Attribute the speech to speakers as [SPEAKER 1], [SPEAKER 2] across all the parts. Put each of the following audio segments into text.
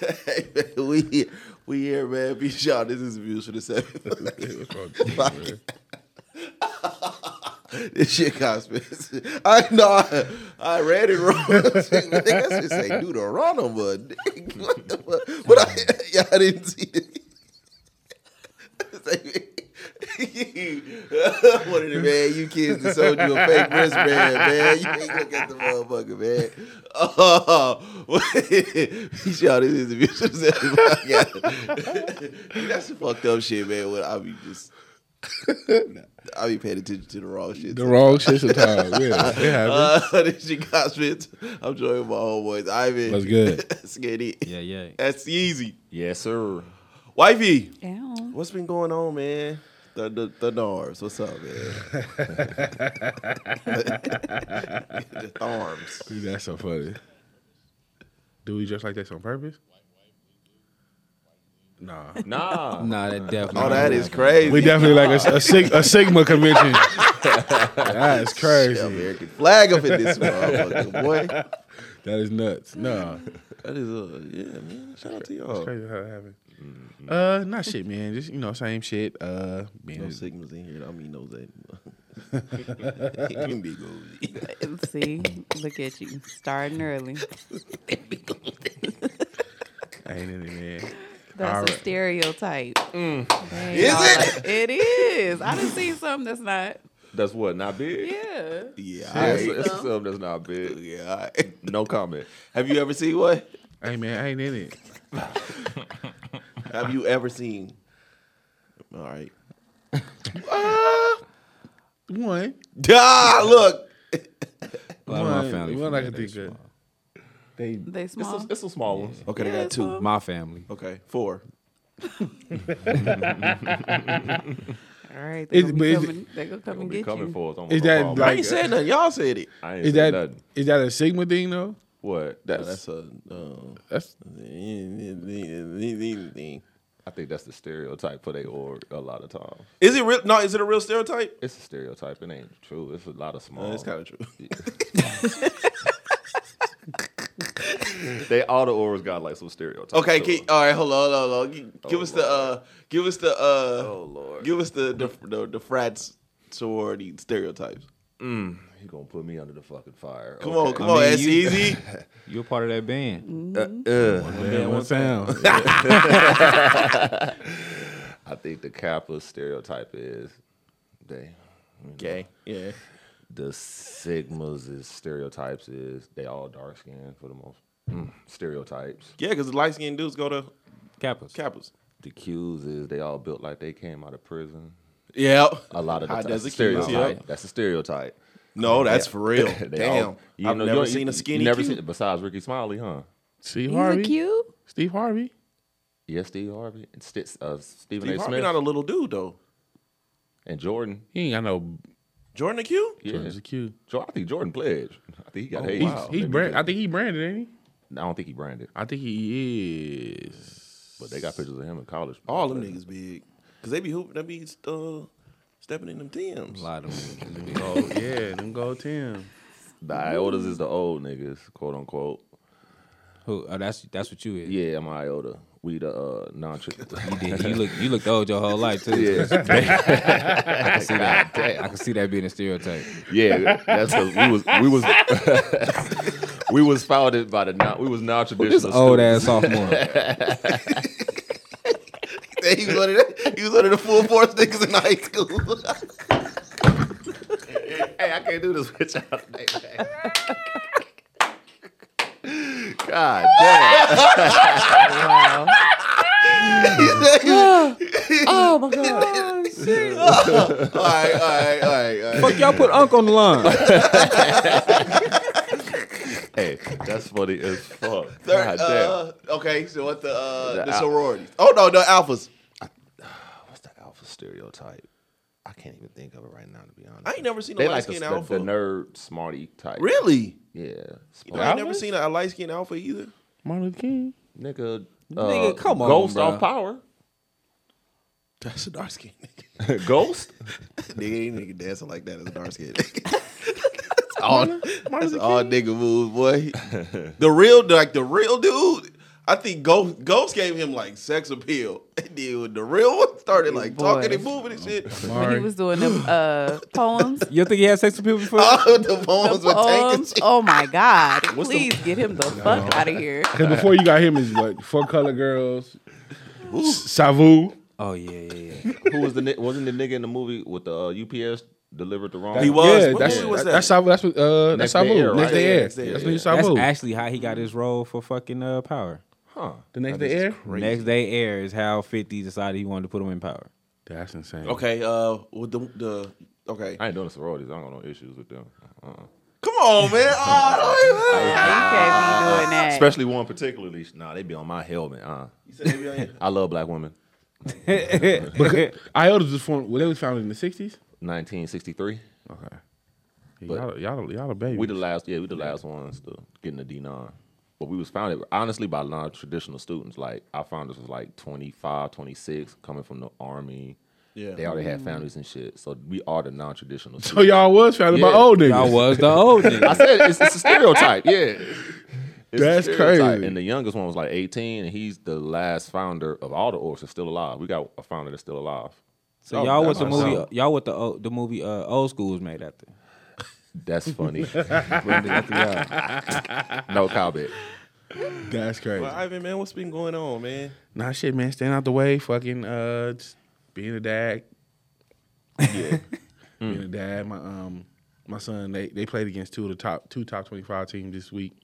[SPEAKER 1] hey, man, we we here, man. Be sure this is views for the seventh. this shit conspiracy. I know I, I read it wrong. Nigga, that shit say Deuteronomy. nigga. What the fuck? But I, yeah, I didn't see it. It's like, One of the man, you kids that sold you a fake wristband, man. You ain't look at the motherfucker, man. Oh, y'all, this is the music. That's some fucked up shit, man. When I be just I be paying attention to the wrong shit.
[SPEAKER 2] the wrong shit sometimes. Yeah, it
[SPEAKER 1] Uh,
[SPEAKER 2] happens.
[SPEAKER 1] this shit got spit. I'm joining my homeboys. Ivan.
[SPEAKER 2] That's good.
[SPEAKER 1] Skinny.
[SPEAKER 3] Yeah, yeah.
[SPEAKER 1] That's easy.
[SPEAKER 3] Yes, sir.
[SPEAKER 1] Wifey,
[SPEAKER 4] Down.
[SPEAKER 1] what's been going on, man? The the, the Norms. What's up, man? the Thorms.
[SPEAKER 2] Dude, That's so funny. Do we dress like this on purpose? Nah.
[SPEAKER 3] Nah.
[SPEAKER 5] Nah, that definitely.
[SPEAKER 1] Oh, that is crazy.
[SPEAKER 2] We definitely like a, a, sig- a Sigma convention. That's
[SPEAKER 1] Got
[SPEAKER 2] crazy.
[SPEAKER 1] American flag up in this motherfucker, boy.
[SPEAKER 2] That is nuts. No.
[SPEAKER 1] That is uh yeah, man. Shout out to
[SPEAKER 2] It's
[SPEAKER 1] y'all.
[SPEAKER 2] crazy how it happened. Uh, not shit, man. Just you know, same shit. Uh, being
[SPEAKER 1] No signals in here. I mean, no that. Big old.
[SPEAKER 4] Uh, See, look at you starting early.
[SPEAKER 2] I ain't in it, man.
[SPEAKER 4] That's
[SPEAKER 2] All
[SPEAKER 4] a
[SPEAKER 2] right.
[SPEAKER 4] stereotype. Dang,
[SPEAKER 1] Is
[SPEAKER 4] y'all,
[SPEAKER 1] it?
[SPEAKER 4] like, It is. I done seen something that's not.
[SPEAKER 3] That's what? Not big?
[SPEAKER 4] Yeah.
[SPEAKER 1] Yeah,
[SPEAKER 3] That's,
[SPEAKER 1] I,
[SPEAKER 3] that's something that's not big.
[SPEAKER 1] yeah. I-
[SPEAKER 3] No comment.
[SPEAKER 1] Have you ever seen what?
[SPEAKER 2] Hey, man, I ain't in it.
[SPEAKER 1] Have you ever seen? All right.
[SPEAKER 2] One,
[SPEAKER 1] Ah, look.
[SPEAKER 5] A lot
[SPEAKER 2] One-
[SPEAKER 5] of my family.
[SPEAKER 2] one
[SPEAKER 5] from
[SPEAKER 2] I
[SPEAKER 5] there,
[SPEAKER 2] could
[SPEAKER 5] they
[SPEAKER 2] think of.
[SPEAKER 5] small.
[SPEAKER 2] they
[SPEAKER 4] They
[SPEAKER 3] It's
[SPEAKER 4] small.
[SPEAKER 3] a, it's a small one.
[SPEAKER 1] Okay, they
[SPEAKER 4] Yeah,
[SPEAKER 1] got
[SPEAKER 4] it's
[SPEAKER 1] two.
[SPEAKER 4] fine.
[SPEAKER 5] My family.
[SPEAKER 1] Okay, four.
[SPEAKER 4] All right.
[SPEAKER 2] Is-
[SPEAKER 4] They're going
[SPEAKER 2] but is
[SPEAKER 4] to
[SPEAKER 2] it-
[SPEAKER 4] come, and- they gonna come
[SPEAKER 3] It'll
[SPEAKER 4] and
[SPEAKER 3] be
[SPEAKER 4] get
[SPEAKER 3] coming
[SPEAKER 4] you.
[SPEAKER 3] for us. almost
[SPEAKER 2] Is
[SPEAKER 3] no
[SPEAKER 2] that
[SPEAKER 3] problem.
[SPEAKER 1] I
[SPEAKER 2] like-
[SPEAKER 1] ain't saying nothing. Y'all said it.
[SPEAKER 3] I ain't
[SPEAKER 2] is
[SPEAKER 3] saying
[SPEAKER 2] that
[SPEAKER 3] nothing.
[SPEAKER 2] is that a Sigma thing though?
[SPEAKER 3] What?
[SPEAKER 1] That's, that's a. Um,
[SPEAKER 2] That's
[SPEAKER 1] is
[SPEAKER 3] I think that's the stereotype for they org a lot of times.
[SPEAKER 1] it real? No, is it a real stereotype?
[SPEAKER 3] It's a stereotype. It ain't true. It's a lot of small.
[SPEAKER 1] Uh, it's kind of true.
[SPEAKER 3] they all the orgs got like some stereotypes.
[SPEAKER 1] Okay,
[SPEAKER 3] to
[SPEAKER 1] keep,
[SPEAKER 3] them.
[SPEAKER 1] all right. Hold on, hold on, hold on. Gi- Give
[SPEAKER 3] Oh,
[SPEAKER 1] us the. uh Give us the. uh
[SPEAKER 3] Oh lord,
[SPEAKER 1] Give us the the the, the frats sorority stereotypes.
[SPEAKER 3] he gonna put me under the fucking fire.
[SPEAKER 1] Come on,
[SPEAKER 3] Okay.
[SPEAKER 1] come
[SPEAKER 5] I
[SPEAKER 1] on.
[SPEAKER 5] mean,
[SPEAKER 1] That's
[SPEAKER 5] you-
[SPEAKER 1] easy.
[SPEAKER 5] You're part of that band.
[SPEAKER 3] Uh,
[SPEAKER 2] man, one sound.
[SPEAKER 3] I think the Kappa stereotype is they.
[SPEAKER 1] Okay. Yeah.
[SPEAKER 3] The Sigmas is stereotypes is they all dark skinned for the most mm, stereotypes.
[SPEAKER 1] Yeah, because the light skinned dudes go to
[SPEAKER 5] Kappas.
[SPEAKER 1] Kappas.
[SPEAKER 3] The Qs is they all built like they came out of prison.
[SPEAKER 1] Yeah.
[SPEAKER 3] A lot of the
[SPEAKER 1] High
[SPEAKER 3] time.
[SPEAKER 1] desert Qs, yeah.
[SPEAKER 3] stereotype. That's a stereotype.
[SPEAKER 1] No, Oh, that's
[SPEAKER 3] Yeah.
[SPEAKER 1] for real.
[SPEAKER 3] They
[SPEAKER 1] Damn.
[SPEAKER 3] all- you
[SPEAKER 1] I've
[SPEAKER 3] know- you
[SPEAKER 1] never
[SPEAKER 3] don't-
[SPEAKER 1] seen a
[SPEAKER 3] you- you
[SPEAKER 1] skinny.
[SPEAKER 3] Never
[SPEAKER 1] Q.
[SPEAKER 3] seen besides Ricky Smiley, huh?
[SPEAKER 2] Steve
[SPEAKER 4] He's a
[SPEAKER 2] Harvey.
[SPEAKER 4] cute.
[SPEAKER 2] Steve Harvey.
[SPEAKER 3] Yes, Steve Harvey, and St- uh, Stephen
[SPEAKER 1] Steve
[SPEAKER 3] A.
[SPEAKER 1] Harvey
[SPEAKER 3] Smith,
[SPEAKER 1] not a little dude though.
[SPEAKER 3] and Jordan.
[SPEAKER 2] He ain't got no.
[SPEAKER 1] Jordan Oh, the Q?
[SPEAKER 3] Yeah,
[SPEAKER 2] Jordan's a cute.
[SPEAKER 3] Jo- I think Jordan pledged. I think he got. hazed.
[SPEAKER 2] He's, he's
[SPEAKER 3] Maybe
[SPEAKER 2] brand.
[SPEAKER 3] he
[SPEAKER 2] I think he branded, ain't he?
[SPEAKER 3] did. I don't think he branded,
[SPEAKER 2] I think he is.
[SPEAKER 3] but they got pictures of him in college.
[SPEAKER 1] All them niggas big. Cause they be hooping, they be uh, stepping in them Tims.
[SPEAKER 5] A lot of them.
[SPEAKER 2] Oh yeah, them gold Tim.
[SPEAKER 3] The Iotas is the old niggas, quote unquote.
[SPEAKER 5] Who? Oh, that's that's what you is.
[SPEAKER 3] Yeah, I'm an Iota. We the uh, non
[SPEAKER 5] You did. You look. You looked old your whole life too. I can see that. I can see that being a stereotype.
[SPEAKER 3] Yeah, that's because we was we was we was founded by the non we was non
[SPEAKER 5] This
[SPEAKER 3] traditional.
[SPEAKER 5] old ass sophomore.
[SPEAKER 1] he, was under the, he was under the full force niggas in high school.
[SPEAKER 3] Hey, I can't do this with y'all. Hey, hey. God damn.
[SPEAKER 5] oh my god.
[SPEAKER 1] all right, all right, all right, all right.
[SPEAKER 5] Fuck y'all. Put Unc on the line.
[SPEAKER 3] Hey, that's funny as fuck.
[SPEAKER 1] Third,
[SPEAKER 3] God damn.
[SPEAKER 1] uh, okay, so what the uh, the,
[SPEAKER 3] The al-
[SPEAKER 1] sororities? Oh no, the alphas.
[SPEAKER 3] What's the alpha stereotype? I can't even think of it right now, to be honest.
[SPEAKER 1] I ain't never seen
[SPEAKER 3] they
[SPEAKER 1] a
[SPEAKER 3] like
[SPEAKER 1] light
[SPEAKER 3] the,
[SPEAKER 1] skinned
[SPEAKER 3] the,
[SPEAKER 1] alpha.
[SPEAKER 3] the nerd smarty type.
[SPEAKER 1] Really?
[SPEAKER 3] Yeah.
[SPEAKER 1] You know, I ain't never seen a light skinned alpha either.
[SPEAKER 2] Martin Luther King.
[SPEAKER 3] Nigga, uh,
[SPEAKER 5] Nigga, come on,
[SPEAKER 3] Ghost
[SPEAKER 5] bruh.
[SPEAKER 3] off power.
[SPEAKER 1] That's a dark skinned nigga.
[SPEAKER 3] Ghost?
[SPEAKER 1] Nigga, ain't nigga dancing like that as a dark skin. all, that's all nigga moves, boy. The real, like the real dude.
[SPEAKER 6] I think Ghost, Ghost gave him like sex appeal. And then when the real one started like
[SPEAKER 4] Boy.
[SPEAKER 6] talking and moving and shit.
[SPEAKER 4] When he was doing the uh, poems.
[SPEAKER 5] You don't think he had sex with people before?
[SPEAKER 6] All Oh, the poems were taken.
[SPEAKER 4] Poems. Oh my God.
[SPEAKER 6] What's the-
[SPEAKER 4] Please get him the fuck out of here.
[SPEAKER 2] Because before you got him is what four color girls, Savu.
[SPEAKER 5] Oh yeah, yeah, yeah.
[SPEAKER 3] Who was the ni- wasn't the nigga in the movie with the uh, UPS delivered the wrong?
[SPEAKER 6] He was.
[SPEAKER 2] Yeah,
[SPEAKER 6] What
[SPEAKER 2] that's,
[SPEAKER 6] movie was
[SPEAKER 2] That's
[SPEAKER 6] that?
[SPEAKER 2] Savu. That's what. Uh,
[SPEAKER 3] Next
[SPEAKER 2] that's
[SPEAKER 3] Day
[SPEAKER 2] Savu.
[SPEAKER 3] Air,
[SPEAKER 2] next
[SPEAKER 3] right?
[SPEAKER 2] day
[SPEAKER 3] Yeah,
[SPEAKER 2] air.
[SPEAKER 6] Next Day
[SPEAKER 2] that's
[SPEAKER 6] Air.
[SPEAKER 2] when he
[SPEAKER 5] That's
[SPEAKER 2] Savu.
[SPEAKER 5] actually how he got his role for fucking uh, Power.
[SPEAKER 3] Huh.
[SPEAKER 2] the next day air.
[SPEAKER 5] Next day air is how Fifty decided he wanted to put him in Power.
[SPEAKER 2] That's insane.
[SPEAKER 6] Okay, uh, with the the okay.
[SPEAKER 3] I ain't doing the sororities. I don't got no issues with them. Uh-uh.
[SPEAKER 6] Come on, man. Oh, don't even-
[SPEAKER 4] You can't be doing that.
[SPEAKER 3] Especially one particularly. Nah, they be on my helmet. Uh.
[SPEAKER 6] You said they be on your-
[SPEAKER 3] I love black women.
[SPEAKER 2] Iotas was formed. Well, they was founded in the sixties.
[SPEAKER 3] 1963.
[SPEAKER 2] Okay. Y'all, y'all, y'all a baby.
[SPEAKER 3] We the last, yeah, we the last ones to get in the D9. But we was founded honestly by non-traditional students. Like our founders was like 25, 26, coming from the army.
[SPEAKER 6] Yeah.
[SPEAKER 3] They already had families and shit. So we are the non-traditional.
[SPEAKER 2] so
[SPEAKER 3] Students.
[SPEAKER 2] Oh, y'all was founded by
[SPEAKER 3] Yeah.
[SPEAKER 2] old niggas.
[SPEAKER 5] Y'all was the old
[SPEAKER 3] I
[SPEAKER 5] nigga.
[SPEAKER 3] said it's, it's a stereotype. Yeah, It's a
[SPEAKER 2] That's crazy.
[SPEAKER 3] And the youngest one was like 18, and he's the last founder of all the orcs that's still alive. We got a founder that's still alive.
[SPEAKER 5] So y'all with
[SPEAKER 3] that's
[SPEAKER 5] the movie, uh,
[SPEAKER 3] awesome.
[SPEAKER 5] y'all with the old, the movie uh, Old School was made after.
[SPEAKER 3] That's funny.
[SPEAKER 5] Named after y'all.
[SPEAKER 3] no comment.
[SPEAKER 2] That's crazy.
[SPEAKER 6] Well, Ivan, man, what's been going on, man?
[SPEAKER 2] Nah, shit, man. Staying out the way. Fucking uh, just being a dad. Yeah, being a dad. My um, my son. They they played against two of the top two top twenty five teams this week,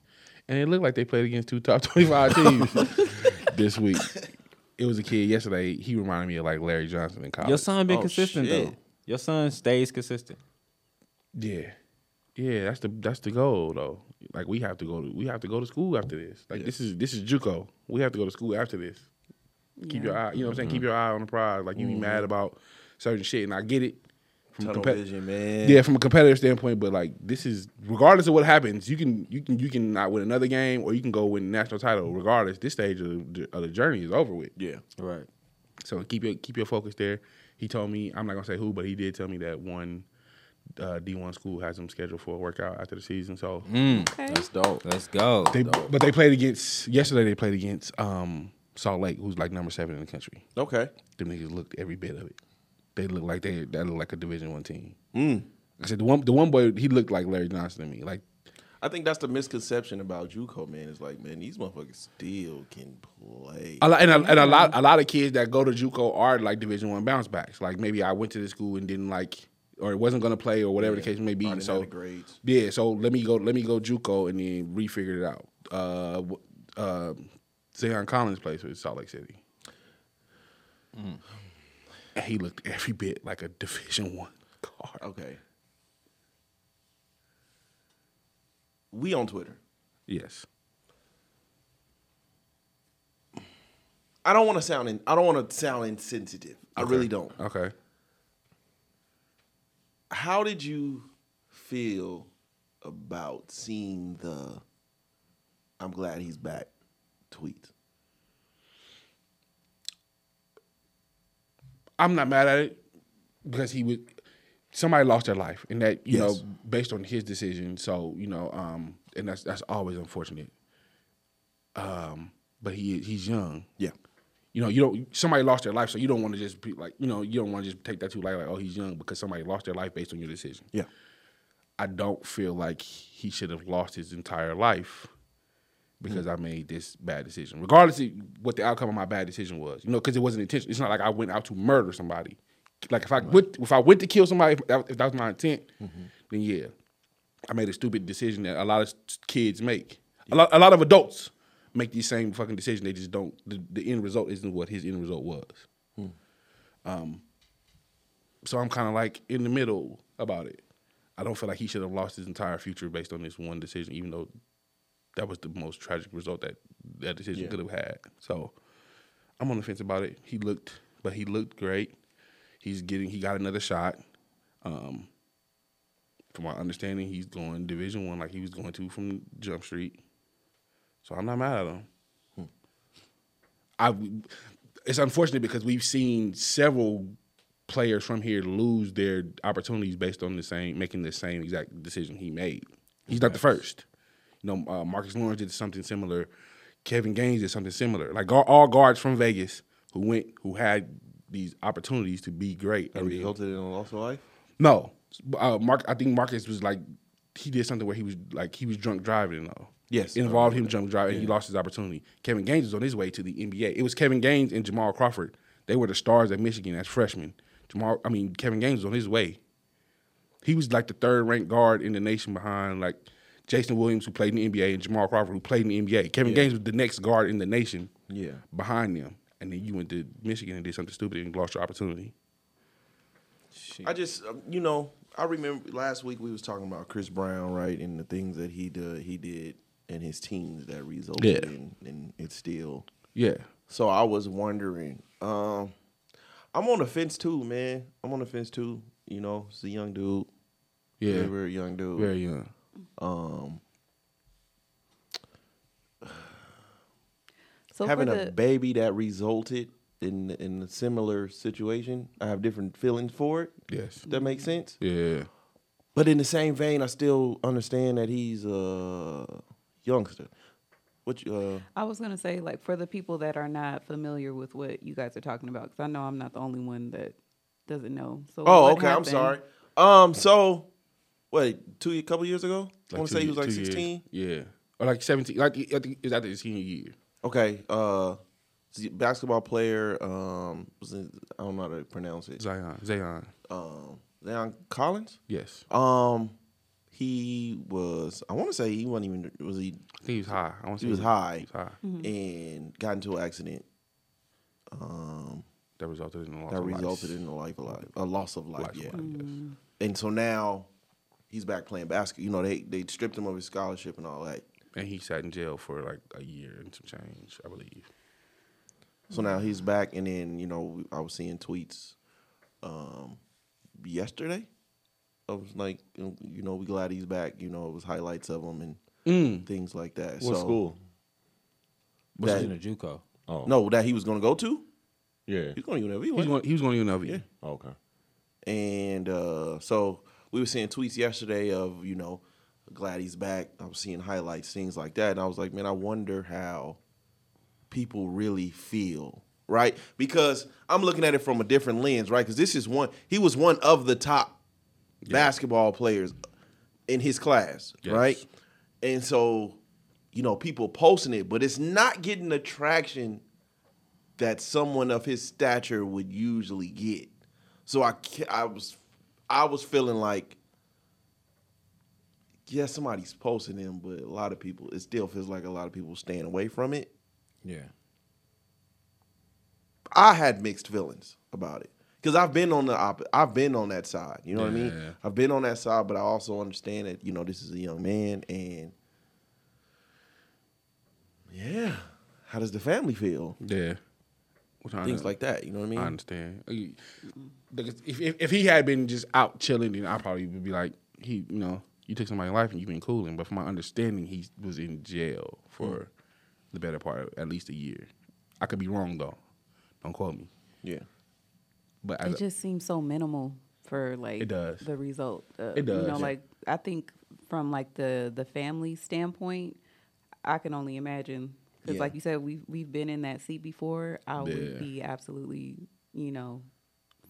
[SPEAKER 2] and it looked like they played against two top twenty five teams this week. It was a kid yesterday. He reminded me of like Larry Johnson in college.
[SPEAKER 5] Your son been
[SPEAKER 6] Oh,
[SPEAKER 5] consistent
[SPEAKER 6] shit.
[SPEAKER 5] though. Your son stays consistent.
[SPEAKER 2] Yeah, yeah. That's the that's the goal though. Like we have to go to we have to go to school after this. Like this is this is JUCO. We have to go to school after this. Keep your eye. You know what I'm
[SPEAKER 6] Mm-hmm.
[SPEAKER 2] saying. Keep your eye on the prize. Like you be mad about certain shit, and I get it. From a
[SPEAKER 6] Tunnel
[SPEAKER 2] compet-
[SPEAKER 6] vision, man.
[SPEAKER 2] yeah, from a competitive standpoint, but like this is regardless of what happens, you can you can you can not win another game, or you can go win the national title. Regardless, this stage of the, of the journey is over with.
[SPEAKER 6] Yeah.
[SPEAKER 5] Right.
[SPEAKER 2] So keep your keep your focus there. He told me I'm not gonna say who, but he did tell me that one uh, D1 school has him scheduled for a workout after the season. So
[SPEAKER 4] Okay.
[SPEAKER 5] That's dope. Let's go.
[SPEAKER 2] they but they played against yesterday. They played against um, Salt Lake, who's like number seven in the country.
[SPEAKER 6] Okay.
[SPEAKER 2] Them niggas looked every bit of it. They look like they that look like a Division One team. I said the one the one boy he looked like Larry Johnson to me. Like
[SPEAKER 6] I think that's the misconception about JUCO, man. It's like, man, these motherfuckers still can play.
[SPEAKER 2] A lot, and, a, and a lot, a lot of kids that go to JUCO are like Division One bounce backs. Like maybe I went to the school and didn't like, or it wasn't gonna play, or whatever the case may be.
[SPEAKER 6] already
[SPEAKER 2] So
[SPEAKER 6] had the grades.
[SPEAKER 2] yeah, so let me go, let me go JUCO and then refigure it out. Uh, wh- uh, Zion Collins plays for Salt Lake City.
[SPEAKER 6] Mm.
[SPEAKER 2] And he looked every bit like a Division One guard.
[SPEAKER 6] Okay. We on Twitter.
[SPEAKER 2] Yes.
[SPEAKER 6] I don't want to sound in, I don't want to sound insensitive. I really don't.
[SPEAKER 2] Okay.
[SPEAKER 6] How did you feel about seeing the I'm glad he's back tweet?
[SPEAKER 2] I'm not mad at it because he was somebody lost their life, and that
[SPEAKER 6] Yes.
[SPEAKER 2] you know based on his decision. So you know, um, and that's that's always unfortunate. Um, but he he's young.
[SPEAKER 6] Yeah.
[SPEAKER 2] You know, you don't somebody lost their life, so you don't want to just be like you know you don't want to just take that too light. Like oh, he's young because somebody lost their life based on your decision.
[SPEAKER 6] Yeah.
[SPEAKER 2] I don't feel like he should have lost his entire life because I made this bad decision, regardless of what the outcome of my bad decision was. You know, because it wasn't intentional. It's not like I went out to murder somebody. Like if I went, if I went to kill somebody, if that, if that was my intent, then yeah, I made a stupid decision that a lot of s- kids make. A lot, a lot of adults make these same fucking decisions. They just don't. The, the end result isn't what his end result was. Um, so I'm kind of like in the middle about it. I don't feel like he should have lost his entire future based on this one decision, even though that was the most tragic result that that decision
[SPEAKER 6] Yeah.
[SPEAKER 2] could have had. So I'm on the fence about it. He looked, but he looked great. He's getting, he got another shot. Um, from my understanding, he's going Division One like he was going to from Jump Street. So I'm not mad at him. Hmm. I it's unfortunate because we've seen several players from here lose their opportunities based on the same making the same exact decision he made. He's not the first. You know, uh, Marcus Lawrence did something similar. Kevin Gaines did something similar. Like all, all guards from Vegas who went who had these opportunities to be great.
[SPEAKER 1] That
[SPEAKER 2] and then-
[SPEAKER 1] resulted in a loss of life.
[SPEAKER 2] no, uh, Mark. I think Marcus was like he did something where he was like he was drunk driving though.
[SPEAKER 1] Yes.
[SPEAKER 2] it involved him drunk driving. and He lost his opportunity. Kevin Gaines was on his way to the NBA. It was Kevin Gaines and Jamal Crawford. They were the stars at Michigan as freshmen. Jamal, I mean Kevin Gaines was on his way. He was like the third ranked guard in the nation behind like Jason Williams who played in the NBA and Jamal Crawford who played in the NBA. Kevin Gaines was the next guard in the nation.
[SPEAKER 1] Yeah.
[SPEAKER 2] behind them. And then you went to Michigan and did something stupid and lost your opportunity.
[SPEAKER 1] I just, um, you know, I remember last week we was talking about Chris Brown, right, and the things that he did, he did, and his teams that resulted
[SPEAKER 2] Yeah.
[SPEAKER 1] in, and it's still.
[SPEAKER 2] Yeah,
[SPEAKER 1] So I was wondering. Um, I'm on the fence too, man. I'm on the fence too. You know, it's a young dude.
[SPEAKER 2] yeah,
[SPEAKER 1] very, very young dude.
[SPEAKER 2] very young.
[SPEAKER 4] So for
[SPEAKER 1] Having a
[SPEAKER 4] the
[SPEAKER 1] baby that resulted in in a similar situation, I have different feelings for it.
[SPEAKER 2] Yes.
[SPEAKER 1] That makes sense.
[SPEAKER 2] Yeah.
[SPEAKER 1] But in the same vein, I still understand that he's a youngster. What you, uh,
[SPEAKER 4] I was gonna say like for the people that are not familiar with what you guys are talking about because I know I'm not the only one that doesn't know. So
[SPEAKER 1] Oh,
[SPEAKER 4] what
[SPEAKER 1] okay. I'm
[SPEAKER 4] happened-
[SPEAKER 1] sorry. Um, so wait, two a couple years ago, I want to
[SPEAKER 2] two
[SPEAKER 1] say he
[SPEAKER 2] ye-
[SPEAKER 1] was like
[SPEAKER 2] two years.
[SPEAKER 1] 16.
[SPEAKER 2] Yeah. Or like 17. Like, I think it's after his senior year.
[SPEAKER 1] Okay. Uh, he's a basketball player. Um, was it- I don't know how to pronounce it.
[SPEAKER 2] Zion. Zion.
[SPEAKER 1] Um, Leon Collins.
[SPEAKER 2] Yes.
[SPEAKER 1] Um, he was. I want to say he wasn't even. Was he?
[SPEAKER 2] I think he was high. I want to
[SPEAKER 1] He
[SPEAKER 2] say
[SPEAKER 1] was high,
[SPEAKER 2] high.
[SPEAKER 1] and got into an accident. Um,
[SPEAKER 2] That resulted in a loss.
[SPEAKER 1] that
[SPEAKER 2] of life.
[SPEAKER 1] resulted in a life of life, a loss of life.
[SPEAKER 2] Life of
[SPEAKER 1] yeah.
[SPEAKER 2] life, yes.
[SPEAKER 1] And so now he's back playing basketball. You know, they they stripped him of his scholarship and all that.
[SPEAKER 2] And he sat in jail for like a year and some change, I believe.
[SPEAKER 1] So now he's back, and then you know I was seeing tweets um, yesterday. I was like, you know, we glad he's back. You know, it was highlights of him and things like that.
[SPEAKER 3] What
[SPEAKER 1] so
[SPEAKER 3] school?
[SPEAKER 5] What's
[SPEAKER 1] that-
[SPEAKER 5] in a JUCO?
[SPEAKER 3] Oh
[SPEAKER 1] no, that he was going to go to.
[SPEAKER 3] yeah.
[SPEAKER 1] He's going to UNLV.
[SPEAKER 2] He was
[SPEAKER 1] wasn't
[SPEAKER 2] going, he was going to UNLV. Yeah.
[SPEAKER 3] Okay.
[SPEAKER 1] he? and uh, so we were seeing tweets yesterday of you know, glad he's back. I was seeing highlights, things like that, and I was like, man, I wonder how people really feel, right? Because I'm looking at it from a different lens, right? Because this is one, he was one of the top basketball players in his class,
[SPEAKER 2] Yes.
[SPEAKER 1] right? And so, you know, people posting it, but it's not getting the traction that someone of his stature would usually get. So I, ca- I was, I was feeling like, yeah, somebody's posting him, but a lot of people, it still feels like a lot of people staying away from it.
[SPEAKER 5] Yeah.
[SPEAKER 1] I had mixed feelings about it because I've been on the op- I've been on that side. You know what I
[SPEAKER 2] Yeah.
[SPEAKER 1] mean? I've been on that side, but I also understand that you know this is a young man, and yeah, how does the family feel?
[SPEAKER 2] Yeah. What time
[SPEAKER 1] Things
[SPEAKER 2] is-
[SPEAKER 1] like that. You know what I mean?
[SPEAKER 2] I understand. Uh, you- like, If, if, if he had been just out chilling, then I probably would be like, he, you know, you took somebody's life and you've been cooling. But from my understanding, he was in jail for the better part of at least a year. I could be wrong though. Don't quote me.
[SPEAKER 1] yeah.
[SPEAKER 2] But as
[SPEAKER 4] It just seems so minimal for like
[SPEAKER 2] It does.
[SPEAKER 4] the result. Of,
[SPEAKER 2] It does,
[SPEAKER 4] You know,
[SPEAKER 2] yeah.
[SPEAKER 4] like I think from like the the family standpoint, I can only imagine because,
[SPEAKER 1] Yeah.
[SPEAKER 4] like you said, we we've been in that seat before. I
[SPEAKER 2] Yeah.
[SPEAKER 4] would be absolutely, you know,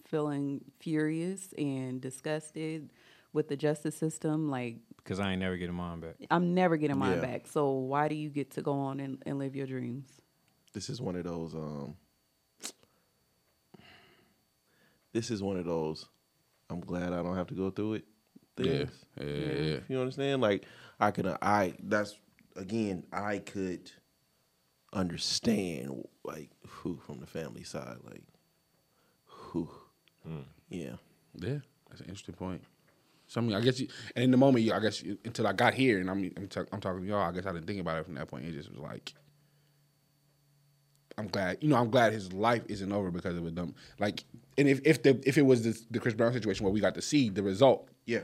[SPEAKER 4] feeling furious and disgusted with the justice system. Like
[SPEAKER 5] Because I ain't never getting mine back.
[SPEAKER 4] I'm never getting mine
[SPEAKER 1] Yeah.
[SPEAKER 4] back. So why do you get to go on and, and live your dreams?
[SPEAKER 1] This is one of those. Um, this is one of those. I'm glad I don't have to go through it.
[SPEAKER 2] yeah,
[SPEAKER 1] Things.
[SPEAKER 2] yeah, yeah.
[SPEAKER 1] If You understand? Like I could, I that's again, I could understand like who from the family side, like who,
[SPEAKER 2] Mm.
[SPEAKER 1] yeah,
[SPEAKER 2] Yeah, that's an interesting point. So I mean, I guess you, and in the moment, you, I guess you, until I got here, and I'm I'm, talk, I'm talking to y'all. I guess I didn't think about it from that point. It just was like, I'm glad, you know, I'm glad his life isn't over because of a dumb like. And if if the if it was the, the Chris Brown situation where we got to see the result,
[SPEAKER 1] yeah,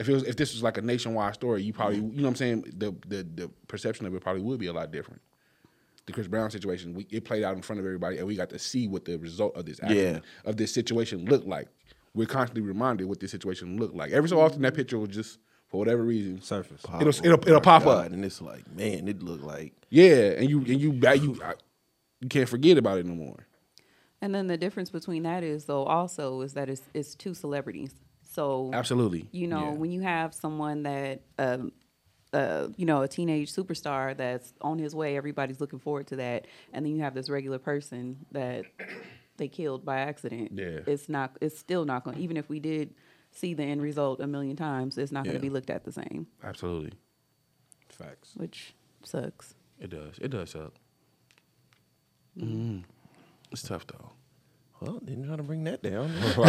[SPEAKER 2] if it was if this was like a nationwide story, you probably you know what I'm saying the the the perception of it probably would be a lot different. The Chris Brown situation, we, it played out in front of everybody, and we got to see what the result of this action,
[SPEAKER 1] Yeah.
[SPEAKER 2] of this situation looked like. We're constantly reminded what this situation looked like. Every so often, that picture will just for whatever reason.
[SPEAKER 5] Surface.
[SPEAKER 1] Pop
[SPEAKER 2] It'll-
[SPEAKER 1] up.
[SPEAKER 2] it'll- it'll
[SPEAKER 1] My
[SPEAKER 2] Mm-hmm. pop up.
[SPEAKER 1] God, and it's like, man, it looked like
[SPEAKER 2] Yeah, and you and you you I, you can't forget about it no more.
[SPEAKER 4] And then the difference between that is though also is that it's it's two celebrities. So
[SPEAKER 2] Absolutely.
[SPEAKER 4] you know
[SPEAKER 2] Yeah.
[SPEAKER 4] when you have someone that um, uh, you know a teenage superstar that's on his way, everybody's looking forward to that, and then you have this regular person that they killed by accident.
[SPEAKER 2] Yeah.
[SPEAKER 4] it's not. It's still not going. to Even if we did see the end result a million times, it's not going
[SPEAKER 1] Yeah.
[SPEAKER 4] to be looked at the same,
[SPEAKER 2] Absolutely.
[SPEAKER 5] Facts.
[SPEAKER 4] which sucks.
[SPEAKER 2] It does. It does suck. Mm. It's tough though.
[SPEAKER 1] Well, didn't try to bring that down. Oh,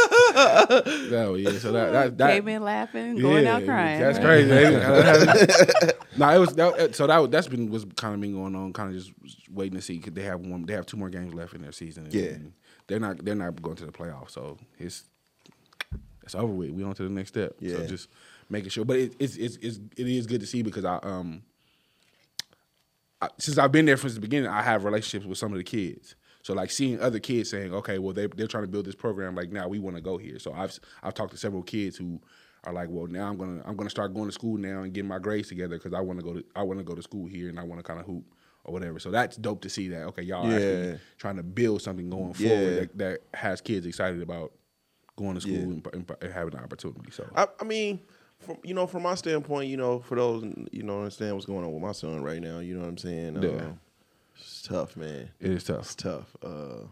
[SPEAKER 2] No, yeah. So that that, that
[SPEAKER 4] Came in laughing, going out crying.
[SPEAKER 2] That's
[SPEAKER 4] right?
[SPEAKER 2] crazy. no, it was that, so that that's been what's kind of been going on. Kind of just waiting to see because they have one, they have two more games left in their season. and-
[SPEAKER 1] Yeah.
[SPEAKER 2] and they're not they're not going to the playoffs, so it's it's over with. We on to the next step. So
[SPEAKER 1] Yeah.
[SPEAKER 2] just making sure, but it, it's it's it's it is good to see because I um I, since I've been there since the beginning, I have relationships with some of the kids. So like seeing other kids saying, okay, well they they're trying to build this program. Like now we want to go here. So I've I've talked to several kids who are like, well now I'm gonna I'm gonna start going to school now and getting my grades together because I want to go to I want to go to school here and I want to kind of hoop or whatever. So that's dope to see that. Okay, y'all
[SPEAKER 1] Yeah.
[SPEAKER 2] actually trying to build something going
[SPEAKER 1] Yeah.
[SPEAKER 2] forward that, that has kids excited about going to school
[SPEAKER 1] Yeah.
[SPEAKER 2] and, and, and having an opportunity. So
[SPEAKER 1] I, I mean, from you know, from my standpoint, you know, for those you know understand what's going on with my son right now, you know what I'm saying?
[SPEAKER 2] Yeah.
[SPEAKER 1] Uh, it's tough, man.
[SPEAKER 2] it is tough.
[SPEAKER 1] It's tough. Uh,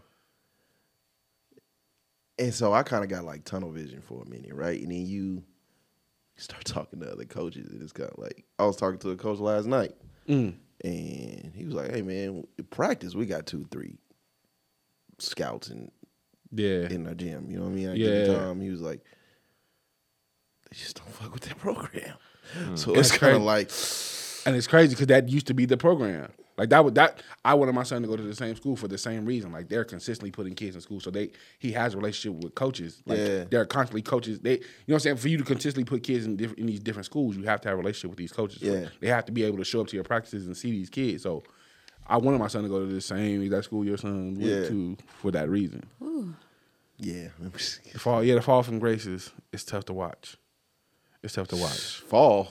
[SPEAKER 1] and so I kind of got like tunnel vision for a minute, right? And then you start talking to other coaches, and it's kind of like I was talking to a coach last night,
[SPEAKER 2] Mm-hmm. Mm.
[SPEAKER 1] and he was like, "Hey, man, in practice we got two, three scouts and
[SPEAKER 2] Yeah.
[SPEAKER 1] in the gym. You know what I mean? At yeah.
[SPEAKER 2] Yeah.
[SPEAKER 1] time, he was like, they just don't fuck with that program. So
[SPEAKER 2] Hmm. That's
[SPEAKER 1] it's kind of
[SPEAKER 2] crazy.
[SPEAKER 1] like,
[SPEAKER 2] And it's crazy because that used to be the program. Like that would that I wanted my son to go to the same school for the same reason. Like they're consistently putting kids in school, so they he has a relationship with coaches. Like
[SPEAKER 1] Yeah.
[SPEAKER 2] they're constantly coaches. They you know what I'm saying. For you to consistently put kids in different in these different schools, you have to have a relationship with these coaches.
[SPEAKER 1] Yeah.
[SPEAKER 2] They have to be able to show up to your practices and see these kids. So I wanted my son to go to the same exact school your son went
[SPEAKER 1] Yeah.
[SPEAKER 2] to for that reason.
[SPEAKER 1] yeah,
[SPEAKER 2] The fall, yeah, the fall from graces is tough to watch. It's tough to watch.
[SPEAKER 1] fall.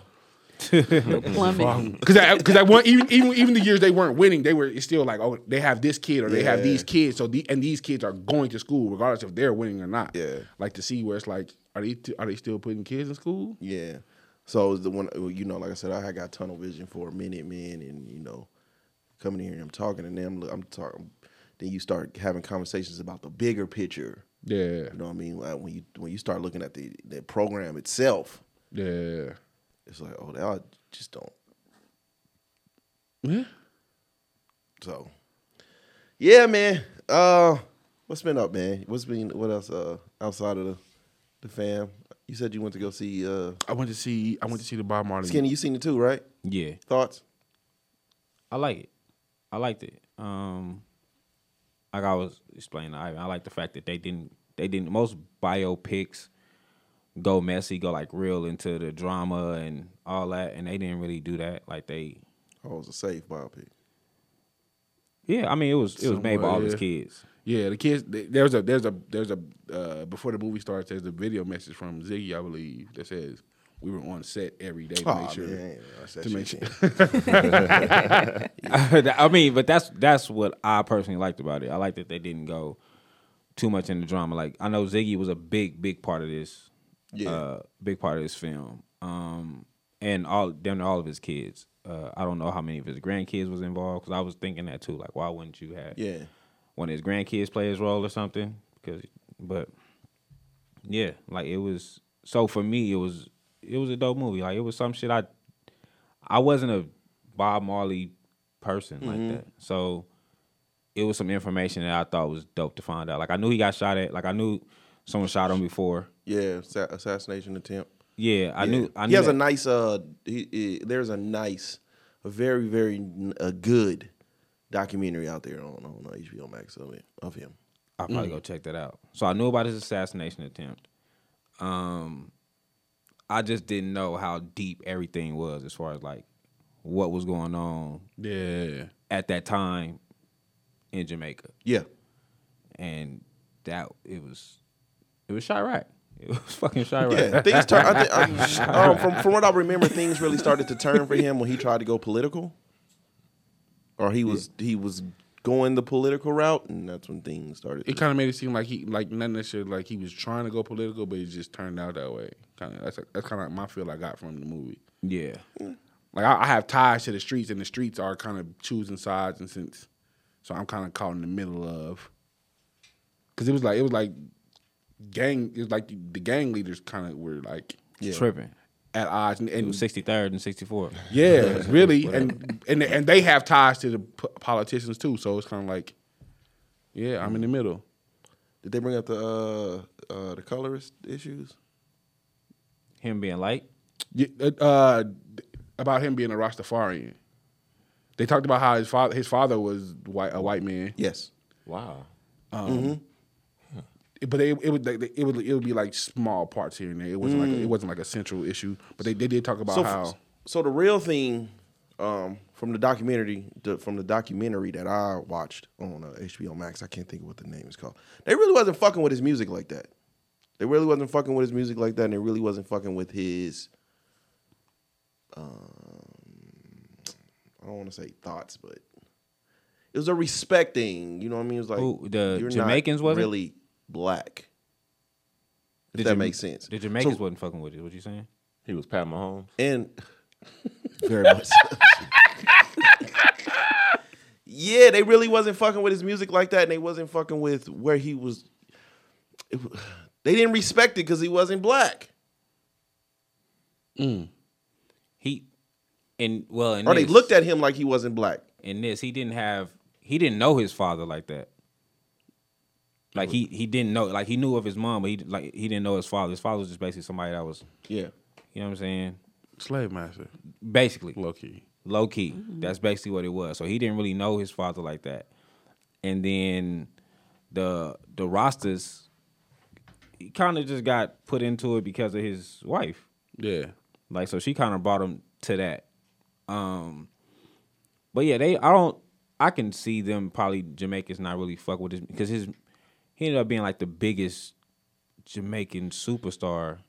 [SPEAKER 4] Plumbing.
[SPEAKER 2] Because because I want even even even the years they weren't winning, they were it's still like oh they have this kid or they have
[SPEAKER 1] Yeah.
[SPEAKER 2] these kids, so the, and these kids are going to school regardless if they're winning or not.
[SPEAKER 1] Yeah.
[SPEAKER 2] like to see where it's like are they t- are they still putting kids in school?
[SPEAKER 1] Yeah. So it was the one, well, you know, like I said, I had got tunnel vision for a minute, man, and you know, coming here and I'm talking, and then I'm, I'm talking. Then you start having conversations about the bigger picture.
[SPEAKER 2] Yeah,
[SPEAKER 1] You know what I mean? Like when you when you start looking at the the program itself,
[SPEAKER 2] yeah,
[SPEAKER 1] it's like, oh, they all just don't
[SPEAKER 2] yeah.
[SPEAKER 1] So, yeah, man. Uh, what's been up, man? What's been what else? Uh, outside of the the fam, you said you went to go see uh
[SPEAKER 2] I went to see I went to see the Bob Marley.
[SPEAKER 1] Skinny. You seen it too, right?
[SPEAKER 5] Yeah.
[SPEAKER 1] Thoughts?
[SPEAKER 5] I like it. I liked it. Um, like I was explaining to Ivan, I like the fact that they didn't. They didn't. Most biopics go messy, go like real into the drama and all that, and they didn't really do that. Like they,
[SPEAKER 1] Oh, it was a safe biopic.
[SPEAKER 5] yeah. I mean, it was it was made by
[SPEAKER 2] Somewhat,
[SPEAKER 5] all his
[SPEAKER 2] yeah.
[SPEAKER 5] kids.
[SPEAKER 2] Yeah, the kids. they- There's a there's a there's a uh, before the movie starts. There's a video message from Ziggy, I believe, that says we were on set every day to
[SPEAKER 1] Aw,
[SPEAKER 2] make sure
[SPEAKER 1] man, I ain't watched that
[SPEAKER 2] to
[SPEAKER 1] shit
[SPEAKER 2] make sure.
[SPEAKER 1] yet.
[SPEAKER 5] I mean, but that's that's what I personally liked about it. I like that they didn't go too much into drama. Like I know Ziggy was a big, big part of this,
[SPEAKER 1] Yeah.
[SPEAKER 5] uh, big part of this film, um, and all damn near all of his kids. Uh, I don't know how many of his grandkids was involved because I was thinking that too. Like, why wouldn't you have
[SPEAKER 1] Yeah.
[SPEAKER 5] one of his grandkids play his role or something? Because, but yeah, like it was. So for me, it was it was a dope movie. Like it was some shit I I wasn't a Bob Marley person
[SPEAKER 1] Mm-hmm.
[SPEAKER 5] like that. So it was some information that I thought was dope to find out. Like I knew he got shot at. Like I knew someone shot him before.
[SPEAKER 1] Yeah. Sa- assassination attempt.
[SPEAKER 5] Yeah, I
[SPEAKER 1] Yeah.
[SPEAKER 5] knew. I knew
[SPEAKER 1] he has
[SPEAKER 5] that.
[SPEAKER 1] a nice. Uh, he, he- there's a nice, a very very n- a good documentary out there on on uh, HBO Max of it of him.
[SPEAKER 5] I'll probably go check that out. So I knew about his assassination attempt. Um, I just didn't know how deep everything was as far as like what was going on
[SPEAKER 2] Yeah,
[SPEAKER 5] at that time in Jamaica,
[SPEAKER 1] Yeah.
[SPEAKER 5] and that it was it was Chirac. It was fucking Chirac.
[SPEAKER 1] Yeah, things turn. I think, I, um, from from what I remember, things really started to turn for him when he tried to go political, or he was he was going the political route, and that's when things started. to-
[SPEAKER 2] It kind of made it seem like he, like not necessarily like he was trying to go political, but it just turned out that way. Kind of that's that's kind of my feel I got from the movie.
[SPEAKER 5] Yeah.
[SPEAKER 2] Like I, I have ties to the streets, and the streets are kind of choosing sides, and since so I'm kind of caught in the middle of because it was like it was like gang, it was like the, the gang leaders kind of were like
[SPEAKER 5] Tripping.
[SPEAKER 2] at odds, and,
[SPEAKER 5] It
[SPEAKER 2] and
[SPEAKER 5] was 63rd and 64th.
[SPEAKER 2] yeah, really, and and and they have ties to the p- politicians too, so it's kind of like yeah, I'm in the middle.
[SPEAKER 1] Did they bring up the uh, uh, the colorist issues?
[SPEAKER 5] Him being light.
[SPEAKER 2] Yeah, uh, uh, about him being a Rastafarian. They talked about how his father his father was white a white man,
[SPEAKER 1] Yes.
[SPEAKER 3] Wow.
[SPEAKER 2] but they, it would they, they- it would it would be like small parts here and there. It wasn't like it wasn't like a central issue, but they, they did talk about
[SPEAKER 1] So,
[SPEAKER 2] how
[SPEAKER 1] so the real thing um, from the documentary the, from the documentary that I watched on uh, HBO Max, I can't think of what the name is called. They really wasn't fucking with his music like that. They really wasn't fucking with his music like that, and they really wasn't fucking with his. Um, I don't want to say thoughts, but it was a respecting. You know what I mean? It was like
[SPEAKER 5] Who, the
[SPEAKER 1] you're not
[SPEAKER 5] Jamaicans wasn't?
[SPEAKER 1] really black. If
[SPEAKER 5] Did
[SPEAKER 1] that
[SPEAKER 5] you-
[SPEAKER 1] makes sense.
[SPEAKER 5] The Jamaicans wasn't fucking with it. What you saying?
[SPEAKER 3] He was Pat Mahomes.
[SPEAKER 1] And very much. so. yeah, they really wasn't fucking with his music like that, and they wasn't fucking with where he was. it wa- they didn't respect it because he wasn't black,
[SPEAKER 5] He, and well, in
[SPEAKER 1] or they
[SPEAKER 5] this-
[SPEAKER 1] looked at him like he wasn't black.
[SPEAKER 5] in this he didn't have he didn't know his father like that like he he didn't know like he knew of his mom but he like he didn't know his father his father was just basically somebody that was
[SPEAKER 1] Yeah,
[SPEAKER 5] you know what i'm saying
[SPEAKER 2] slave master
[SPEAKER 5] basically
[SPEAKER 2] low key.
[SPEAKER 5] low key that's basically what it was so he didn't really know his father like that and then the the rosters he kind of just got put into it because of his wife
[SPEAKER 2] Yeah,
[SPEAKER 5] like so she kind of brought him to that. Um but yeah, they I don't I can see them probably Jamaicans not really fuck with his because his he ended up being like the biggest Jamaican superstar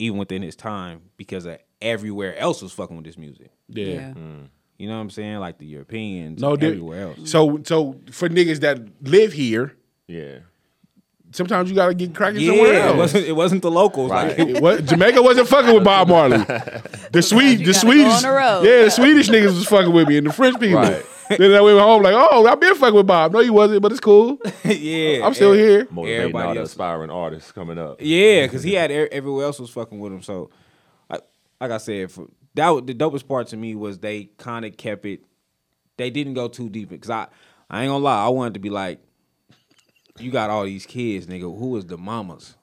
[SPEAKER 5] even within his time because of everywhere else was fucking with his music.
[SPEAKER 2] yeah.
[SPEAKER 4] Yeah.
[SPEAKER 3] Mm.
[SPEAKER 5] You know what I'm saying? Like the Europeans,
[SPEAKER 2] No,
[SPEAKER 5] no,
[SPEAKER 2] dude.
[SPEAKER 5] everywhere else.
[SPEAKER 2] So so for niggas that live here,
[SPEAKER 3] Yeah.
[SPEAKER 2] sometimes you gotta get cracking somewhere
[SPEAKER 5] Yeah, it
[SPEAKER 2] else.
[SPEAKER 5] wasn't it wasn't the locals. Like
[SPEAKER 3] Right.
[SPEAKER 2] It was- Jamaica wasn't fucking with Bob Marley. The Swede, the
[SPEAKER 4] you gotta go
[SPEAKER 2] Swedish,
[SPEAKER 4] on the road.
[SPEAKER 2] yeah, the Swedish niggas was fucking with me, and the French people.
[SPEAKER 3] Right.
[SPEAKER 2] Then I went home like, oh, I've been fucking with Bob. No, you wasn't, but it's cool.
[SPEAKER 5] yeah,
[SPEAKER 2] I'm still
[SPEAKER 5] yeah.
[SPEAKER 2] here.
[SPEAKER 3] Motivating
[SPEAKER 5] Everybody
[SPEAKER 3] all the
[SPEAKER 5] else-
[SPEAKER 3] aspiring artists coming up.
[SPEAKER 5] Yeah, because he had e- everywhere else was fucking with him. So, like, like I said, for, that was, the dopest part to me was they kind of kept it. They didn't go too deep because I, I ain't gonna lie, I wanted to be like, you got all these kids, nigga. Who is the mamas?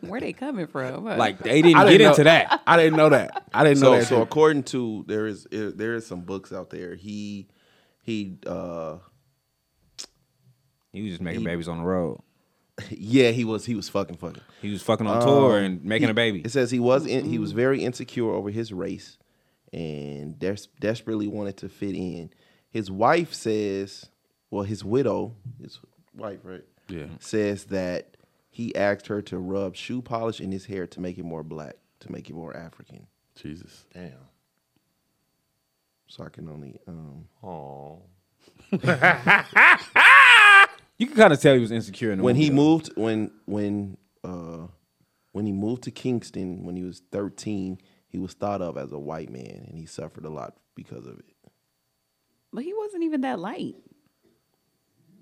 [SPEAKER 4] Where they coming from? Huh?
[SPEAKER 5] Like they didn't,
[SPEAKER 2] I
[SPEAKER 5] get
[SPEAKER 2] didn't know-
[SPEAKER 5] into that.
[SPEAKER 2] I didn't know that. I didn't know
[SPEAKER 1] so
[SPEAKER 2] that.
[SPEAKER 1] so according to there is eh, there is some books out there. He he uh
[SPEAKER 5] He was just making babies on the road.
[SPEAKER 1] yeah he was he was fucking fucking.
[SPEAKER 5] He was fucking on tour and making a baby.
[SPEAKER 1] It says he was in, he was very insecure over his race, and des- desperately wanted to fit in. His wife says, well, his widow, his wife, right?
[SPEAKER 2] Yeah.
[SPEAKER 1] Says that he asked her to rub shoe polish in his hair to make it more black, to make it more African.
[SPEAKER 2] Jesus.
[SPEAKER 3] Damn.
[SPEAKER 1] So I can only um,
[SPEAKER 3] Oh Aw.
[SPEAKER 5] You can kind of tell he was insecure in the
[SPEAKER 1] when
[SPEAKER 5] movie,
[SPEAKER 1] he
[SPEAKER 5] though.
[SPEAKER 1] moved when when uh when he moved to Kingston when he was 13, he was thought of as a white man, and he suffered a lot because of it.
[SPEAKER 4] but he wasn't even that light.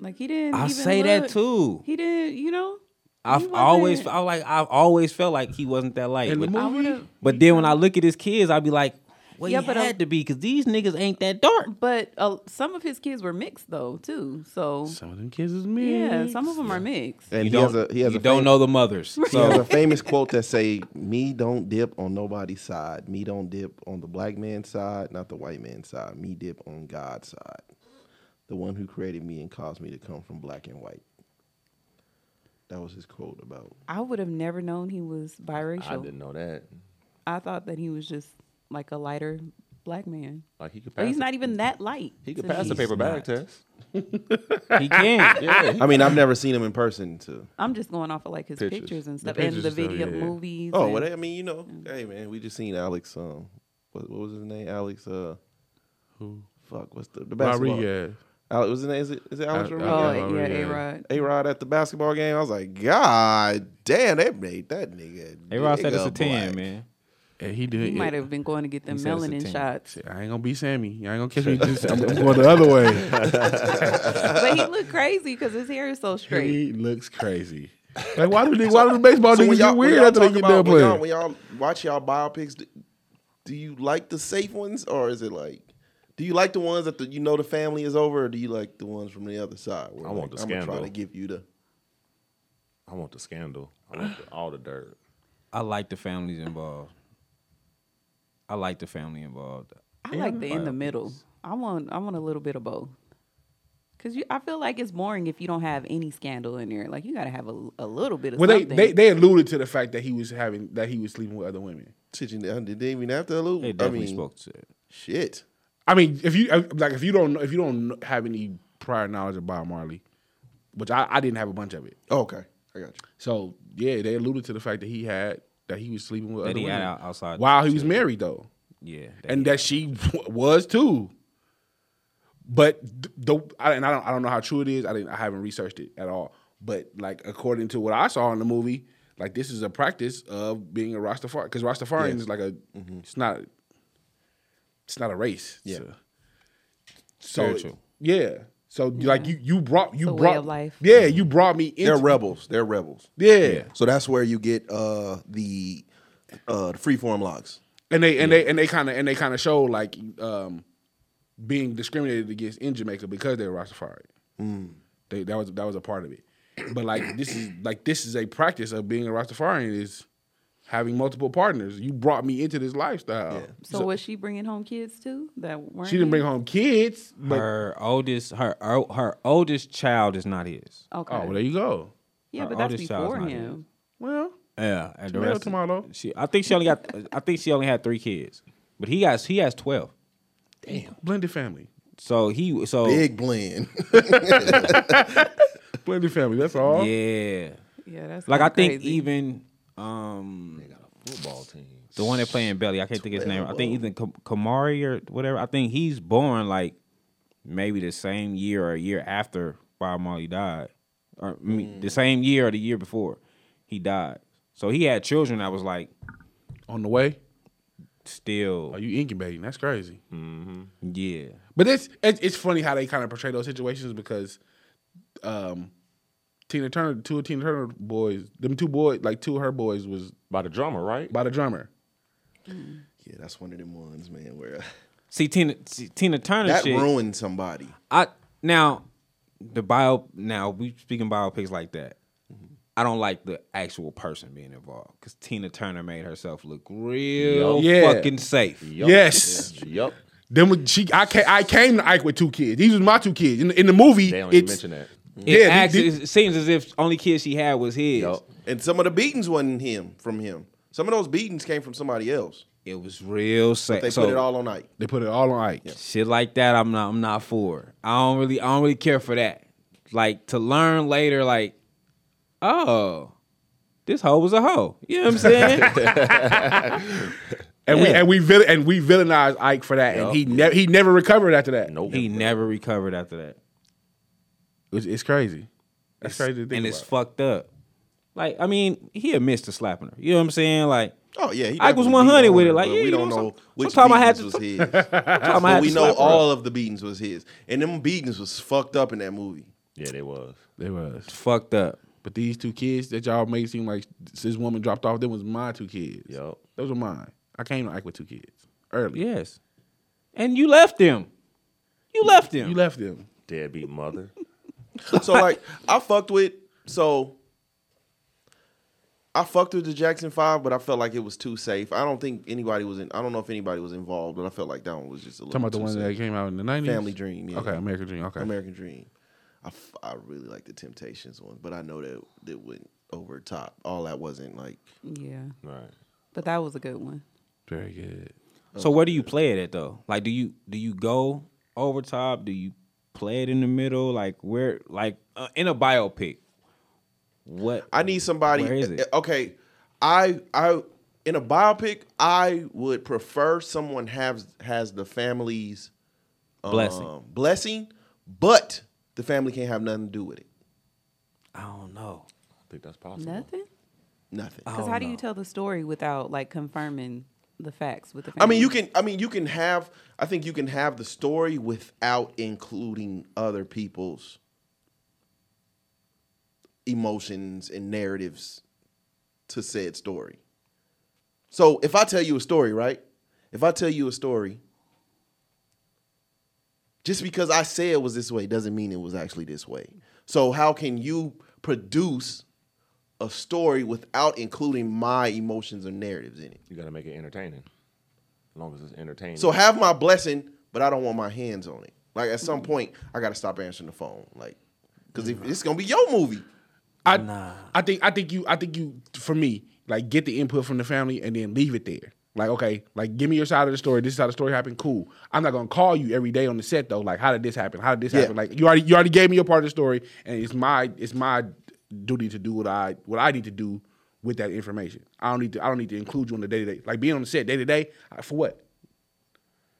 [SPEAKER 4] Like he didn't.
[SPEAKER 5] I
[SPEAKER 4] even
[SPEAKER 5] say that
[SPEAKER 4] look-
[SPEAKER 5] too.
[SPEAKER 4] He didn't. You know. He
[SPEAKER 5] I've
[SPEAKER 4] wasn't-
[SPEAKER 5] always, I like, I've always felt like he wasn't that light.
[SPEAKER 2] In the
[SPEAKER 5] But-
[SPEAKER 4] I
[SPEAKER 2] movie,
[SPEAKER 4] would've-
[SPEAKER 5] But then when I look at his kids, I'd be like, well,
[SPEAKER 4] Yeah,
[SPEAKER 5] he
[SPEAKER 4] but, uh,
[SPEAKER 5] had to be because these niggas ain't that dark.
[SPEAKER 4] But uh, some of his kids were mixed though too. So
[SPEAKER 2] some of them kids is me.
[SPEAKER 4] yeah, some of them are mixed.
[SPEAKER 1] And he
[SPEAKER 5] You don't,
[SPEAKER 1] has a he has
[SPEAKER 5] you
[SPEAKER 1] a
[SPEAKER 5] don't
[SPEAKER 1] fam-
[SPEAKER 5] know the mothers.
[SPEAKER 1] He has a
[SPEAKER 5] So
[SPEAKER 1] famous quote that say, "Me don't dip on nobody's side. Me don't dip on the black man's side, not the white man's side. Me dip on God's side, the one who created me and caused me to come from black and white." That was his quote about.
[SPEAKER 4] I would have never known he was
[SPEAKER 3] I
[SPEAKER 4] biracial.
[SPEAKER 3] didn't know that.
[SPEAKER 4] I, thought that he was just like a lighter black man.
[SPEAKER 3] Like he could pass.
[SPEAKER 4] But he's
[SPEAKER 3] the-
[SPEAKER 4] not even that light.
[SPEAKER 3] He could
[SPEAKER 4] to
[SPEAKER 3] pass the
[SPEAKER 4] me.
[SPEAKER 3] paper bag
[SPEAKER 5] not.
[SPEAKER 3] test.
[SPEAKER 5] He can.
[SPEAKER 3] Yeah, he-
[SPEAKER 1] I mean, I've never seen him in person. To
[SPEAKER 4] I'm just going off of like his
[SPEAKER 3] Pictures.
[SPEAKER 4] pictures, and stuff, and
[SPEAKER 2] pictures
[SPEAKER 4] the
[SPEAKER 2] and stuff,
[SPEAKER 4] video
[SPEAKER 2] yeah, yeah.
[SPEAKER 4] movies.
[SPEAKER 1] oh,
[SPEAKER 4] and-
[SPEAKER 1] well, I mean, you know, hey man, we just seen Alex. Um, what, what was his name? Alex. Uh,
[SPEAKER 2] Who?
[SPEAKER 1] fuck, what's the the basketball?
[SPEAKER 2] Rodriguez.
[SPEAKER 1] Alex, what's his name? Is it, is it Alex?
[SPEAKER 2] Al- uh,
[SPEAKER 1] Rodriguez?
[SPEAKER 4] Oh,
[SPEAKER 2] Yeah,
[SPEAKER 4] yeah,
[SPEAKER 2] yeah.
[SPEAKER 4] A Rod.
[SPEAKER 1] A Rod at the basketball game. I was like, God damn, they made that nigga.
[SPEAKER 5] Hey, Rod said it's a
[SPEAKER 1] nigga
[SPEAKER 5] ten,
[SPEAKER 1] black."
[SPEAKER 5] man.
[SPEAKER 2] And he did.
[SPEAKER 4] He
[SPEAKER 2] it.
[SPEAKER 4] might have been going to get them
[SPEAKER 5] said it's a
[SPEAKER 4] melanin
[SPEAKER 5] team.
[SPEAKER 4] shots,
[SPEAKER 2] Shit, I ain't gonna be Sammy. Y'all ain't gonna catch me. Just- I'm, I'm going the other way.
[SPEAKER 4] but he looked crazy because his hair is so straight.
[SPEAKER 2] He looks crazy. Like why do they, why do the baseball
[SPEAKER 1] So
[SPEAKER 2] niggas
[SPEAKER 1] when y'all,
[SPEAKER 2] get
[SPEAKER 1] when
[SPEAKER 2] weird
[SPEAKER 1] y'all
[SPEAKER 2] after they
[SPEAKER 1] talk
[SPEAKER 2] get done
[SPEAKER 1] about, when y'all,
[SPEAKER 2] playing?
[SPEAKER 1] when y'all watch y'all biopics, do, do you like the safe ones or is it like, do you like the ones that the, you know the family is over or do you like the ones from the other side? where,
[SPEAKER 3] I want
[SPEAKER 1] like,
[SPEAKER 3] the
[SPEAKER 1] I'm gonna try
[SPEAKER 3] scandal.
[SPEAKER 1] to give you the.
[SPEAKER 3] I want the scandal. I want the, all the dirt.
[SPEAKER 5] I like the families involved. I like the family involved.
[SPEAKER 4] I like the in the middle. I want I want a little bit of both. Cause you, I feel like it's boring if you don't have any scandal in there. Like you got to have a, a little bit of
[SPEAKER 2] Well, they,
[SPEAKER 4] something.
[SPEAKER 2] they they alluded to the fact that he was having that he was sleeping with other women.
[SPEAKER 1] Shit, you know, Did they even have to allude?
[SPEAKER 5] They definitely
[SPEAKER 1] I mean,
[SPEAKER 5] spoke to it.
[SPEAKER 1] Shit.
[SPEAKER 2] I mean, if you like, if you don't if you don't have any prior knowledge of Bob Marley, which I, I didn't have a bunch of it.
[SPEAKER 1] Oh, okay, I got you.
[SPEAKER 2] So yeah, they alluded to the fact that he had that he was sleeping with
[SPEAKER 5] That
[SPEAKER 2] other
[SPEAKER 5] he
[SPEAKER 2] women
[SPEAKER 5] had out- outside
[SPEAKER 2] while he was
[SPEAKER 5] children.
[SPEAKER 2] married though,
[SPEAKER 5] Yeah, that
[SPEAKER 2] and that she w- was too. But th- the I, and I don't I don't know how true it is. I didn't I haven't researched it at all. But like according to what I saw in the movie, like this is a practice of being a Rastafari because Rastafarian is like a it's not it's not a race. It's
[SPEAKER 1] Mm-hmm. Yeah.
[SPEAKER 2] a- so
[SPEAKER 5] Spiritual.
[SPEAKER 2] yeah. So like you you brought you
[SPEAKER 4] It's a way
[SPEAKER 2] brought
[SPEAKER 4] of life.
[SPEAKER 2] yeah you brought me into
[SPEAKER 1] They're rebels. They're rebels.
[SPEAKER 2] yeah.
[SPEAKER 1] So that's where you get uh, the uh, the freeform locks.
[SPEAKER 2] and they and they and they kind of and they kind of show like um, being discriminated against in Jamaica because they were Rastafari. They, that was that was a part of it. But like this is like this is a practice of being a Rastafarian is having multiple partners. You brought me into this lifestyle.
[SPEAKER 4] so, was she bringing home kids too that weren't?
[SPEAKER 2] She didn't bring
[SPEAKER 4] his?
[SPEAKER 2] home kids, but
[SPEAKER 5] her oldest her oh, her oldest child is not his.
[SPEAKER 4] Okay.
[SPEAKER 2] oh, well, there you go.
[SPEAKER 4] yeah,
[SPEAKER 5] her
[SPEAKER 4] but that's
[SPEAKER 5] oldest child's
[SPEAKER 4] before
[SPEAKER 5] not
[SPEAKER 4] him.
[SPEAKER 2] Well,
[SPEAKER 5] Yeah, and the
[SPEAKER 2] Tomato,
[SPEAKER 5] rest
[SPEAKER 2] tomato.
[SPEAKER 5] She, I think she only got. I think she only had three kids, but he has he has twelve.
[SPEAKER 2] blended family,
[SPEAKER 5] So he so
[SPEAKER 1] Big blend.
[SPEAKER 2] blended family. That's all.
[SPEAKER 5] yeah.
[SPEAKER 4] Yeah, that's
[SPEAKER 5] Like I
[SPEAKER 4] kinda
[SPEAKER 5] think
[SPEAKER 4] crazy.
[SPEAKER 5] even um
[SPEAKER 3] They got a football team.
[SPEAKER 5] the one that playing Belly, I can't think of his name. I think either Kam- Kamari or whatever. I think he's born like maybe the same year or a year after Bob Marley died, or I mean,
[SPEAKER 2] Mm.
[SPEAKER 5] the same year or the year before he died. So he had children that was like
[SPEAKER 2] On the way,
[SPEAKER 5] still
[SPEAKER 2] are you incubating? That's crazy.
[SPEAKER 5] yeah.
[SPEAKER 2] But it's it's, it's funny how they kind of portray those situations because, um, Tina Turner, two of Tina Turner boys, them two boys, like two of her boys, was
[SPEAKER 3] By the drummer, right?
[SPEAKER 2] by the drummer.
[SPEAKER 1] yeah, that's one of them ones, man. Where
[SPEAKER 5] See Tina see, Tina Turner
[SPEAKER 1] that
[SPEAKER 5] shit.
[SPEAKER 1] ruined somebody.
[SPEAKER 5] I now the bio now we speaking biopics like that.
[SPEAKER 2] Mm-hmm.
[SPEAKER 5] I don't like the actual person being involved because Tina Turner made herself look real
[SPEAKER 2] Yeah.
[SPEAKER 5] fucking safe.
[SPEAKER 2] Yes,
[SPEAKER 3] Yup.
[SPEAKER 2] them with- she I came, I came to Ike with two kids. These was my two kids in, the- in the movie.
[SPEAKER 3] They don't even
[SPEAKER 2] it's,
[SPEAKER 3] mention that.
[SPEAKER 5] It,
[SPEAKER 2] Yeah,
[SPEAKER 5] acts,
[SPEAKER 2] the-
[SPEAKER 5] it seems as if only kid she had was his.
[SPEAKER 3] Yup.
[SPEAKER 1] And some of the beatings wasn't him from him. Some of those beatings came from somebody else.
[SPEAKER 5] It was real safe.
[SPEAKER 1] They
[SPEAKER 5] so
[SPEAKER 1] put it all on Ike.
[SPEAKER 2] They put it all on Ike.
[SPEAKER 5] shit like that, I'm not. I'm not for. I don't really. I don't really care for that. Like to learn later, like, oh, this hoe was a hoe. You know what I'm saying?
[SPEAKER 2] And we
[SPEAKER 5] Yeah.
[SPEAKER 2] and we vill- and we villainized Ike for that, and he never he never recovered after that.
[SPEAKER 3] Nope.
[SPEAKER 5] he never recovered after that.
[SPEAKER 2] it's, it's crazy. That's crazy to think
[SPEAKER 5] and
[SPEAKER 2] about.
[SPEAKER 5] it's fucked up. Like, I mean, he admits to slapping her. You know what I'm saying? Like,
[SPEAKER 1] Oh yeah, he
[SPEAKER 5] Ike was
[SPEAKER 1] definitely beat
[SPEAKER 5] 100 with
[SPEAKER 1] her,
[SPEAKER 5] it. Like,
[SPEAKER 1] but
[SPEAKER 5] yeah,
[SPEAKER 1] we
[SPEAKER 5] you
[SPEAKER 1] don't
[SPEAKER 5] know,
[SPEAKER 1] know
[SPEAKER 5] some-
[SPEAKER 1] which
[SPEAKER 5] sometime I had
[SPEAKER 1] beatings
[SPEAKER 5] to-
[SPEAKER 1] was his.
[SPEAKER 5] I'm
[SPEAKER 1] but we know
[SPEAKER 5] all
[SPEAKER 1] all of the beatings was his, and them beatings was fucked up in that movie.
[SPEAKER 3] Yeah, they was.
[SPEAKER 2] they was.
[SPEAKER 5] fucked up.
[SPEAKER 2] But these two kids that y'all made seem like this woman dropped off, them was my two kids.
[SPEAKER 3] Yup.
[SPEAKER 2] Those were mine. I came to Ike with two kids early.
[SPEAKER 5] Yes. And you left him. You left him.
[SPEAKER 2] You left them.
[SPEAKER 3] Deadbeat mother.
[SPEAKER 1] So like, I fucked with so. I fucked with the Jackson Five, but I felt like it was too safe. I don't think anybody was in. I don't know if anybody was involved, but I felt like that one was just a little.
[SPEAKER 2] Talking about the
[SPEAKER 1] too
[SPEAKER 2] one
[SPEAKER 1] safe.
[SPEAKER 2] that came out in the nineties.
[SPEAKER 1] Family Dream, yeah.
[SPEAKER 2] Okay, American Dream. Okay.
[SPEAKER 1] American Dream. I, f- I really like the Temptations one, but I know that that went over top. All that wasn't like
[SPEAKER 4] Yeah,
[SPEAKER 3] Right.
[SPEAKER 4] but that was a good one.
[SPEAKER 2] Very good.
[SPEAKER 5] so where do you play it at though? Like, do you do you go over top? Do you play it in the middle? Like where? Like uh, in a biopic? What?
[SPEAKER 1] I need somebody. eh,
[SPEAKER 5] Where is it?
[SPEAKER 1] Okay, I I in a biopic, I would prefer someone has has the family's um,
[SPEAKER 5] Blessing.
[SPEAKER 1] blessing, but the family can't have nothing to do with it.
[SPEAKER 5] I don't know.
[SPEAKER 3] think that's possible.
[SPEAKER 4] Nothing.
[SPEAKER 1] Nothing.
[SPEAKER 4] Because how do you tell the story without like confirming the facts with the?
[SPEAKER 1] I mean,
[SPEAKER 4] family?
[SPEAKER 1] you can. I mean, you can have. I think you can have the story without including other people's emotions and narratives to said story. So, if I tell you a story, right? If I tell you a story, just because I say it was this way doesn't mean it was actually this way. So, how can you produce a story without including my emotions or narratives in it?
[SPEAKER 3] You got to make it entertaining. As long as it's entertaining.
[SPEAKER 1] So have my blessing, but I don't want my hands on it. Like at some point, I gotta stop answering the phone. Like, cause if it's gonna be your movie,
[SPEAKER 2] I I think I think you I think you for me like get the input from the family and then leave it there. Like okay, like give me your side of the story. This is how the story happened. Cool. I'm not gonna call you every day on the set though. Like how did this happen? How did this
[SPEAKER 1] Yeah.
[SPEAKER 2] happen? Like you already you already gave me your part of the story, and it's my it's my duty to do what I what I need to do with that information. I don't need to I don't need to include you on the day to day. Like being on the set day to day for what?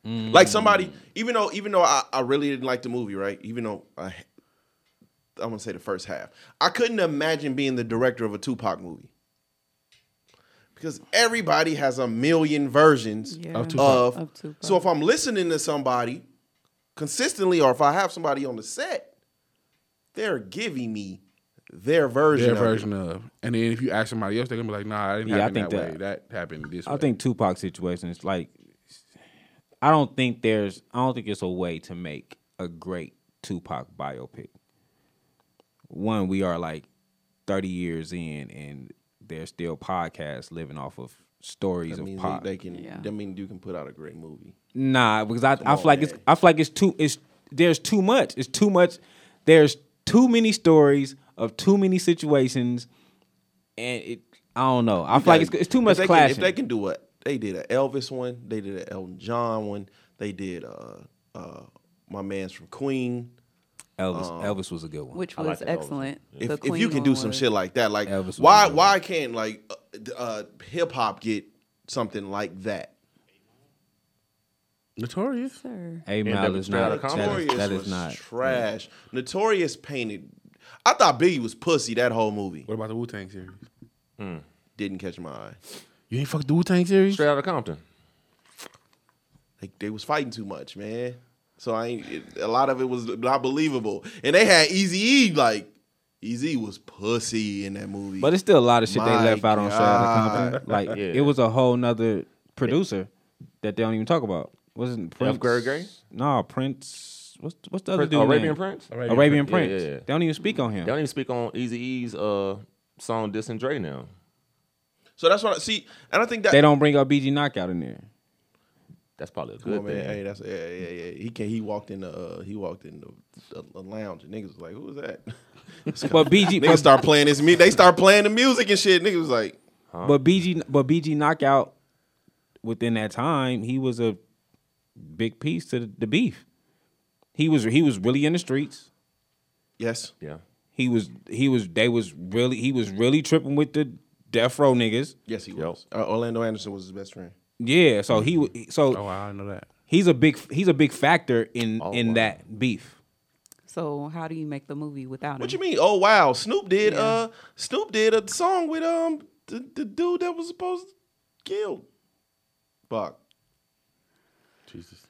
[SPEAKER 1] like somebody, even though even though I, I really didn't like the movie, right? Even though I, I'm gonna say the first half, I couldn't imagine being the director of a Tupac movie because everybody has a million versions
[SPEAKER 4] Yeah.
[SPEAKER 2] Of Tupac.
[SPEAKER 1] of.
[SPEAKER 4] Of Tupac.
[SPEAKER 1] So if I'm listening to somebody consistently, or if I have somebody on the set, they're giving me their version.
[SPEAKER 2] Their
[SPEAKER 1] of it.
[SPEAKER 2] version of, and then if you ask somebody else, they're gonna be like, Nah, I didn't
[SPEAKER 5] Yeah, I
[SPEAKER 2] happen
[SPEAKER 5] think
[SPEAKER 2] that, way.
[SPEAKER 5] that-
[SPEAKER 2] That happened this way.
[SPEAKER 5] I think Tupac situation is like I don't think there's I don't think it's a way to make a great Tupac biopic. One, we are like 30 years in and there's still podcasts living off of stories
[SPEAKER 1] That
[SPEAKER 5] of
[SPEAKER 1] means
[SPEAKER 5] Pac.
[SPEAKER 1] they, they can.
[SPEAKER 4] Yeah.
[SPEAKER 1] That means you can put out a great movie.
[SPEAKER 5] Nah, because I, I
[SPEAKER 1] on,
[SPEAKER 5] feel like it's
[SPEAKER 1] man.
[SPEAKER 5] I feel like it's too it's there's too much. It's too much. There's too many stories of too many situations, and it I don't know. I feel like it's, it's too much
[SPEAKER 1] If they
[SPEAKER 5] clashing.
[SPEAKER 1] Can, if they can do what they did, an Elvis one, they did an Elton John one, they did uh uh my man's from Queen.
[SPEAKER 5] Elvis Elvis was a good one.
[SPEAKER 4] which
[SPEAKER 3] like
[SPEAKER 4] was
[SPEAKER 3] that Elvis one.
[SPEAKER 4] excellent.
[SPEAKER 1] If,
[SPEAKER 4] The
[SPEAKER 1] if you
[SPEAKER 4] Queen
[SPEAKER 1] can do
[SPEAKER 4] one
[SPEAKER 1] some
[SPEAKER 4] was-
[SPEAKER 1] shit like that, like
[SPEAKER 5] Elvis was
[SPEAKER 1] why
[SPEAKER 5] good.
[SPEAKER 1] why can't like uh, d- uh, hip hop get something like that?
[SPEAKER 2] Notorious.
[SPEAKER 4] Sir.
[SPEAKER 5] A
[SPEAKER 3] that
[SPEAKER 5] mile
[SPEAKER 3] was
[SPEAKER 5] is not.
[SPEAKER 3] straight out of
[SPEAKER 5] That
[SPEAKER 1] Notorious
[SPEAKER 5] is, that is
[SPEAKER 1] was
[SPEAKER 5] not.
[SPEAKER 1] trash. Notorious painted. I thought Biggie was pussy that whole movie.
[SPEAKER 2] What about the Wu Tang series?
[SPEAKER 1] Didn't catch my eye.
[SPEAKER 2] You ain't fuck the Wu Tang series.
[SPEAKER 3] Straight out of Compton.
[SPEAKER 1] Like they was fighting too much, man. So I ain't, it, a lot of it was not believable, and they had Easy E like Easy was pussy in that movie.
[SPEAKER 5] But it's still a lot of shit
[SPEAKER 1] My
[SPEAKER 5] they left out on Straight Outta Compton. Like
[SPEAKER 3] Yeah.
[SPEAKER 5] it was a whole nother producer that they don't even talk about. Wasn't Prince?
[SPEAKER 3] Gary Gray?
[SPEAKER 5] No, Prince. What's what's the other
[SPEAKER 3] Prince,
[SPEAKER 5] dude?
[SPEAKER 3] Arabian
[SPEAKER 5] name?
[SPEAKER 3] Prince.
[SPEAKER 2] Arabian
[SPEAKER 5] Arabian,
[SPEAKER 3] Prince.
[SPEAKER 5] Prince.
[SPEAKER 3] Yeah, yeah, yeah.
[SPEAKER 5] They don't even speak on him.
[SPEAKER 3] They don't even speak on Easy E's uh, song "Dissing Dre" now.
[SPEAKER 1] so that's what I see, and I think that
[SPEAKER 5] they don't bring up BG Knockout in there.
[SPEAKER 3] That's probably a
[SPEAKER 1] Come
[SPEAKER 3] good
[SPEAKER 1] on,
[SPEAKER 3] thing.
[SPEAKER 1] man. Hey, that's yeah, yeah, yeah. He can he walked in the uh, he walked in the, the, the lounge and niggas was like, who was that?
[SPEAKER 5] But BG,
[SPEAKER 1] niggas
[SPEAKER 5] but,
[SPEAKER 1] start playing his mu- They start playing the music and shit. Niggas was like,
[SPEAKER 5] but BG, but BG Knockout. Within that time, he was a big piece to the, the beef. He was he was really in the streets.
[SPEAKER 1] yes,
[SPEAKER 3] Yeah,
[SPEAKER 5] He was he was they was really he was really tripping with the death row niggas.
[SPEAKER 1] yes, he was. Uh, Orlando Anderson was his best friend.
[SPEAKER 5] Yeah, so he wa- so
[SPEAKER 2] Oh, I know that.
[SPEAKER 5] he's a big he's a big factor in in
[SPEAKER 3] wow.
[SPEAKER 5] that beef.
[SPEAKER 4] So how do you make the movie without him?
[SPEAKER 1] What you mean? Oh wow, Snoop did
[SPEAKER 4] Yeah.
[SPEAKER 1] uh Snoop did a song with um the, the dude that was supposed to kill Buck.
[SPEAKER 2] Jesus.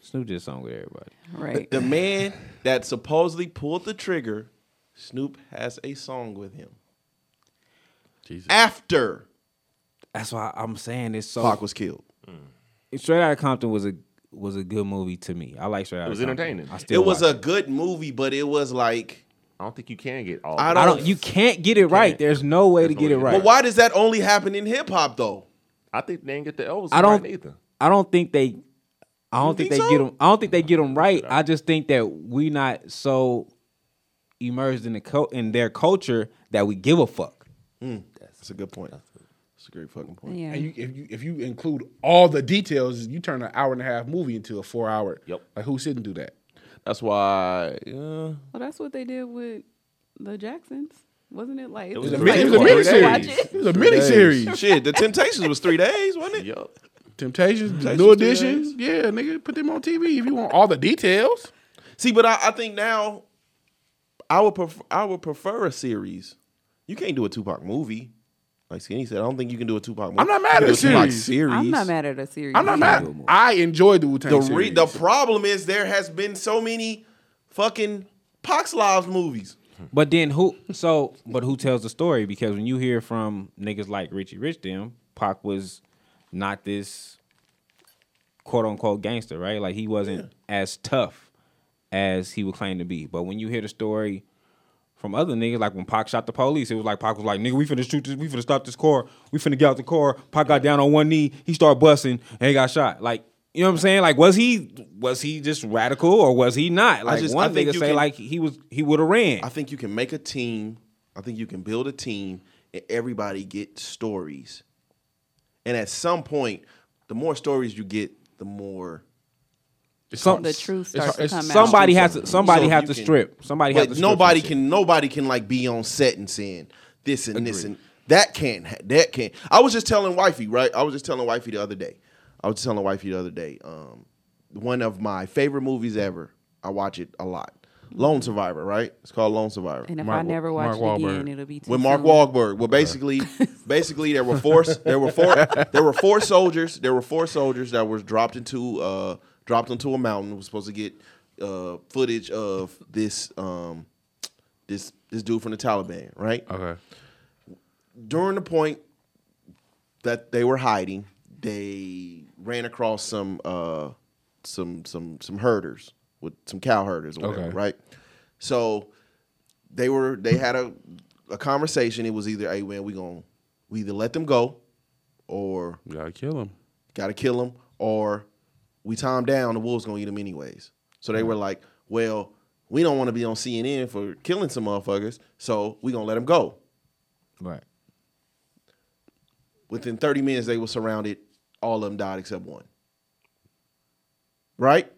[SPEAKER 5] Snoop did a song with everybody.
[SPEAKER 4] Right.
[SPEAKER 1] The man that supposedly pulled the trigger, Snoop has a song with him.
[SPEAKER 2] Jesus.
[SPEAKER 1] After
[SPEAKER 5] That's why I'm saying it's so
[SPEAKER 1] Buck was killed.
[SPEAKER 5] Straight Outta Compton was a was a good movie to me. I like Straight Outta.
[SPEAKER 3] was
[SPEAKER 5] Compton.
[SPEAKER 3] entertaining.
[SPEAKER 5] I
[SPEAKER 1] It
[SPEAKER 5] still
[SPEAKER 1] was
[SPEAKER 5] watch
[SPEAKER 1] a good movie, but it was like
[SPEAKER 3] I don't think you can get all.
[SPEAKER 1] I
[SPEAKER 5] I don't. You can't get it right. There's no way to
[SPEAKER 3] no
[SPEAKER 5] get
[SPEAKER 3] way
[SPEAKER 5] it
[SPEAKER 3] to-
[SPEAKER 5] right.
[SPEAKER 1] but why does that only happen in hip hop though?
[SPEAKER 3] I think they didn't get the Elvis.
[SPEAKER 5] I don't-
[SPEAKER 3] right either.
[SPEAKER 5] I don't think they. I don't
[SPEAKER 1] You think
[SPEAKER 5] think, they get
[SPEAKER 1] so?
[SPEAKER 5] them. I don't think they get them right. I just think that we not so immersed in the co- in their culture that we give a fuck.
[SPEAKER 1] That's a good point. That's a great fucking point.
[SPEAKER 4] yeah.
[SPEAKER 2] And you, if you if you include all the details, you turn an hour and a half movie into a four hour.
[SPEAKER 3] Yep.
[SPEAKER 2] Like who shouldn't do that?
[SPEAKER 3] That's why. Yeah.
[SPEAKER 4] Well, that's what they did with the Jacksons, wasn't it? Like it
[SPEAKER 2] It was a,
[SPEAKER 4] like,
[SPEAKER 2] mini- it was a
[SPEAKER 4] you
[SPEAKER 2] mini
[SPEAKER 4] watch
[SPEAKER 2] series.
[SPEAKER 4] it.
[SPEAKER 2] It was a mini series.
[SPEAKER 1] Shit, the Temptations was three days, wasn't it?
[SPEAKER 3] Yup.
[SPEAKER 2] Temptations,
[SPEAKER 1] Temptations
[SPEAKER 2] New
[SPEAKER 1] today.
[SPEAKER 2] Edition. Yeah, nigga, put them on TV if you want all the details.
[SPEAKER 1] See, but I, I think now I would prefer I would prefer a series. You can't do a Tupac movie. Like Skinny said, I don't think you can do a Tupac movie.
[SPEAKER 2] I'm not mad
[SPEAKER 1] You can
[SPEAKER 2] at a
[SPEAKER 1] do Tupac
[SPEAKER 2] series.
[SPEAKER 1] series.
[SPEAKER 4] I'm not mad at a series.
[SPEAKER 2] I'm not mad. I enjoyed the Wu Tang
[SPEAKER 1] The
[SPEAKER 2] series.
[SPEAKER 1] re- the problem is there has been so many fucking Pox Lives movies.
[SPEAKER 5] But then who? So, but who tells the story? Because when you hear from niggas like Richie Rich, them Pac was not this quote unquote gangster, right? Like he wasn't as tough as he would claim to be. But when you hear the story from other niggas, like when Pac shot the police, it was like Pac was like, "Nigga, we finna shoot this, we finna stop this car, we finna get out the car." Pac got down on one knee, he started busting, and he got shot. Like. You know what I'm saying? Like, was he was he just radical or was he not? Like,
[SPEAKER 1] just- I
[SPEAKER 5] one
[SPEAKER 1] think
[SPEAKER 5] nigga
[SPEAKER 1] you
[SPEAKER 5] say
[SPEAKER 1] can-
[SPEAKER 5] like he was he would have ran.
[SPEAKER 1] I think you can make a team. I think you can build a team and everybody get stories. And at some point, the more stories you get, the more
[SPEAKER 5] Some-
[SPEAKER 4] The truth starts to
[SPEAKER 2] it's-
[SPEAKER 4] come out.
[SPEAKER 5] somebody has to somebody
[SPEAKER 1] So
[SPEAKER 5] has
[SPEAKER 1] you
[SPEAKER 5] to
[SPEAKER 1] can-
[SPEAKER 5] strip. Somebody has to
[SPEAKER 1] but
[SPEAKER 5] strip
[SPEAKER 1] nobody
[SPEAKER 5] some shit.
[SPEAKER 1] can nobody can like be on set and saying this and this and that can't ha- that can't. I was just telling wifey right. I was just telling wifey the other day. I was just telling wifey the other day. Um, one of my favorite movies ever. I watch it a lot. Lone Survivor, right? It's called Lone Survivor
[SPEAKER 4] And if I
[SPEAKER 2] Mark-
[SPEAKER 4] never
[SPEAKER 2] Mark
[SPEAKER 4] watch it again,
[SPEAKER 2] Wahlberg.
[SPEAKER 4] it'll be too
[SPEAKER 1] with Mark
[SPEAKER 4] soon.
[SPEAKER 1] Wahlberg. Well, basically, basically there were four there were four there were four soldiers there were four soldiers that were dropped into uh dropped onto a mountain. Was supposed to get uh footage of this um this this dude from the Taliban, right?
[SPEAKER 2] Okay.
[SPEAKER 1] During the point that they were hiding, they ran across some uh some some some herders with some cow herders, or whatever,
[SPEAKER 2] Okay.
[SPEAKER 1] right? So they were they had a a conversation. It was either, hey man, we going we either let them go or
[SPEAKER 2] You gotta kill him.
[SPEAKER 1] gotta kill them, or we tie them down, the wolves gonna eat them anyways. So they were like, well, we don't want to be on CNN for killing some motherfuckers, so we gonna let them go.
[SPEAKER 5] Right.
[SPEAKER 1] Within 30 minutes, they were surrounded. All of them died except one. Right?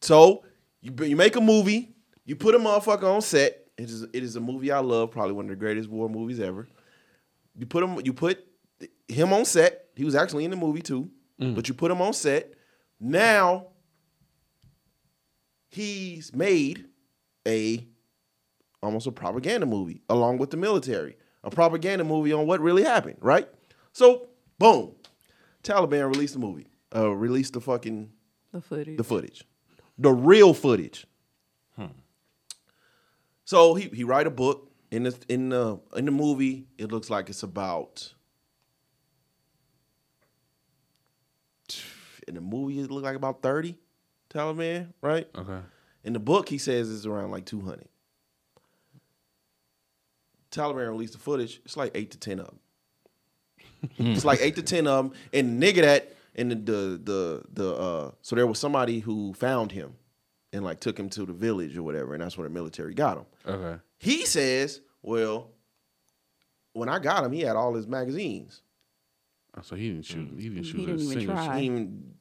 [SPEAKER 1] So you b- you make a movie, you put a motherfucker on set. It is it is a movie I love, probably one of the greatest war movies ever. You put him you put him on set. He was actually in the movie too, but you put him on set. Now he's made a almost a propaganda movie along with the military. A propaganda movie on what really happened, right? So, boom. Taliban released the movie. Uh released the fucking
[SPEAKER 4] The footage.
[SPEAKER 1] the footage, the real footage. So he he write a book in the in the in the movie. It looks like it's about. In the movie, it looked like about thirty Taliban, right?
[SPEAKER 2] Okay.
[SPEAKER 1] In the book, he says it's around like two hundred. Taliban released the footage. It's like eight to ten of them. It's like eight to ten of them, and the nigga that and the the the, the uh, so there was somebody who found him and like took him to the village or whatever, and that's where the military got him.
[SPEAKER 2] Okay.
[SPEAKER 1] He says, "Well, when I got him, he had all his magazines.
[SPEAKER 2] Oh, So he didn't shoot. He didn't shoot
[SPEAKER 4] didn't
[SPEAKER 2] a
[SPEAKER 4] even
[SPEAKER 2] single
[SPEAKER 4] try.
[SPEAKER 2] shot.
[SPEAKER 1] He even-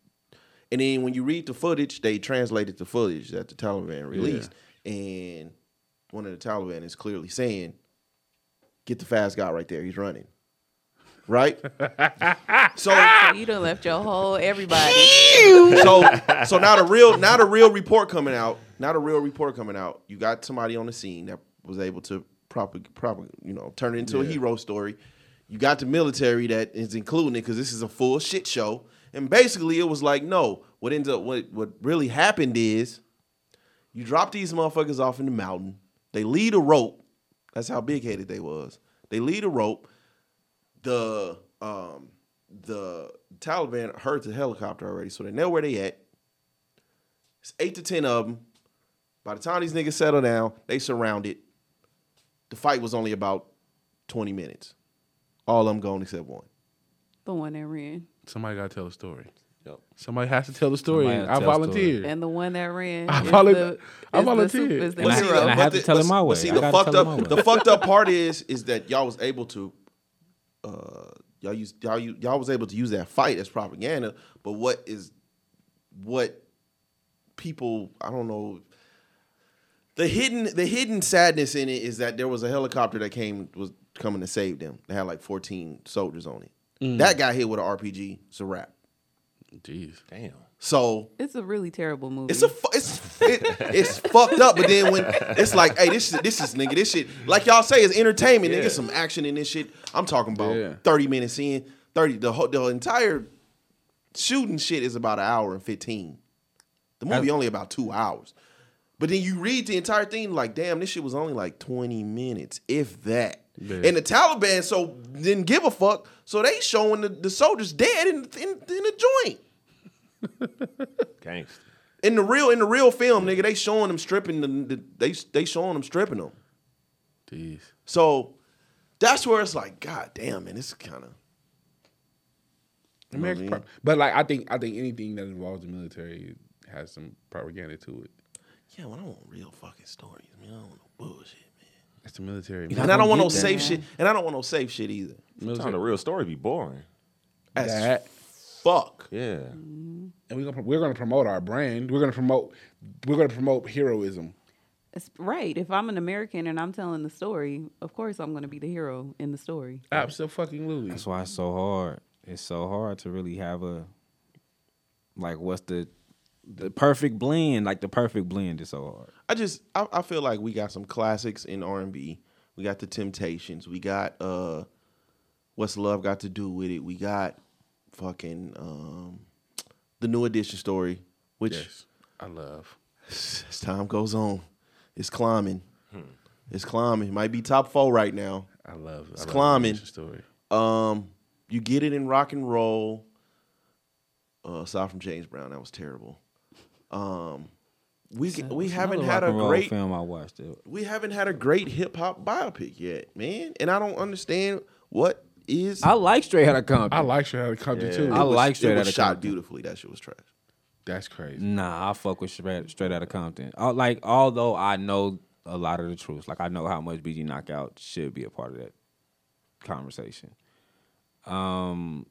[SPEAKER 1] and then when you read the footage, they translated the footage that the Taliban released, and one of the Taliban is clearly saying, "Get the fast guy right there. He's running." Right? so
[SPEAKER 4] So you done left your whole everybody.
[SPEAKER 1] so so now the real now the real report coming out now the real report coming out you got somebody on the scene that was able to proper proper you know turn it into a hero story you got the military that is including it because this is a full shit show and basically it was like no what ends up what what really happened is you drop these motherfuckers off in the mountain they lead a rope that's how big headed they was they lead a rope the um the Taliban heard the helicopter already, so they know where they at. It's eight to ten of them. By the time these niggas settle down, they surrounded. The fight was only about twenty minutes. All of them gone except one.
[SPEAKER 4] the one that ran.
[SPEAKER 2] Somebody gotta tell a story.
[SPEAKER 3] Yup.
[SPEAKER 2] Somebody has to tell the story.
[SPEAKER 5] Somebody has to
[SPEAKER 2] I
[SPEAKER 5] tell a story.
[SPEAKER 2] volunteered.
[SPEAKER 4] And the one that ran.
[SPEAKER 2] I
[SPEAKER 4] is
[SPEAKER 2] volun-
[SPEAKER 4] the-
[SPEAKER 2] I
[SPEAKER 4] is the
[SPEAKER 2] volunteered.
[SPEAKER 4] super- is the
[SPEAKER 5] And I-
[SPEAKER 4] hero.
[SPEAKER 5] and I- have to tell it my
[SPEAKER 1] but
[SPEAKER 5] way.
[SPEAKER 1] See,
[SPEAKER 5] I
[SPEAKER 1] the
[SPEAKER 5] gotta
[SPEAKER 1] fucked
[SPEAKER 5] tell it my
[SPEAKER 1] up,
[SPEAKER 5] way.
[SPEAKER 1] the fucked up part is, is that y'all was able to, uh, y'all use y'all u- y'all was able to use that fight as propaganda. But what is, what people. I don't know. The hidden the hidden sadness in it is that there was a helicopter that came was coming to save them. They had like 14 soldiers on it. That got hit with an RPG. It's a wrap.
[SPEAKER 2] Jeez.
[SPEAKER 3] Damn.
[SPEAKER 1] So
[SPEAKER 4] It's a really terrible movie.
[SPEAKER 1] it's a fu- it's it, it's fucked up. But then when it's like, hey, this is this is nigga, this shit, like y'all say, is entertainment. Nigga, some action in this shit. I'm talking about
[SPEAKER 2] Yeah.
[SPEAKER 1] 30 minutes in, 30. The whole the entire shooting shit is about an hour and 15. The movie only about two hours. But then you read the entire thing, like, damn, this shit was only like 20 minutes, if that. And the Taliban so didn't give a fuck, so they showing the, the soldiers dead in, in, in the joint.
[SPEAKER 3] Gangster.
[SPEAKER 1] In the real in the real film, nigga, they showing them stripping the, the they they showing them stripping them.
[SPEAKER 2] Jeez.
[SPEAKER 1] So that's where it's like, god damn, man, it's kind of
[SPEAKER 2] American pro- but like I think I think anything that involves the military has some propaganda to it.
[SPEAKER 1] yeah. Well, I want real fucking stories, man. I don't want no bullshit, man.
[SPEAKER 2] It's the military.
[SPEAKER 1] And I don't want no safe shit, and I don't want no safe shit either.
[SPEAKER 3] Sometimes the real story be boring.
[SPEAKER 1] As
[SPEAKER 2] That.
[SPEAKER 1] fuck.
[SPEAKER 3] Yeah.
[SPEAKER 2] and we're gonna we're gonna promote our brand. We're gonna promote we're gonna promote heroism.
[SPEAKER 4] It's- right. If I'm an American and I'm telling the story, of course I'm going to be the hero in the story.
[SPEAKER 2] Absolutely.
[SPEAKER 5] That's why it's so hard. It's so hard to really have a like what's the the perfect blend? Like the perfect blend is so hard.
[SPEAKER 1] I just I, I feel like we got some classics in R and B. We got the Temptations. We got uh, what's love got to do with it? We got fucking um, the New Edition story, which
[SPEAKER 2] Yes. I love.
[SPEAKER 1] as time goes on, it's climbing. It's climbing. Might be top four right now.
[SPEAKER 2] Hmm. I love.
[SPEAKER 1] It's
[SPEAKER 2] I love
[SPEAKER 1] climbing.
[SPEAKER 2] Alicia Story.
[SPEAKER 1] Um, you get it in rock and roll. Uh, aside from James Brown, that was terrible. Um, we we
[SPEAKER 5] It's
[SPEAKER 1] haven't
[SPEAKER 5] another
[SPEAKER 1] had
[SPEAKER 5] rock
[SPEAKER 1] a
[SPEAKER 5] and roll
[SPEAKER 1] great
[SPEAKER 5] film I watched. It.
[SPEAKER 1] we haven't had a great hip hop biopic yet, man. And I don't understand what is.
[SPEAKER 5] I like Straight Outta Compton.
[SPEAKER 2] I like Straight Outta Compton too.
[SPEAKER 5] I like Straight
[SPEAKER 1] it was
[SPEAKER 5] Outta
[SPEAKER 1] shot
[SPEAKER 5] Compton.
[SPEAKER 1] beautifully. That shit was trash.
[SPEAKER 2] That's crazy.
[SPEAKER 5] Nah, I fuck with straight, straight out of Compton. Uh, like, although I know a lot of the truth, like I know how much BG Knockout should be a part of that conversation. Um,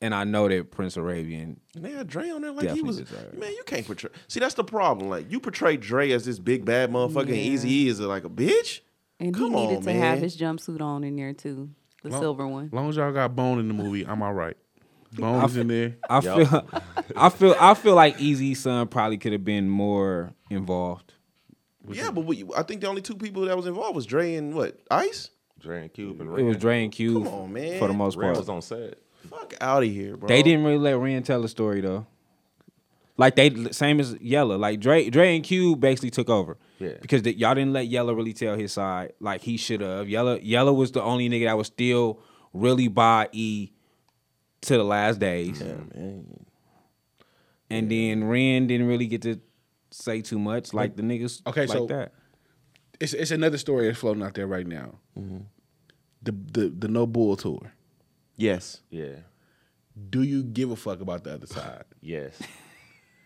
[SPEAKER 5] and I know that Prince Arabian.
[SPEAKER 1] And they had Dre on there like
[SPEAKER 5] Definitely
[SPEAKER 1] he was.
[SPEAKER 5] deserved.
[SPEAKER 1] Man, you can't portray. See, that's the problem. Like you portray Dre as this big bad motherfucker, and
[SPEAKER 4] Yeah.
[SPEAKER 1] Easy is like a bitch.
[SPEAKER 4] And
[SPEAKER 1] Come
[SPEAKER 4] he needed
[SPEAKER 1] on,
[SPEAKER 4] to
[SPEAKER 1] man.
[SPEAKER 4] have his jumpsuit on in there too, the silver one.
[SPEAKER 2] As long as y'all got Bone in the movie, I'm all right. Bone's in there.
[SPEAKER 5] I feel, I feel, I feel like Easy Son probably could have been more involved.
[SPEAKER 1] yeah, but we, I think the only two people that was involved was Dre and what Ice.
[SPEAKER 3] Dre and Cube and
[SPEAKER 5] It was Dre and Q
[SPEAKER 1] Come on, man.
[SPEAKER 5] for the most
[SPEAKER 3] Ray
[SPEAKER 5] part.
[SPEAKER 3] was on set.
[SPEAKER 1] Fuck out of here, bro.
[SPEAKER 5] They didn't really let Ren tell the story though. Like they same as Yella. Like Dre, Dre and Q basically took over.
[SPEAKER 3] Yeah.
[SPEAKER 5] Because the, y'all didn't let Yella really tell his side like he should have. Yella Yella was the only nigga that was still really by E to the last days. And then Ren didn't really get to say too much. Like the niggas
[SPEAKER 2] Okay,
[SPEAKER 5] like
[SPEAKER 2] so-
[SPEAKER 5] that.
[SPEAKER 2] It's it's another story that's floating out there right now. The the the No Bull tour.
[SPEAKER 1] Yes.
[SPEAKER 3] Yeah.
[SPEAKER 2] Do you give a fuck about the other side?
[SPEAKER 3] Yes.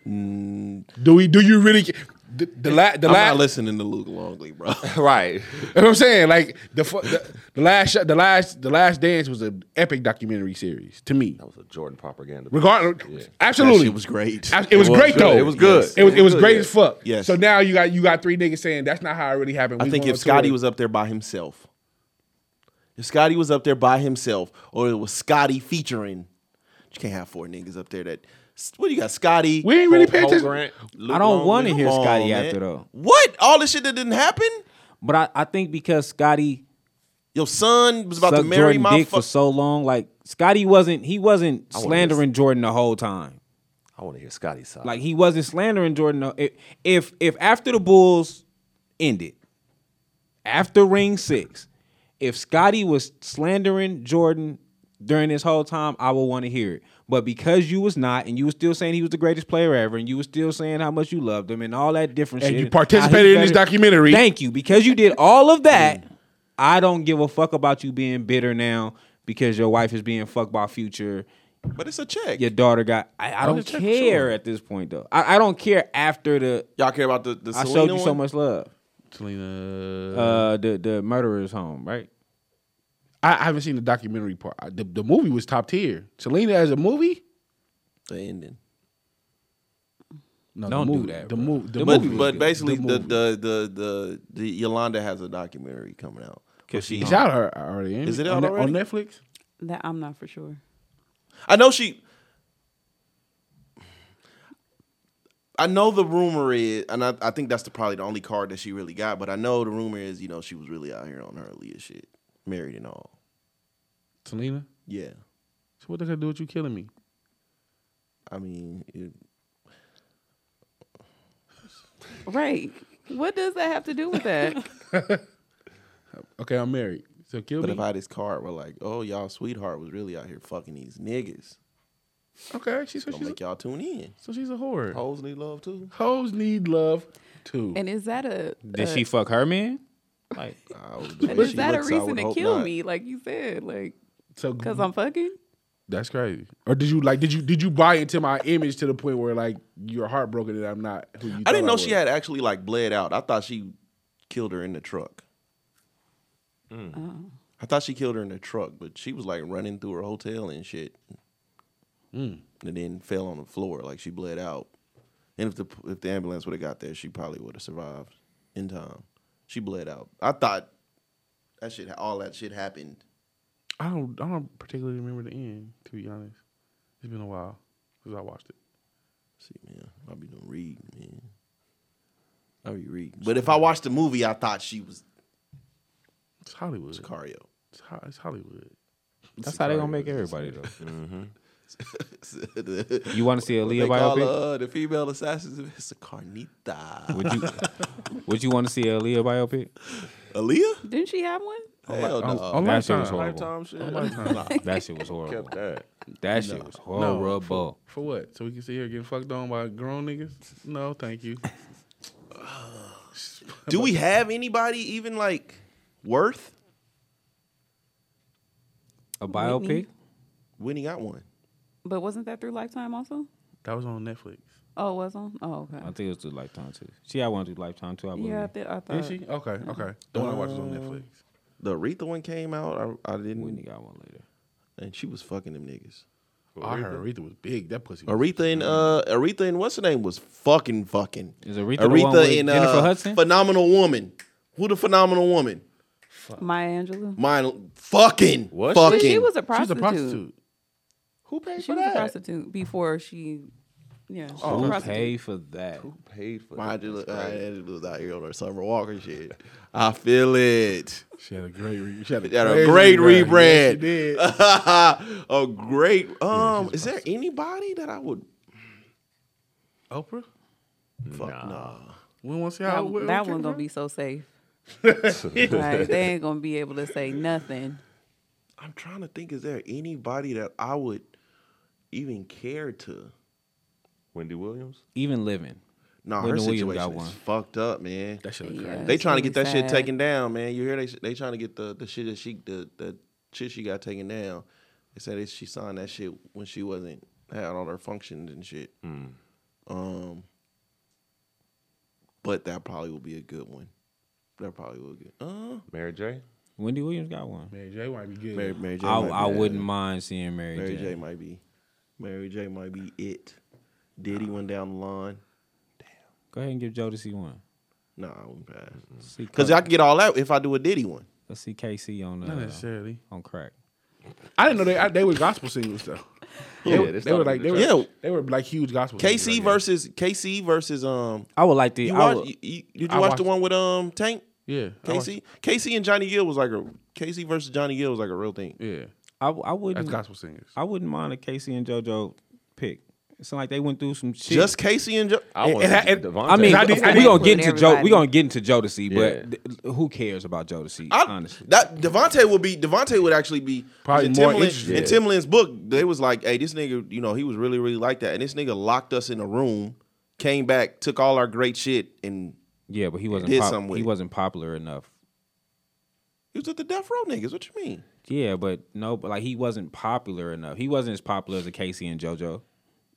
[SPEAKER 2] Do we? Do you really? ca- The, the, la, the
[SPEAKER 1] I'm
[SPEAKER 2] la,
[SPEAKER 1] not listening to Luke Longley, bro.
[SPEAKER 3] right.
[SPEAKER 2] You know what I'm saying? Like the, fu- the the last shot, the last the last dance was an epic documentary series to me.
[SPEAKER 3] That was a Jordan propaganda.
[SPEAKER 2] Regardless,
[SPEAKER 3] Yeah.
[SPEAKER 2] absolutely,
[SPEAKER 1] That shit was great.
[SPEAKER 2] Ab- It was, great
[SPEAKER 3] good.
[SPEAKER 2] though.
[SPEAKER 3] It was good.
[SPEAKER 2] It was it was
[SPEAKER 3] good,
[SPEAKER 2] great
[SPEAKER 3] yeah.
[SPEAKER 2] as fuck.
[SPEAKER 1] Yes.
[SPEAKER 2] So now you got you got three niggas saying that's not how it really happened.
[SPEAKER 1] I
[SPEAKER 2] We
[SPEAKER 1] think
[SPEAKER 2] going
[SPEAKER 1] if
[SPEAKER 2] to
[SPEAKER 1] Scotty
[SPEAKER 2] it."
[SPEAKER 1] was up there by himself, if Scotty was up there by himself, or it was Scotty featuring, you can't have four niggas up there. That what do you got, Scotty?
[SPEAKER 2] we ain't really paying
[SPEAKER 3] Cole
[SPEAKER 2] attention.
[SPEAKER 3] Grant.
[SPEAKER 1] Luke
[SPEAKER 5] I don't want to
[SPEAKER 1] Longley?
[SPEAKER 5] hear
[SPEAKER 1] Come on,
[SPEAKER 5] Scotty
[SPEAKER 1] man.
[SPEAKER 5] after though.
[SPEAKER 1] What? All this shit that didn't happen?
[SPEAKER 5] But I, I think because Scotty
[SPEAKER 1] Your son was about to
[SPEAKER 5] sucked
[SPEAKER 1] marry
[SPEAKER 5] Jordan
[SPEAKER 1] my
[SPEAKER 5] dick for
[SPEAKER 1] fuck.
[SPEAKER 5] so long. Like Scotty wasn't he wasn't slandering Jordan the whole time.
[SPEAKER 3] I want to hear Scotty's side.
[SPEAKER 5] Like he wasn't slandering Jordan. the- If if, if after the Bulls ended, after Ring Six, if Scotty was slandering Jordan during this whole time, I would want to hear it. But because you was not, and you was still saying he was the greatest player ever, and you was still saying how much you loved him, and all that different
[SPEAKER 2] And
[SPEAKER 5] shit,
[SPEAKER 2] you
[SPEAKER 5] how he
[SPEAKER 2] participated in this
[SPEAKER 5] better-
[SPEAKER 2] documentary.
[SPEAKER 5] Thank you, because you did all of that. I don't give a fuck about you being bitter now because your wife is being fucked by Future
[SPEAKER 1] But it's a check.
[SPEAKER 5] your daughter got. I, I don't
[SPEAKER 2] check
[SPEAKER 5] care
[SPEAKER 2] for sure.
[SPEAKER 5] at this point though. I, I don't care after the.
[SPEAKER 1] Y'all care about the the
[SPEAKER 5] I
[SPEAKER 1] Selena
[SPEAKER 5] showed you
[SPEAKER 1] one?
[SPEAKER 5] so much love.
[SPEAKER 2] Selena,
[SPEAKER 5] Uh, the the murderer's home, right?
[SPEAKER 2] I, I haven't seen the documentary part. I- The, the movie was top tier. Selena as a movie,
[SPEAKER 1] The ending.
[SPEAKER 2] No,
[SPEAKER 5] Don't
[SPEAKER 2] the
[SPEAKER 5] do
[SPEAKER 2] movie,
[SPEAKER 5] that,
[SPEAKER 2] The
[SPEAKER 5] bro.
[SPEAKER 2] movie,
[SPEAKER 1] But,
[SPEAKER 2] the movie was
[SPEAKER 1] but
[SPEAKER 2] good.
[SPEAKER 1] basically, the,
[SPEAKER 2] movie.
[SPEAKER 1] the, the, the, the, Yolanda has a documentary coming out. Where
[SPEAKER 5] she
[SPEAKER 1] she,
[SPEAKER 2] it's out her- already. ain't
[SPEAKER 1] Is it out
[SPEAKER 2] on, Ne-
[SPEAKER 1] already?
[SPEAKER 2] on Netflix?
[SPEAKER 4] That I'm not for sure.
[SPEAKER 1] I know she. I know the rumor is, and I, I think that's the, probably the only card that she really got. But I know the rumor is, you know, she was really out here on her Aaliyah shit, married and all.
[SPEAKER 2] Selena.
[SPEAKER 1] Yeah,
[SPEAKER 2] So what they gonna do with you killing me?
[SPEAKER 1] I mean, it,
[SPEAKER 4] Right. What does that have to do with that?
[SPEAKER 2] Okay, I'm married. So kill
[SPEAKER 1] but
[SPEAKER 2] me.
[SPEAKER 1] if I had this card, we're like, oh, y'all sweetheart was really out here fucking these niggas.
[SPEAKER 2] okay, she said
[SPEAKER 1] Gonna
[SPEAKER 2] she's a,
[SPEAKER 1] make Oh. y'all tune in.
[SPEAKER 2] so she's a whore.
[SPEAKER 1] Hoes need love too.
[SPEAKER 2] Hoes need love too.
[SPEAKER 4] and is that a
[SPEAKER 5] Did
[SPEAKER 4] a-
[SPEAKER 5] she fuck her man? Like
[SPEAKER 1] I would- the
[SPEAKER 4] And
[SPEAKER 1] way
[SPEAKER 4] is
[SPEAKER 1] she
[SPEAKER 4] that a
[SPEAKER 1] looks, I
[SPEAKER 4] reason
[SPEAKER 1] would
[SPEAKER 4] to
[SPEAKER 1] hope
[SPEAKER 4] kill
[SPEAKER 1] not.
[SPEAKER 4] me? Like you said, like
[SPEAKER 2] so
[SPEAKER 4] because I'm fucking.
[SPEAKER 2] that's crazy. Or did you like? Did you did you buy into my image to the point where like you're heartbroken that I'm not who you?
[SPEAKER 1] I didn't
[SPEAKER 2] thought
[SPEAKER 1] know she
[SPEAKER 2] was?
[SPEAKER 1] had actually like bled out. I thought she killed her in the truck.
[SPEAKER 4] Oh.
[SPEAKER 1] I thought she killed her in the truck, but she was like running through her hotel and shit, and then fell on the floor like she bled out. And if the if the ambulance would have got there, she probably would have survived in time. She bled out. I thought that shit, all that shit happened.
[SPEAKER 2] I don't. I don't particularly remember the end. To be honest, it's been a while since I watched it.
[SPEAKER 1] See, man, I be doing reading, man. I be reading. But if I watched the movie, I thought she was
[SPEAKER 2] It's Hollywood.
[SPEAKER 1] Sicario.
[SPEAKER 2] It's, Ho- it's Hollywood.
[SPEAKER 5] that's how they gonna make everybody though.
[SPEAKER 1] The-
[SPEAKER 5] You want to see a
[SPEAKER 1] What
[SPEAKER 5] Leah
[SPEAKER 1] they call
[SPEAKER 5] biopic?
[SPEAKER 1] uh, the female assassins of it's a carnita.
[SPEAKER 5] Would you Would you want to see a Leah biopic?
[SPEAKER 1] Aaliyah?
[SPEAKER 4] Didn't she have one?
[SPEAKER 1] Hell no.
[SPEAKER 2] Oh, on
[SPEAKER 5] that shit
[SPEAKER 2] Lifetime.
[SPEAKER 5] was horrible.
[SPEAKER 1] Lifetime shit.
[SPEAKER 2] Lifetime.
[SPEAKER 5] That shit was horrible.
[SPEAKER 3] that.
[SPEAKER 5] That shit was
[SPEAKER 2] No,
[SPEAKER 5] horrible.
[SPEAKER 2] For what? So we can sit here getting fucked on by grown niggas? No, thank you.
[SPEAKER 1] Do we have anybody even like worth?
[SPEAKER 5] A biopic?
[SPEAKER 1] Whitney got one.
[SPEAKER 4] But wasn't that through Lifetime also?
[SPEAKER 2] That was on Netflix.
[SPEAKER 4] Oh, it was on. Oh, okay.
[SPEAKER 5] I think it was through Lifetime too. She had one through Lifetime too. I believe.
[SPEAKER 4] yeah, I, th- I thought.
[SPEAKER 2] Did she? Okay, okay. The one I watched is on Netflix.
[SPEAKER 1] The Aretha one came out. I, I didn't.
[SPEAKER 5] Whitney got one later.
[SPEAKER 1] And she was fucking them niggas.
[SPEAKER 2] I heard Aretha was big. That pussy. Was
[SPEAKER 1] Aretha and uh, Aretha and what's her name was fucking fucking. uh,
[SPEAKER 5] Is Aretha the one with Jennifer Hudson?
[SPEAKER 1] Phenomenal Woman. Who the phenomenal woman?
[SPEAKER 4] Maya Angelou.
[SPEAKER 1] Mine fucking.
[SPEAKER 3] Was she?
[SPEAKER 1] fucking.
[SPEAKER 4] But she was
[SPEAKER 2] She's
[SPEAKER 4] a
[SPEAKER 2] a
[SPEAKER 4] prostitute.
[SPEAKER 2] prostitute.
[SPEAKER 1] Who paid
[SPEAKER 4] She
[SPEAKER 1] for
[SPEAKER 4] was a
[SPEAKER 1] that?
[SPEAKER 4] prostitute before she. Yeah, she was a
[SPEAKER 5] Who
[SPEAKER 4] prostitute.
[SPEAKER 5] paid for that?
[SPEAKER 3] Paid for
[SPEAKER 1] My dude, I was out here on her Summer Walker shit. I feel it.
[SPEAKER 2] She had a great. Re- she had a,
[SPEAKER 1] She had a
[SPEAKER 2] crazy
[SPEAKER 1] great
[SPEAKER 2] Yeah, she
[SPEAKER 1] rebrand.
[SPEAKER 2] did.
[SPEAKER 1] a great. Um, is there anybody that I would?
[SPEAKER 2] Oprah.
[SPEAKER 1] Fuck, nah.
[SPEAKER 2] We want to see
[SPEAKER 4] That,
[SPEAKER 2] how
[SPEAKER 4] that one's gonna be so safe. like, they ain't gonna be able to say nothing.
[SPEAKER 1] I'm trying to think. Is there anybody that I would even care to?
[SPEAKER 3] Wendy Williams.
[SPEAKER 5] Even living.
[SPEAKER 1] Nah, her
[SPEAKER 5] Whitney Williams
[SPEAKER 1] situation
[SPEAKER 5] got
[SPEAKER 1] is
[SPEAKER 5] one.
[SPEAKER 1] fucked up, man.
[SPEAKER 2] That shit look
[SPEAKER 4] Yeah,
[SPEAKER 2] crazy.
[SPEAKER 1] They
[SPEAKER 4] it's
[SPEAKER 1] trying to
[SPEAKER 4] really
[SPEAKER 1] get that shit
[SPEAKER 4] sad.
[SPEAKER 1] taken down, man. You hear they they trying to get the the shit that she the the shit she got taken down. They said that she signed that shit when she wasn't had all her functions and shit.
[SPEAKER 5] Mm.
[SPEAKER 1] Um, but that probably will be a good one. That probably will get. Uh,
[SPEAKER 3] Mary J.
[SPEAKER 5] Wendy Williams got one.
[SPEAKER 2] Mary J might be good. Uh,
[SPEAKER 1] Mary, Mary J.
[SPEAKER 5] I,
[SPEAKER 1] might be
[SPEAKER 5] I
[SPEAKER 1] that.
[SPEAKER 5] wouldn't mind seeing Mary,
[SPEAKER 1] Mary
[SPEAKER 5] J.
[SPEAKER 1] J. might be. Mary J. might be it. Diddy went down the line.
[SPEAKER 5] Go ahead and give Jodeci one.
[SPEAKER 1] Nah, I wouldn't pass.
[SPEAKER 5] See
[SPEAKER 1] Cause I can get all that if I do a Diddy one.
[SPEAKER 5] let's see KC on
[SPEAKER 2] Not
[SPEAKER 5] uh,
[SPEAKER 2] necessarily.
[SPEAKER 5] on crack.
[SPEAKER 2] I didn't know they I, they were gospel singers though.
[SPEAKER 3] Yeah,
[SPEAKER 2] they, they
[SPEAKER 3] they
[SPEAKER 2] were
[SPEAKER 3] started
[SPEAKER 2] like
[SPEAKER 3] in
[SPEAKER 2] they
[SPEAKER 3] the
[SPEAKER 2] were,
[SPEAKER 1] church. Yeah.
[SPEAKER 2] they were like huge gospel. singers
[SPEAKER 1] KC
[SPEAKER 2] right
[SPEAKER 1] versus KC versus um
[SPEAKER 5] I would like to.
[SPEAKER 1] You
[SPEAKER 5] I
[SPEAKER 1] watch,
[SPEAKER 5] would-
[SPEAKER 1] you, you, did you
[SPEAKER 2] I
[SPEAKER 1] watch
[SPEAKER 2] watched
[SPEAKER 1] the
[SPEAKER 2] it.
[SPEAKER 1] one with um Tank?
[SPEAKER 2] there. Yeah, I watched-
[SPEAKER 1] Casey? Casey and Johnny Gill was like a Casey versus Johnny Gill was like a real thing.
[SPEAKER 2] Yeah,
[SPEAKER 5] I, I wouldn't.
[SPEAKER 4] Mm.
[SPEAKER 2] that's gospel singers.
[SPEAKER 5] I wouldn't mind a Casey and JoJo pick. It's like they went through some shit.
[SPEAKER 1] Just Casey and jo-
[SPEAKER 3] I want
[SPEAKER 2] and-
[SPEAKER 3] to
[SPEAKER 2] and-
[SPEAKER 3] Devontae.
[SPEAKER 5] I mean,
[SPEAKER 2] I did- I
[SPEAKER 5] we
[SPEAKER 2] did-
[SPEAKER 5] gonna get into Joe.
[SPEAKER 4] Everybody.
[SPEAKER 5] We gonna get into Jodeci,
[SPEAKER 3] Yeah.
[SPEAKER 5] but th- who cares about Jodeci?
[SPEAKER 1] I,
[SPEAKER 5] honestly,
[SPEAKER 1] that Devontae would be Devontae would actually be
[SPEAKER 2] Probably
[SPEAKER 1] in
[SPEAKER 2] more
[SPEAKER 1] Timberland-
[SPEAKER 2] interested.
[SPEAKER 1] In Timberland's book, they was like, "Hey, this nigga, you know, he was really really like that." And this nigga locked us in a room, came back, took all our great shit, and
[SPEAKER 5] yeah, but he wasn't.
[SPEAKER 1] did
[SPEAKER 5] pop-
[SPEAKER 1] something with
[SPEAKER 5] he
[SPEAKER 1] it.
[SPEAKER 5] wasn't popular enough.
[SPEAKER 1] he was with the Death Row niggas. What you mean?
[SPEAKER 5] Yeah, but no, but like he wasn't popular enough. He wasn't as popular as a Casey and JoJo.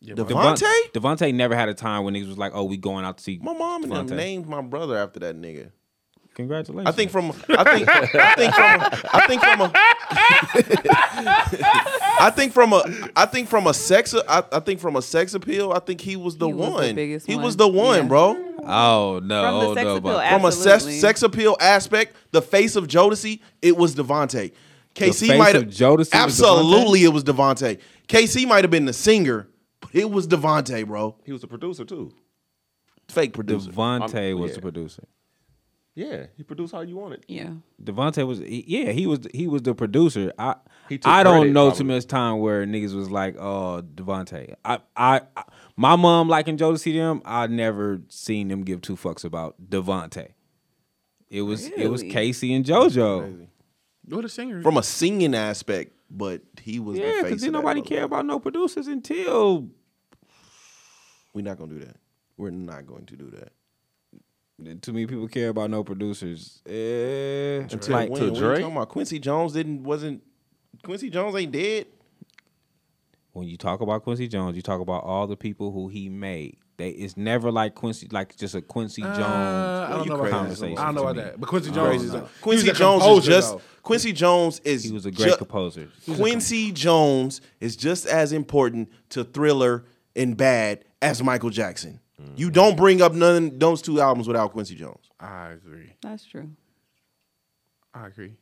[SPEAKER 1] Devontae?
[SPEAKER 5] Devontae never had a time when niggas was like, "Oh, we going out to see."
[SPEAKER 1] my mom and them
[SPEAKER 5] Devontae.
[SPEAKER 1] named my brother after that nigga.
[SPEAKER 5] Congratulations.
[SPEAKER 1] I think from I think I think from I think from a I think from a I think from a sex I, I think from a sex appeal I think he was the
[SPEAKER 4] He was
[SPEAKER 1] one
[SPEAKER 4] the biggest
[SPEAKER 1] he
[SPEAKER 4] one.
[SPEAKER 1] was the one
[SPEAKER 4] Yeah.
[SPEAKER 1] bro
[SPEAKER 5] Oh no!
[SPEAKER 4] From the
[SPEAKER 5] oh,
[SPEAKER 4] sex
[SPEAKER 5] no,
[SPEAKER 4] appeal
[SPEAKER 5] but-
[SPEAKER 4] act-
[SPEAKER 1] from a sex,
[SPEAKER 4] Absolutely.
[SPEAKER 1] sex appeal aspect the face of Jodeci it was Devonte KC
[SPEAKER 5] face
[SPEAKER 1] might
[SPEAKER 5] of Jodeci was Devontae?
[SPEAKER 1] absolutely it was Devonte KC might have been the singer but it was Devonte bro
[SPEAKER 3] He was a producer too.
[SPEAKER 1] fake producer
[SPEAKER 5] Devontae
[SPEAKER 3] I'm-
[SPEAKER 5] was
[SPEAKER 3] yeah.
[SPEAKER 5] the producer.
[SPEAKER 3] Yeah, he produced how you want it.
[SPEAKER 4] Yeah.
[SPEAKER 5] Devontae was he- yeah he was he was the producer. I
[SPEAKER 3] He took
[SPEAKER 5] I
[SPEAKER 3] credit,
[SPEAKER 5] don't know
[SPEAKER 3] probably.
[SPEAKER 5] too much time where niggas was like oh Devontae. I, I I my mom liking Jodeci them. I never seen them give two fucks about Devontae. It was it was
[SPEAKER 4] Really?
[SPEAKER 5] Casey and JoJo.
[SPEAKER 2] You're the singer.
[SPEAKER 1] from a singing aspect but he was
[SPEAKER 5] Yeah,
[SPEAKER 1] the face
[SPEAKER 5] because
[SPEAKER 1] of
[SPEAKER 5] then
[SPEAKER 1] that
[SPEAKER 5] nobody
[SPEAKER 1] motherfucker.
[SPEAKER 5] care about no producers until
[SPEAKER 1] We're not gonna do that. We're not going to do that.
[SPEAKER 5] too many people care about no producers. Eh,
[SPEAKER 1] Until
[SPEAKER 5] like-
[SPEAKER 1] when? What are you
[SPEAKER 3] Drake?
[SPEAKER 1] talking about Quincy Jones didn't wasn't Quincy Jones ain't dead.
[SPEAKER 5] when you talk about Quincy Jones, you talk about all the people who he made. They it's never like Quincy, like just a Quincy Jones
[SPEAKER 2] Uh, I don't know about
[SPEAKER 5] conversation.
[SPEAKER 2] that. I don't know
[SPEAKER 5] to
[SPEAKER 2] about
[SPEAKER 5] me.
[SPEAKER 2] that. But Quincy Jones is a,
[SPEAKER 1] Quincy
[SPEAKER 2] he was a
[SPEAKER 1] Jones is
[SPEAKER 2] composer,
[SPEAKER 1] just
[SPEAKER 2] though.
[SPEAKER 1] Quincy Jones is
[SPEAKER 5] He was a great
[SPEAKER 1] ju-
[SPEAKER 5] composer.
[SPEAKER 1] Quincy Jones is just as important to Thriller and Bad as Michael Jackson. You don't bring up none those two albums without Quincy Jones.
[SPEAKER 2] I agree.
[SPEAKER 4] That's true.
[SPEAKER 2] I agree.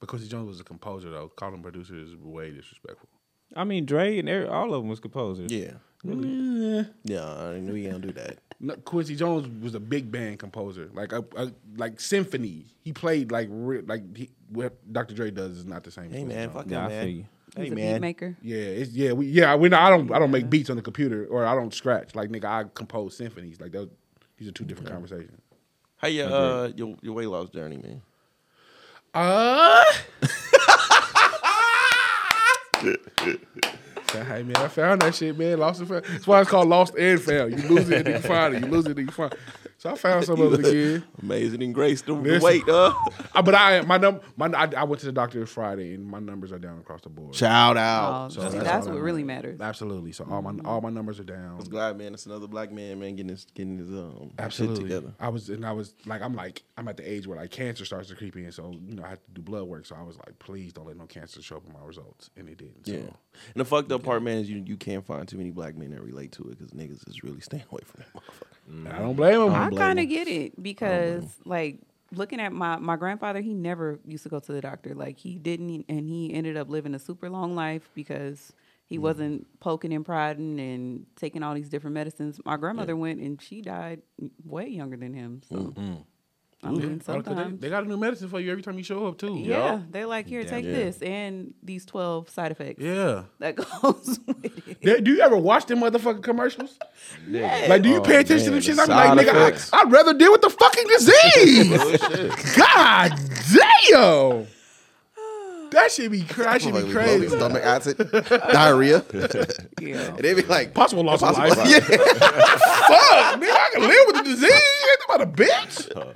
[SPEAKER 2] But Quincy Jones was a composer though. Calling him producer is way disrespectful.
[SPEAKER 5] I mean, Dre and Eric, all of them was composers.
[SPEAKER 1] Yeah. Yeah, I knew you gonna do that.
[SPEAKER 2] No, Quincy Jones was a big band composer, like a, a like symphony. He played like re- like he, what Dr. Dre does is not the same. as
[SPEAKER 1] Hey
[SPEAKER 2] Quincy
[SPEAKER 1] man,
[SPEAKER 2] Jones.
[SPEAKER 1] fuck
[SPEAKER 5] Yeah,
[SPEAKER 1] it,
[SPEAKER 5] I
[SPEAKER 1] man.
[SPEAKER 5] feel you.
[SPEAKER 1] Hey
[SPEAKER 4] He's a
[SPEAKER 1] man.
[SPEAKER 4] beat maker.
[SPEAKER 2] Yeah, it's yeah, we yeah, we I don't I don't make beats on the computer or I don't scratch. Like nigga, I compose symphonies. Like those these are two different conversations.
[SPEAKER 1] How your uh your, your weight loss journey, man?
[SPEAKER 2] Uh Hey man, I found that shit, man. Lost and found. That's why it's called lost and found. You lose it and you find it. You lose it and you find it. So I found some of it again.
[SPEAKER 1] Amazing and Grace, the, the
[SPEAKER 2] Listen.
[SPEAKER 1] weight, uh.
[SPEAKER 2] Uh, but I my num my I, I went to the doctor Friday and my numbers are down across the board.
[SPEAKER 1] Shout
[SPEAKER 4] Oh,
[SPEAKER 1] out.
[SPEAKER 4] see, that's,
[SPEAKER 2] all
[SPEAKER 4] what
[SPEAKER 2] that
[SPEAKER 4] really matters.
[SPEAKER 2] Absolutely. So all my all my numbers are down.
[SPEAKER 1] was glad, man. It's another black man, man, getting his getting his um
[SPEAKER 2] Absolutely.
[SPEAKER 1] shit together.
[SPEAKER 2] I was and I was like I'm like I'm at the age where like cancer starts to creep in, so you know I had to do blood work. So I was like, please don't let no cancer show up in my results, and it didn't. So.
[SPEAKER 1] Yeah. And the fucked up part, man, is you you can't find too many black men that relate to it because niggas is really staying away from that motherfucker.
[SPEAKER 2] And I don't blame him.
[SPEAKER 4] I kind of get it because, like, looking at my my grandfather, he never used to go to the doctor. Like, he didn't, e, and he ended up living a super long life because he wasn't poking and prodding and taking all these different medicines. My grandmother went, and she died way younger than him. So, I mean,
[SPEAKER 2] Oh, 'cause they,
[SPEAKER 4] sometimes.
[SPEAKER 2] they got a new medicine for you every time you show up too.
[SPEAKER 4] Yeah, they're like, here, take
[SPEAKER 1] Yeah.
[SPEAKER 4] this and these 12 side effects
[SPEAKER 2] Yeah.
[SPEAKER 4] that goes with it.
[SPEAKER 2] They- do you ever watch them motherfucking commercials?
[SPEAKER 4] Yes.
[SPEAKER 2] Like, do you pay attention to them shits?
[SPEAKER 1] the
[SPEAKER 2] I'm like,
[SPEAKER 1] side
[SPEAKER 2] nigga,
[SPEAKER 1] effects.
[SPEAKER 2] I, I'd rather deal with the fucking disease. God damn. That should be, cra- that should be crazy.
[SPEAKER 6] Stomach acid, diarrhea.
[SPEAKER 4] yeah.
[SPEAKER 6] And they be like,
[SPEAKER 2] Possible loss of life.
[SPEAKER 6] Yeah.
[SPEAKER 2] Fuck, nigga, I can live with the disease. Ain't about a bitch.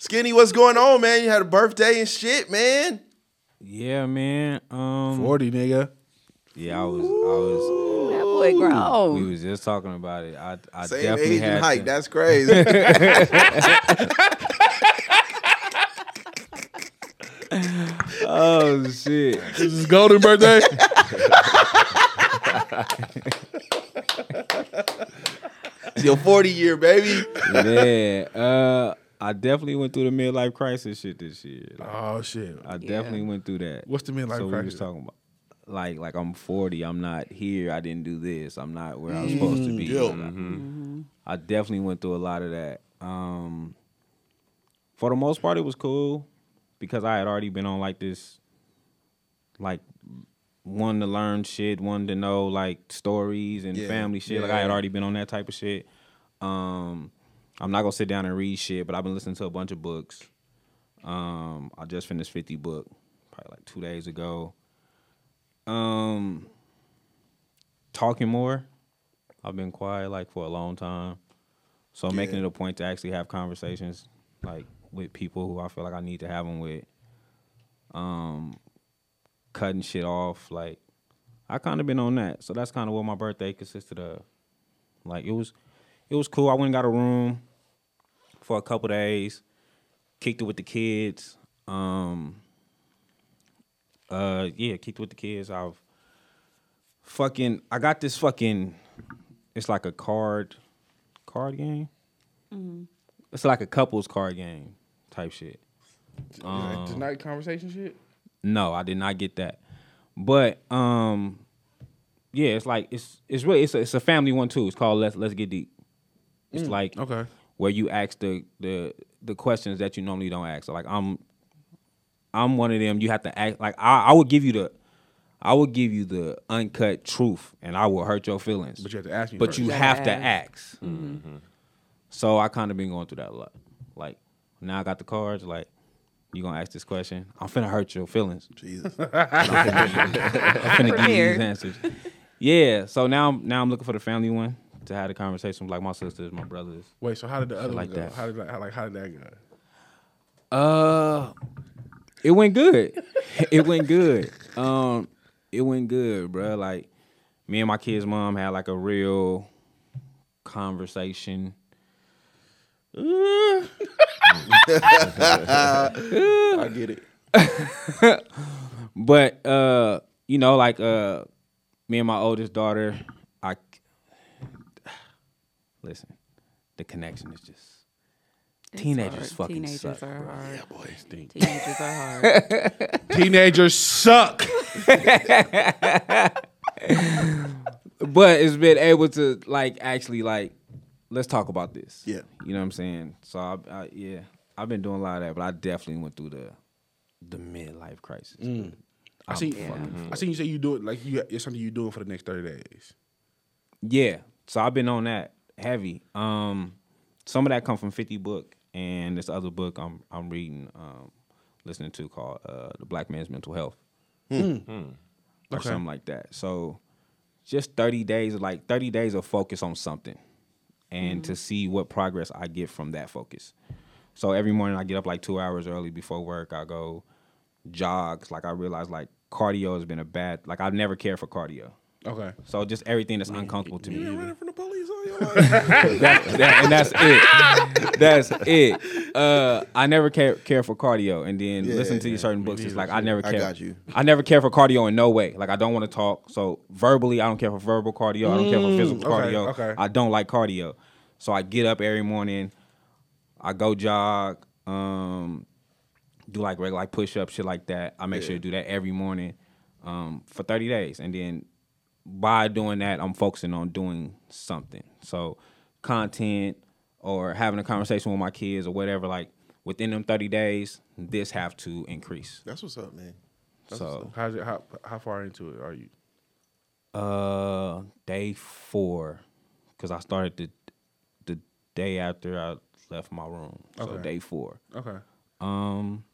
[SPEAKER 1] Skinny, what's going on, man? You had a birthday and shit, man.
[SPEAKER 5] Yeah, man. Um,
[SPEAKER 2] 40, nigga.
[SPEAKER 5] yeah, I was, I
[SPEAKER 4] That boy
[SPEAKER 2] Oh.
[SPEAKER 4] grown.
[SPEAKER 5] was, we was just talking about it. I, I
[SPEAKER 6] Same
[SPEAKER 5] definitely
[SPEAKER 6] age
[SPEAKER 5] had
[SPEAKER 6] and height.
[SPEAKER 5] to-
[SPEAKER 6] That's crazy.
[SPEAKER 5] oh shit.
[SPEAKER 2] This is golden birthday.
[SPEAKER 1] It's your 40 year, baby.
[SPEAKER 5] yeah. Uh, I definitely went through the midlife crisis shit this year. Like,
[SPEAKER 2] oh, shit.
[SPEAKER 5] I definitely went through that.
[SPEAKER 2] What's the midlife
[SPEAKER 5] so we was
[SPEAKER 2] crisis?
[SPEAKER 5] talking about like like I'm 40. I'm not here. I didn't do this. I'm not where I was supposed to be.
[SPEAKER 2] Mm-hmm.
[SPEAKER 5] I definitely went through a lot of that. Um, for the most part, it was cool because I had already been on like this, like wanting to learn shit, wanting to know like stories and family shit. Like I had already been on that type of shit. Um, I'm not gonna sit down and read shit, but I've been listening to a bunch of books. Um, I just finished 50 book probably like two days ago. Um, talking more. I've been quiet like for a long time, so I'm making it a point to actually have conversations like with people who I feel like I need to have them with. Um, cutting shit off like I kind of been on that, so that's kind of what my birthday consisted of. Like it was, it was cool. I went and got a room for a couple days kicked it with the kids. Um, uh, yeah, kicked it with the kids. I've fucking. I got this fucking. It's like a card, card game.
[SPEAKER 2] Mm-hmm.
[SPEAKER 5] It's like a couples card game type shit. Um,
[SPEAKER 2] Tonight conversation shit.
[SPEAKER 5] No, I did not get that. But um yeah, it's like it's it's really it's a, it's a family one too. It's called Let's Let's Get Deep. It's like
[SPEAKER 2] Mm, okay.
[SPEAKER 5] where you ask the the the questions that you normally don't ask. So like I'm I'm one of them. You have to act like I, I would give you the I would give you the uncut truth, and I will hurt your feelings.
[SPEAKER 2] But you have to ask me
[SPEAKER 5] But
[SPEAKER 2] first.
[SPEAKER 5] you
[SPEAKER 2] You
[SPEAKER 5] have to
[SPEAKER 4] gotta
[SPEAKER 5] ask. So I kind of been going through that a lot. Like now I got the cards. Like you gonna ask this question? I'm finna hurt your feelings.
[SPEAKER 6] Jesus.
[SPEAKER 5] I'm finna give you
[SPEAKER 4] Prepared.
[SPEAKER 5] these answers. Yeah. So now I'm now I'm looking for the family one to have the conversation with like my sisters, my brothers.
[SPEAKER 2] Wait, so how did the other
[SPEAKER 5] like
[SPEAKER 2] one go?
[SPEAKER 5] that.
[SPEAKER 2] How did that, how, like how did that go?
[SPEAKER 5] Uh it went good. it went good. Um it went good, bruh. Like me and my kid's mom had like a real conversation.
[SPEAKER 6] I get it.
[SPEAKER 5] But uh, you know, like uh, me and my oldest daughter, I listen. The connection is just teenagers
[SPEAKER 4] hard.
[SPEAKER 5] fucking
[SPEAKER 4] Teenagers
[SPEAKER 5] suck,
[SPEAKER 4] are
[SPEAKER 5] bro.
[SPEAKER 4] hard. Teenagers are hard.
[SPEAKER 2] Teenagers suck.
[SPEAKER 5] but it's been able to like actually like let's talk about this.
[SPEAKER 6] Yeah.
[SPEAKER 5] you know what I'm saying. So I, I yeah, I've been doing a lot of that, but I definitely went through the the midlife crisis.
[SPEAKER 2] I seen.
[SPEAKER 4] Oh,
[SPEAKER 2] I seen you say you do it like you. It's something you doing for the next thirty days.
[SPEAKER 5] Yeah. So I've been on that heavy. Um some of that come from 50 book and this other book I'm I'm reading um listening to called uh The Black Man's Mental Health. Or
[SPEAKER 2] Okay.
[SPEAKER 5] something like that. So just 30 days of like 30 days of focus on something and to see what progress I get from that focus. So every morning I get up like 2 hours early before work. I go jogs like I realize like cardio has been a bad like I've never cared for cardio.
[SPEAKER 2] Okay.
[SPEAKER 5] So just everything that's uncomfortable to me.
[SPEAKER 6] From the police all your life.
[SPEAKER 5] That- that- and that's it. That's it. Uh, I never care, care for cardio, and then listen to these certain books. It's like I never
[SPEAKER 6] I
[SPEAKER 5] care.
[SPEAKER 6] got you.
[SPEAKER 5] I never care for cardio in no way. Like I don't want to talk. So verbally, I don't care for verbal cardio. I don't care for physical
[SPEAKER 2] Mm, okay,
[SPEAKER 5] cardio.
[SPEAKER 2] okay.
[SPEAKER 5] I don't like cardio. So I get up every morning. I go jog. Um, do like regular like push up shit like that. I make sure to do that every morning um, for thirty days, and then by doing that, I'm focusing on doing something. So content or having a conversation with my kids or whatever. Like within them thirty days, this have to increase.
[SPEAKER 6] That's what's up, man.
[SPEAKER 5] so
[SPEAKER 2] How's it? How how far into it are you?
[SPEAKER 5] uh, day four, because I started the the day after I left my room. So
[SPEAKER 2] Okay.
[SPEAKER 5] day four.
[SPEAKER 2] Okay.
[SPEAKER 5] Um,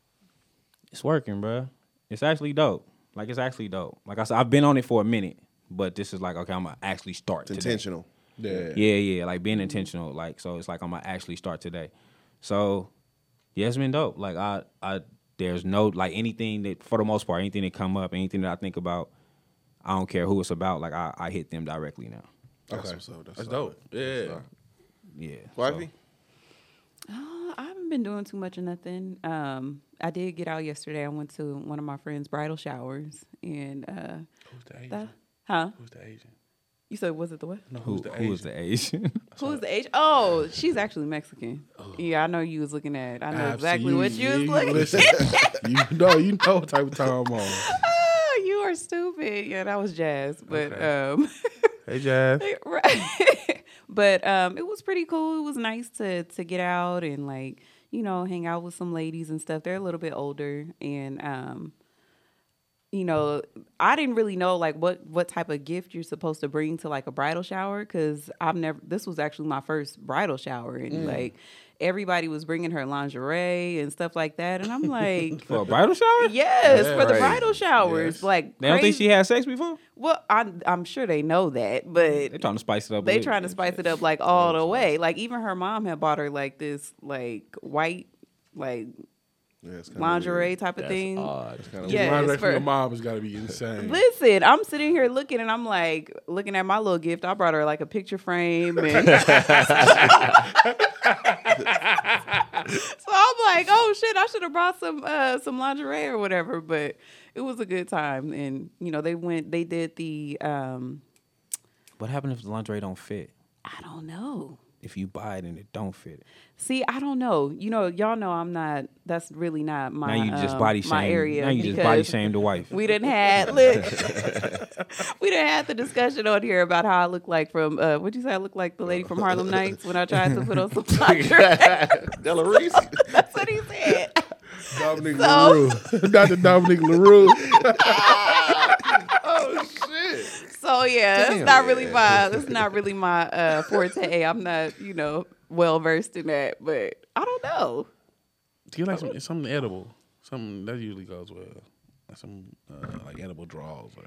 [SPEAKER 5] it's working, bruh. It's actually dope. Like it's actually dope. Like I said, I've been on it for a minute, but this is like okay, I'm gonna actually start.
[SPEAKER 6] It's
[SPEAKER 5] today.
[SPEAKER 6] intentional.
[SPEAKER 2] Yeah.
[SPEAKER 5] Yeah, yeah. Like being intentional. Like so, it's like I'm gonna actually start today. So yeah, it's been dope. Like I, I there's no like anything that for the most part, anything that come up, anything that I think about, I don't care who it's about. Like I, I hit them directly now.
[SPEAKER 6] That's
[SPEAKER 2] Okay.
[SPEAKER 6] what's up. That's
[SPEAKER 2] That's
[SPEAKER 6] solid.
[SPEAKER 2] dope. Yeah.
[SPEAKER 5] Yeah.
[SPEAKER 6] Wifey?
[SPEAKER 4] Uh, I haven't been doing too much of nothing. Um, I did get out yesterday. I went to one of my friends' bridal showers, and uh,
[SPEAKER 2] Who's the
[SPEAKER 4] the,
[SPEAKER 2] agent?
[SPEAKER 4] huh?
[SPEAKER 2] Who's the agent?
[SPEAKER 4] You said was it the what?
[SPEAKER 2] No,
[SPEAKER 5] Who,
[SPEAKER 2] who's the
[SPEAKER 5] who is
[SPEAKER 2] agent?
[SPEAKER 5] the Asian?
[SPEAKER 4] Who's the age? Oh, she's actually Mexican.
[SPEAKER 2] Oh.
[SPEAKER 4] Yeah, I know you was looking at. I know exactly what you was looking. at.
[SPEAKER 2] you know, you know what type of time I'm on.
[SPEAKER 4] Oh, you are stupid. Yeah, that was jazz, but
[SPEAKER 2] Okay.
[SPEAKER 4] um.
[SPEAKER 2] Hey, Jazz.
[SPEAKER 4] right. but um, it was pretty cool. It was nice to to get out and like you know hang out with some ladies and stuff. They're a little bit older, and um, you know, I didn't really know like what what type of gift you're supposed to bring to like a bridal shower because I've never. This was actually my first bridal shower, and
[SPEAKER 5] Mm.
[SPEAKER 4] like everybody was bringing her lingerie and stuff like that, and I'm like.
[SPEAKER 5] For a bridal shower?
[SPEAKER 4] Yes, for the
[SPEAKER 2] Right.
[SPEAKER 4] bridal showers, like
[SPEAKER 5] They don't think
[SPEAKER 4] crazy-
[SPEAKER 5] she had sex before?
[SPEAKER 4] Well, I'm I'm sure they know that, but
[SPEAKER 5] They're trying to spice it up. a
[SPEAKER 4] they
[SPEAKER 5] little
[SPEAKER 4] trying to
[SPEAKER 5] bit.
[SPEAKER 4] spice it up like all the way. Like even her mom had bought her like this like white like
[SPEAKER 6] Yeah, it's kinda
[SPEAKER 4] lingerie
[SPEAKER 6] weird.
[SPEAKER 4] type of thing.
[SPEAKER 3] odd.
[SPEAKER 4] Yeah,
[SPEAKER 2] Lingerie
[SPEAKER 4] it's
[SPEAKER 2] from
[SPEAKER 4] for-
[SPEAKER 2] your mom has got to be insane.
[SPEAKER 4] Listen, I'm sitting here looking and I'm like looking at my little gift. I brought her like a picture frame and so I'm was like, oh shit, I should have brought some uh, some lingerie or whatever. But it was a good time, and you know they went, they did the, um,
[SPEAKER 5] What happened if the lingerie don't fit?
[SPEAKER 4] I don't know.
[SPEAKER 5] If you buy it and it don't fit,
[SPEAKER 4] See, I don't know. You know, y'all know I'm not. That's really not my.
[SPEAKER 5] now you just
[SPEAKER 4] um,
[SPEAKER 5] body
[SPEAKER 4] my
[SPEAKER 5] shame.
[SPEAKER 4] area.
[SPEAKER 5] Now you just body
[SPEAKER 4] because-
[SPEAKER 5] shame the wife.
[SPEAKER 4] We didn't had look. we didn't have the discussion on here about how I look like from uh, what you say I look like the lady from Harlem Nights when I tried to put on some lingerie.
[SPEAKER 6] Della Reese.
[SPEAKER 4] That's what he said.
[SPEAKER 2] Dominic
[SPEAKER 4] So-
[SPEAKER 2] LaRue. Dr. Dominic LaRue.
[SPEAKER 4] So yeah, it's not really my. It's not really my uh, forte. I'm not you know well versed in that, but I don't know.
[SPEAKER 2] Do you like some, something edible? Something that usually goes well. Like some uh, like edible draws or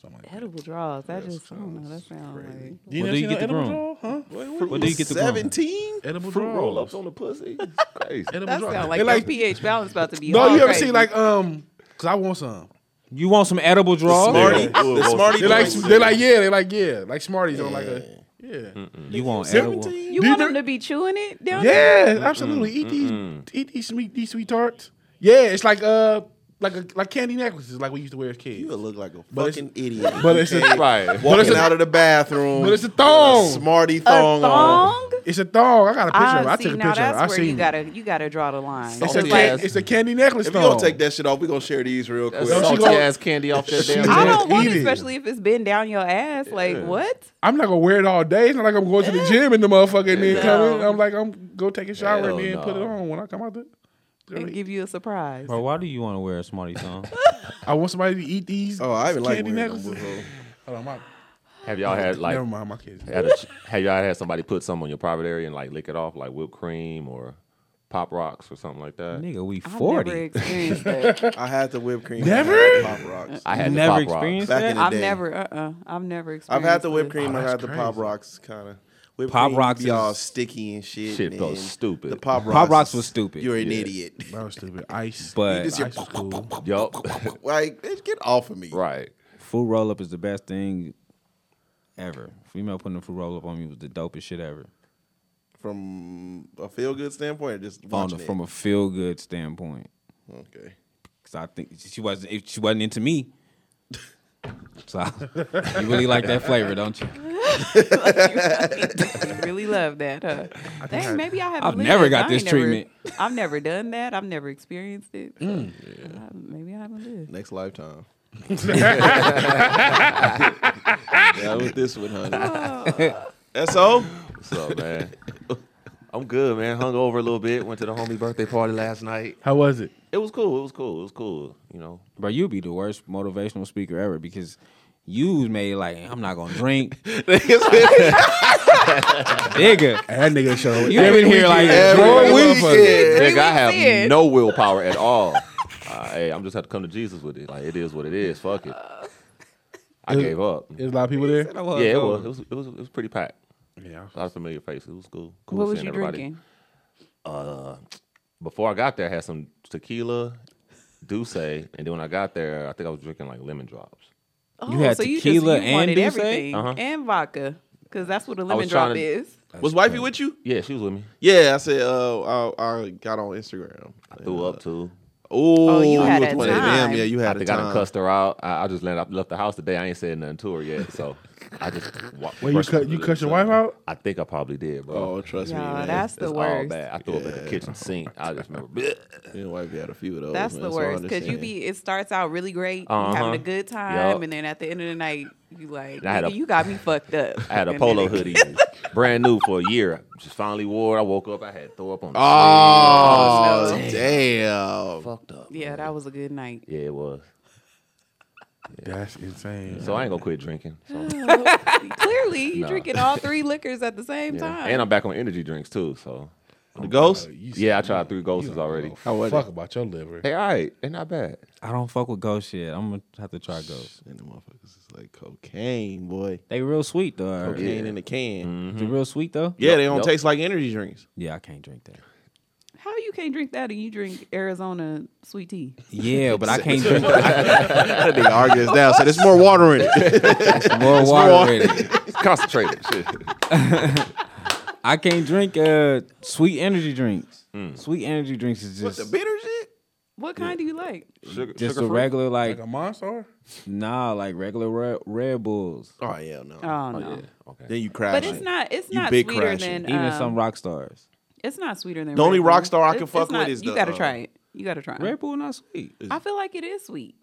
[SPEAKER 2] something like that.
[SPEAKER 4] Edible draws. I just I don't know. That sounds like.
[SPEAKER 2] You never
[SPEAKER 5] Well, do
[SPEAKER 2] seen
[SPEAKER 5] you get
[SPEAKER 2] no
[SPEAKER 5] the
[SPEAKER 2] edible draw? Huh?
[SPEAKER 5] What do you get the groom?
[SPEAKER 1] Seventeen.
[SPEAKER 2] Edible
[SPEAKER 3] Fruit roll ups
[SPEAKER 2] draws.
[SPEAKER 3] on the pussy. It's Crazy.
[SPEAKER 2] Edible
[SPEAKER 4] That
[SPEAKER 2] draws.
[SPEAKER 4] sounds like
[SPEAKER 2] They
[SPEAKER 4] your pH balance about to be.
[SPEAKER 2] No,
[SPEAKER 4] all
[SPEAKER 2] you ever
[SPEAKER 4] crazy.
[SPEAKER 2] seen like um? Cause I want some.
[SPEAKER 5] You want some edible draws?
[SPEAKER 1] Smarty.
[SPEAKER 3] Yeah.
[SPEAKER 1] The Smarty.
[SPEAKER 2] They like
[SPEAKER 1] joints.
[SPEAKER 2] they like yeah they like yeah like Smarties on like a yeah
[SPEAKER 5] You want edible?
[SPEAKER 2] 17?
[SPEAKER 4] You
[SPEAKER 2] Do
[SPEAKER 4] want
[SPEAKER 2] remember-
[SPEAKER 4] them to be chewing it down there?
[SPEAKER 2] Yeah, absolutely. Eat these, eat these sweet, these sweet tarts. Yeah, it's like uh, like a like candy necklaces, like we used to wear as kids.
[SPEAKER 1] You look like a
[SPEAKER 2] But it's-
[SPEAKER 1] fucking idiot.
[SPEAKER 2] But it's a,
[SPEAKER 3] Right.
[SPEAKER 2] but it's
[SPEAKER 1] Walking
[SPEAKER 2] a,
[SPEAKER 1] out of the bathroom.
[SPEAKER 2] but it's a thong.
[SPEAKER 1] Smarty
[SPEAKER 4] A
[SPEAKER 1] thong, on.
[SPEAKER 2] It's a thong. I got a picture. of it.
[SPEAKER 4] Ah,
[SPEAKER 2] I
[SPEAKER 4] see,
[SPEAKER 2] took a
[SPEAKER 4] now
[SPEAKER 2] picture. of it.
[SPEAKER 4] that's
[SPEAKER 2] I
[SPEAKER 4] where you
[SPEAKER 2] seen. it.
[SPEAKER 4] gotta you gotta draw the line.
[SPEAKER 2] It's a,
[SPEAKER 3] Salty
[SPEAKER 2] can,
[SPEAKER 3] ass.
[SPEAKER 2] it's a candy necklace
[SPEAKER 1] If you
[SPEAKER 2] thong.
[SPEAKER 1] don't take that shit off, we gonna share these real quick.
[SPEAKER 3] That's
[SPEAKER 2] No, she
[SPEAKER 3] salty
[SPEAKER 2] gonna-
[SPEAKER 3] ass candy off that
[SPEAKER 2] She
[SPEAKER 3] damn.
[SPEAKER 4] I
[SPEAKER 2] gonna-
[SPEAKER 3] thing.
[SPEAKER 4] don't want
[SPEAKER 2] Eat
[SPEAKER 4] it,
[SPEAKER 2] it.
[SPEAKER 4] especially if it's been down your ass. Like what?
[SPEAKER 2] I'm not gonna wear it all day. It's not like I'm going to the gym and the motherfucker and then
[SPEAKER 4] No.
[SPEAKER 2] coming. I'm like I'm go take a shower
[SPEAKER 3] Hell
[SPEAKER 2] and then put it
[SPEAKER 3] no.
[SPEAKER 2] on when I come out. The,
[SPEAKER 4] And give you a surprise.
[SPEAKER 5] Bro, why do you want to wear a smarty thong?
[SPEAKER 2] I want somebody to eat these.
[SPEAKER 1] Oh, I even like
[SPEAKER 2] candy
[SPEAKER 1] wearing them
[SPEAKER 2] necklaces. Hold on, my,
[SPEAKER 3] Have y'all had like
[SPEAKER 2] never mind my kids.
[SPEAKER 3] had a, have y'all had somebody put some on your private area and like lick it off like whipped cream or pop rocks or something like that?
[SPEAKER 5] Nigga, we
[SPEAKER 4] I've
[SPEAKER 5] forty.
[SPEAKER 4] never experienced that.
[SPEAKER 1] I had the whipped cream.
[SPEAKER 2] Never?
[SPEAKER 1] I had the pop rocks.
[SPEAKER 3] I had
[SPEAKER 5] You
[SPEAKER 3] the
[SPEAKER 5] never
[SPEAKER 3] Pop Rocks.
[SPEAKER 5] experienced
[SPEAKER 1] Back
[SPEAKER 5] that?
[SPEAKER 1] in the
[SPEAKER 4] I've
[SPEAKER 1] day.
[SPEAKER 4] never uh uh-uh, I've never
[SPEAKER 1] I've
[SPEAKER 4] experienced
[SPEAKER 1] had the whipped
[SPEAKER 4] this.
[SPEAKER 1] cream.
[SPEAKER 2] Oh,
[SPEAKER 1] I
[SPEAKER 2] that's
[SPEAKER 1] had the pop
[SPEAKER 2] crazy.
[SPEAKER 1] rocks kind of.
[SPEAKER 5] Pop Rocks
[SPEAKER 1] be all
[SPEAKER 5] is-
[SPEAKER 1] sticky and shit.
[SPEAKER 3] Shit
[SPEAKER 1] man.
[SPEAKER 3] goes stupid.
[SPEAKER 1] The pop rocks.
[SPEAKER 5] Pop Rocks
[SPEAKER 1] is-
[SPEAKER 5] was stupid.
[SPEAKER 1] You're an
[SPEAKER 3] Yeah.
[SPEAKER 1] idiot.
[SPEAKER 2] That was stupid. Ice,
[SPEAKER 5] But-
[SPEAKER 2] ice
[SPEAKER 1] Just your-
[SPEAKER 2] was cool.
[SPEAKER 3] Yup.
[SPEAKER 1] Like, bitch, get off of me.
[SPEAKER 3] right.
[SPEAKER 5] Food roll up is the best thing ever. Female putting a food roll up on me was the dopest shit ever.
[SPEAKER 1] From a feel good standpoint, or just
[SPEAKER 5] On
[SPEAKER 1] watching
[SPEAKER 5] the,
[SPEAKER 1] it?
[SPEAKER 5] from a feel good standpoint,
[SPEAKER 1] okay.
[SPEAKER 5] because I think she wasn't if she wasn't into me. So you really like that flavor, don't you?
[SPEAKER 4] You really love that, huh? Dang, maybe I haven't.
[SPEAKER 5] I've
[SPEAKER 4] lived
[SPEAKER 5] never
[SPEAKER 4] it.
[SPEAKER 5] got
[SPEAKER 4] I
[SPEAKER 5] this
[SPEAKER 4] ain't never-
[SPEAKER 5] treatment.
[SPEAKER 4] I've never done that. I've never experienced it. So, I- maybe I haven't lived.
[SPEAKER 1] Next lifetime. yeah, with this one, honey. So,
[SPEAKER 3] What's up, man? I'm good, man. Hung over a little bit. Went to the homie birthday party last night.
[SPEAKER 2] How was it?
[SPEAKER 3] It was cool. It was cool. It was cool. You know.
[SPEAKER 5] Bro, you'd be the worst motivational speaker ever because you made like I'm not gonna drink, nigga.
[SPEAKER 2] That nigga show.
[SPEAKER 5] You been here like
[SPEAKER 1] every
[SPEAKER 5] every
[SPEAKER 1] weekend.
[SPEAKER 3] Nigga, I
[SPEAKER 4] weeks in.
[SPEAKER 3] have no willpower at all. Uh, hey, I'm just have to come to Jesus with it. Like it is what it is. Fuck it. I gave up.
[SPEAKER 2] There's a lot of people there.
[SPEAKER 3] Yeah, it was. It was. It was. It was pretty packed.
[SPEAKER 2] Yeah.
[SPEAKER 3] A lot of familiar faces. It was cool. cool
[SPEAKER 4] What was
[SPEAKER 3] seeing
[SPEAKER 4] you
[SPEAKER 3] everybody. Uh,
[SPEAKER 4] drinking?
[SPEAKER 3] Before I got there, I had some tequila, Douce, and then when I got there, I think I was drinking like lemon drops.
[SPEAKER 4] Oh,
[SPEAKER 5] You had
[SPEAKER 4] so you
[SPEAKER 5] tequila
[SPEAKER 4] just, you
[SPEAKER 5] and
[SPEAKER 4] wanted
[SPEAKER 5] Douce?
[SPEAKER 4] everything
[SPEAKER 3] Uh-huh.
[SPEAKER 4] and vodka because that's what a
[SPEAKER 3] was
[SPEAKER 4] lemon drop
[SPEAKER 3] trying to-
[SPEAKER 4] is.
[SPEAKER 1] was wifey with you?
[SPEAKER 3] Yeah, she was with me.
[SPEAKER 1] Yeah, I said. Uh, I, I got on Instagram.
[SPEAKER 3] I threw up too.
[SPEAKER 1] Oh,
[SPEAKER 4] you had
[SPEAKER 1] was
[SPEAKER 4] a
[SPEAKER 1] one of them.
[SPEAKER 4] time.
[SPEAKER 1] Yeah, you
[SPEAKER 3] I
[SPEAKER 1] had a
[SPEAKER 3] think I
[SPEAKER 1] time.
[SPEAKER 3] done cussed her out. I, I just left, I left the house today. I ain't said nothing to her yet. So I just. Wa-
[SPEAKER 2] Well, you
[SPEAKER 3] brushed
[SPEAKER 2] cut
[SPEAKER 3] my
[SPEAKER 2] you
[SPEAKER 3] lips
[SPEAKER 2] cut your
[SPEAKER 3] up.
[SPEAKER 2] wife out.
[SPEAKER 3] I think I probably did, bro.
[SPEAKER 1] oh, trust me,
[SPEAKER 4] Y'all,
[SPEAKER 1] man.
[SPEAKER 4] that's the
[SPEAKER 3] it's all
[SPEAKER 4] worst.
[SPEAKER 3] bad. I threw up at the kitchen sink. I just remember.
[SPEAKER 1] Me and wifey had a few of those.
[SPEAKER 4] That's
[SPEAKER 1] man,
[SPEAKER 4] the
[SPEAKER 1] so I
[SPEAKER 4] worst because you
[SPEAKER 1] understand.
[SPEAKER 4] be it starts out really great, you
[SPEAKER 3] Uh-huh.
[SPEAKER 4] having a good time,
[SPEAKER 3] Yup.
[SPEAKER 4] and then at the end of the night you like
[SPEAKER 3] I had a-
[SPEAKER 4] "Nigga, you got me fucked up.
[SPEAKER 3] I had a
[SPEAKER 4] And then
[SPEAKER 3] polo
[SPEAKER 4] it-
[SPEAKER 3] hoodie, brand new for a year. Just finally wore. it. I woke up. I had to throw up on. The
[SPEAKER 1] Oh,
[SPEAKER 4] no.
[SPEAKER 1] damn.
[SPEAKER 3] floor. fucked up.
[SPEAKER 4] Yeah, that was a good night.
[SPEAKER 3] Yeah, it was.
[SPEAKER 2] That's insane.
[SPEAKER 3] So I ain't gonna quit drinking.
[SPEAKER 4] Ah,
[SPEAKER 3] So.
[SPEAKER 4] Clearly, you
[SPEAKER 3] Nah.
[SPEAKER 4] drinking all three liquors at the same
[SPEAKER 3] Yeah.
[SPEAKER 4] time.
[SPEAKER 3] And I'm back on energy drinks too. So
[SPEAKER 1] The ghost?
[SPEAKER 3] yeah, I tried three ghosts already.
[SPEAKER 2] How was fuck about your liver.
[SPEAKER 3] Hey, all right, they're not bad.
[SPEAKER 5] I don't fuck with ghost shit. I'm gonna have to try ghost.
[SPEAKER 1] And the motherfuckers is like cocaine, boy.
[SPEAKER 5] They real sweet though. I heard.
[SPEAKER 1] Cocaine in a can.
[SPEAKER 5] They real sweet though.
[SPEAKER 1] Yeah, they don't
[SPEAKER 3] Yup.
[SPEAKER 1] taste like energy drinks.
[SPEAKER 5] Yeah, I can't drink that.
[SPEAKER 4] How you can't drink that and you drink Arizona sweet tea?
[SPEAKER 5] Yeah, but I can't drink that.
[SPEAKER 1] that nigga argues now. So there's more water in it.
[SPEAKER 5] more water. in it.
[SPEAKER 3] Concentrated. Shit.
[SPEAKER 5] I I can't drink uh sweet energy drinks. Sweet energy drinks is
[SPEAKER 1] What
[SPEAKER 5] just
[SPEAKER 1] the bitter shit?
[SPEAKER 4] What kind do you like?
[SPEAKER 3] Sugar,
[SPEAKER 5] just
[SPEAKER 3] sugar
[SPEAKER 5] a
[SPEAKER 3] free?
[SPEAKER 5] regular like
[SPEAKER 2] Like um, a monster?
[SPEAKER 5] nah like regular Red, Red Bulls.
[SPEAKER 1] Oh yeah, no.
[SPEAKER 4] Oh no.
[SPEAKER 3] Okay.
[SPEAKER 1] Then you crash.
[SPEAKER 4] But
[SPEAKER 1] it.
[SPEAKER 4] it's not. It's
[SPEAKER 1] You
[SPEAKER 4] not
[SPEAKER 1] big
[SPEAKER 4] sweeter
[SPEAKER 1] crashing.
[SPEAKER 4] than
[SPEAKER 5] Even
[SPEAKER 4] um,
[SPEAKER 5] some rock stars.
[SPEAKER 4] It's not sweeter than
[SPEAKER 1] The only
[SPEAKER 4] Red
[SPEAKER 1] rock
[SPEAKER 4] Bull.
[SPEAKER 1] star I can
[SPEAKER 4] It's-
[SPEAKER 1] fuck
[SPEAKER 4] it's
[SPEAKER 1] with
[SPEAKER 4] not-
[SPEAKER 1] is
[SPEAKER 4] you
[SPEAKER 1] the,
[SPEAKER 4] gotta
[SPEAKER 1] uh,
[SPEAKER 4] try it. You gotta try
[SPEAKER 5] Red
[SPEAKER 4] it.
[SPEAKER 5] Bull not sweet.
[SPEAKER 4] I feel like it is sweet.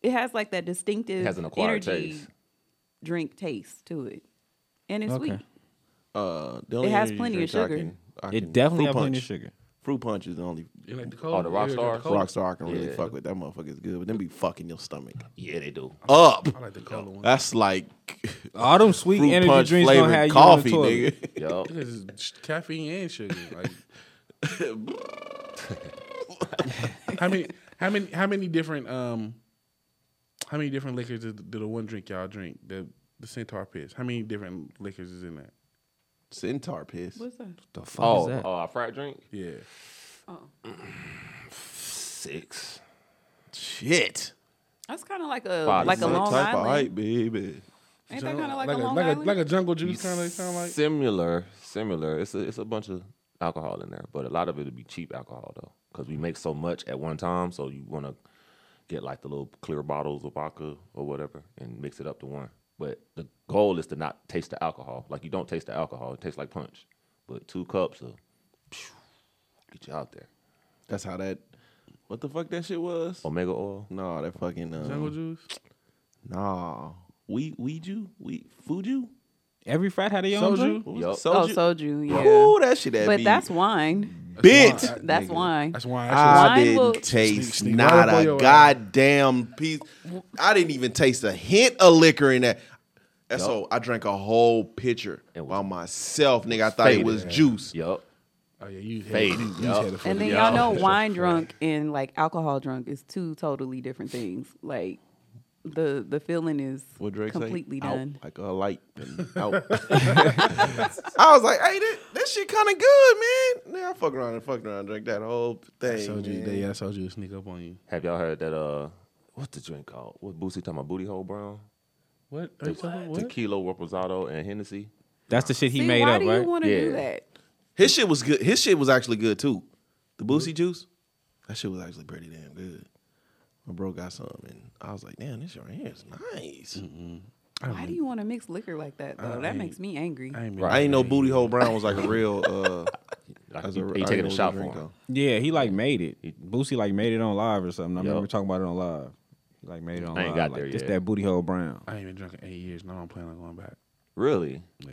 [SPEAKER 4] It has like that distinctive
[SPEAKER 3] It has an acquired
[SPEAKER 4] energy
[SPEAKER 3] taste.
[SPEAKER 4] drink taste to it, and it's
[SPEAKER 5] Okay.
[SPEAKER 4] sweet.
[SPEAKER 1] Uh, the only
[SPEAKER 4] has
[SPEAKER 1] energy
[SPEAKER 4] plenty
[SPEAKER 1] drink
[SPEAKER 4] of
[SPEAKER 1] I
[SPEAKER 4] sugar.
[SPEAKER 1] can- I can-
[SPEAKER 5] It definitely
[SPEAKER 1] fruit
[SPEAKER 5] has plenty of
[SPEAKER 1] punch.
[SPEAKER 5] sugar.
[SPEAKER 1] Fruit punch is the only
[SPEAKER 2] You like the cold?
[SPEAKER 3] Oh, the rock
[SPEAKER 2] You like
[SPEAKER 3] star?
[SPEAKER 2] cold?
[SPEAKER 1] rock star I can really
[SPEAKER 3] Yeah.
[SPEAKER 1] fuck with. That motherfucker's good, but then be fucking your stomach
[SPEAKER 3] Yeah, they do.
[SPEAKER 1] up.
[SPEAKER 2] I like the cold one.
[SPEAKER 1] That's like
[SPEAKER 5] All them sweet
[SPEAKER 1] fruit
[SPEAKER 5] energy
[SPEAKER 1] punch
[SPEAKER 5] drinks gonna
[SPEAKER 1] flavored
[SPEAKER 5] have
[SPEAKER 1] coffee,
[SPEAKER 5] you on the toilet.
[SPEAKER 1] nigga.
[SPEAKER 3] Yup.
[SPEAKER 2] This is sh- caffeine and sugar. Like, how many? How many? How many different? Um, how many different liquors did, did the one drink y'all drink? The the centaur piss. How many different liquors is in that?
[SPEAKER 1] Centaur piss.
[SPEAKER 4] What's that?
[SPEAKER 5] The fuck is
[SPEAKER 3] Oh,
[SPEAKER 5] that?
[SPEAKER 3] uh, fried drink?
[SPEAKER 2] Yeah,
[SPEAKER 3] Six.
[SPEAKER 1] Shit.
[SPEAKER 4] That's kind of like a
[SPEAKER 3] Five,
[SPEAKER 4] like a
[SPEAKER 3] six.
[SPEAKER 4] Long
[SPEAKER 1] Type of
[SPEAKER 4] Island.
[SPEAKER 1] hype, baby.
[SPEAKER 4] Ain't that kind of like, a Long
[SPEAKER 2] like
[SPEAKER 4] Island?
[SPEAKER 2] a like a jungle juice kind of sound like.
[SPEAKER 3] Similar, similar. It's a, it's a bunch of alcohol in there, but a lot of it would be cheap alcohol though, because we make so much at one time. So you want to get like the little clear bottles of vodka or whatever and mix it up to one. But the goal is to not taste the alcohol. Like you don't taste the alcohol; it tastes like punch. But two cups will phew, get you out there.
[SPEAKER 1] That's how that. What the fuck that shit was?
[SPEAKER 2] Oh.
[SPEAKER 3] Omega oil.
[SPEAKER 1] No, that fucking.
[SPEAKER 2] Jungle
[SPEAKER 1] Um,
[SPEAKER 2] juice.
[SPEAKER 3] Mm-hmm.
[SPEAKER 1] nah. We Ouiju? We Fuju?
[SPEAKER 5] Every frat had a own drink.
[SPEAKER 2] Soju.
[SPEAKER 1] What was it?
[SPEAKER 3] Yup.
[SPEAKER 4] oh,
[SPEAKER 1] Soju?
[SPEAKER 4] soju. Yeah.
[SPEAKER 1] Ooh, that shit that
[SPEAKER 4] but
[SPEAKER 1] be
[SPEAKER 4] that's wine.
[SPEAKER 1] bitch.
[SPEAKER 2] wine.
[SPEAKER 4] That's wine.
[SPEAKER 2] That's why.
[SPEAKER 3] Ah.
[SPEAKER 2] I
[SPEAKER 1] I
[SPEAKER 4] Mine
[SPEAKER 1] didn't
[SPEAKER 4] will-
[SPEAKER 1] taste
[SPEAKER 2] Sneak- sneak
[SPEAKER 1] not
[SPEAKER 2] right up on
[SPEAKER 1] a
[SPEAKER 2] your ass.
[SPEAKER 1] goddamn piece. I didn't even taste a hint of liquor in that. And so I drank a whole pitcher
[SPEAKER 3] It was-
[SPEAKER 1] by myself, nigga. I thought it was juice.
[SPEAKER 3] Yup.
[SPEAKER 2] Oh yeah, you had,
[SPEAKER 3] Faded,
[SPEAKER 2] you, you had
[SPEAKER 3] yup.
[SPEAKER 2] a
[SPEAKER 4] And then
[SPEAKER 2] fucking-
[SPEAKER 4] y'all know wine drunk and like alcohol drunk is two totally different things. Like the the feeling is
[SPEAKER 1] What Drake say?
[SPEAKER 4] completely
[SPEAKER 1] Out,
[SPEAKER 4] done.
[SPEAKER 1] like a light. and out. I was like, hey, this, this shit kind of good, man. Now I fuck around and fuck around, drank that whole thing.
[SPEAKER 2] Soju.
[SPEAKER 1] man.
[SPEAKER 2] They, yeah, soju will sneak up on you.
[SPEAKER 3] Have y'all heard that? Uh, what's the drink called? What Boosie talking about? Booty hole brown.
[SPEAKER 2] What? Are you talking about? What?
[SPEAKER 3] Tequila, Reposado, and Hennessy.
[SPEAKER 5] That's the shit he
[SPEAKER 4] See,
[SPEAKER 5] made
[SPEAKER 4] why
[SPEAKER 5] up,
[SPEAKER 4] do
[SPEAKER 5] right?
[SPEAKER 4] you want to do
[SPEAKER 3] Yeah.
[SPEAKER 4] that?
[SPEAKER 1] His shit was good. His shit was actually good too. The Boosie juice, that shit was actually pretty damn good. My bro got some, and I was like, "Damn, this shit right here is nice."
[SPEAKER 3] Mm-hmm.
[SPEAKER 4] Why do you want to mix liquor like that though? that makes me angry.
[SPEAKER 2] I ain't been-
[SPEAKER 1] I ain't know Booty Hole Brown was like a real. uh
[SPEAKER 3] Like,
[SPEAKER 1] as
[SPEAKER 3] he,
[SPEAKER 1] a- I
[SPEAKER 3] he
[SPEAKER 1] didn't
[SPEAKER 3] taking
[SPEAKER 1] know
[SPEAKER 3] a
[SPEAKER 1] it was
[SPEAKER 3] shot for
[SPEAKER 1] drink,
[SPEAKER 3] him.
[SPEAKER 1] though.
[SPEAKER 5] Yeah, he like made it. Boosie like made it on live or something. I remember
[SPEAKER 3] Yup.
[SPEAKER 5] talking about it on live. He like made it on
[SPEAKER 3] I ain't
[SPEAKER 5] live.
[SPEAKER 3] got
[SPEAKER 5] like,
[SPEAKER 3] there
[SPEAKER 5] Just
[SPEAKER 3] yet.
[SPEAKER 5] that booty hole brown.
[SPEAKER 2] I ain't been drunk in eight years. Now I'm planning on going back.
[SPEAKER 3] Really?
[SPEAKER 2] Yeah.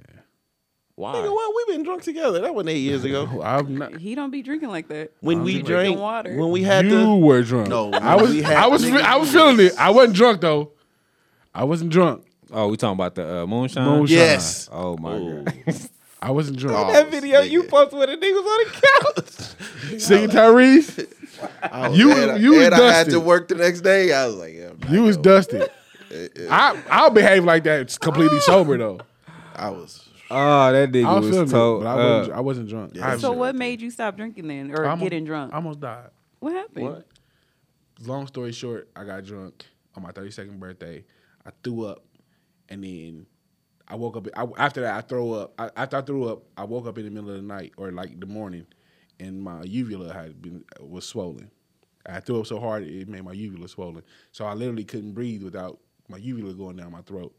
[SPEAKER 3] Why?
[SPEAKER 1] Nigga, what? We been drunk together. That wasn't eight years ago.
[SPEAKER 2] I'm not.
[SPEAKER 4] He don't be drinking like that.
[SPEAKER 1] When we
[SPEAKER 4] Drinking
[SPEAKER 1] drank,
[SPEAKER 4] water.
[SPEAKER 1] when we had
[SPEAKER 2] you
[SPEAKER 1] to,
[SPEAKER 2] were drunk.
[SPEAKER 1] No,
[SPEAKER 2] I was.
[SPEAKER 1] we had-
[SPEAKER 2] I was. fe- I was feeling it. I wasn't drunk though. I wasn't drunk.
[SPEAKER 5] Oh, we talking about the uh, moonshine?
[SPEAKER 2] Moonshine.
[SPEAKER 1] yes,
[SPEAKER 5] Oh my god.
[SPEAKER 2] I wasn't drunk.
[SPEAKER 1] That video you
[SPEAKER 5] posted with the niggas on the couch.
[SPEAKER 2] Singing Tyrese,
[SPEAKER 1] I
[SPEAKER 2] You-
[SPEAKER 1] and,
[SPEAKER 2] you
[SPEAKER 1] and
[SPEAKER 2] was
[SPEAKER 1] I had to
[SPEAKER 2] dusted.
[SPEAKER 1] work the next day. I was like, yeah, I'm not
[SPEAKER 2] you was
[SPEAKER 1] going.
[SPEAKER 2] dusted. I I'll behave like that
[SPEAKER 1] Ah.
[SPEAKER 2] completely sober though.
[SPEAKER 1] I was.
[SPEAKER 5] Oh, that nigga
[SPEAKER 2] I was feeling
[SPEAKER 5] was
[SPEAKER 2] it,
[SPEAKER 5] told.
[SPEAKER 2] but I wasn't, I wasn't drunk. I
[SPEAKER 4] so
[SPEAKER 2] was-
[SPEAKER 4] what made you stop drinking then, or
[SPEAKER 2] I almost-
[SPEAKER 4] getting drunk?
[SPEAKER 2] I almost died.
[SPEAKER 4] what happened?
[SPEAKER 2] Long story short, I got drunk on my 32nd birthday. I threw up, and then I woke up. I, after that, I throw up. I, after I threw up, I woke up in the middle of the night or like the morning, and my uvula had been was swollen. I threw up so hard it made my uvula swollen. So I literally couldn't breathe without my uvula going down my throat.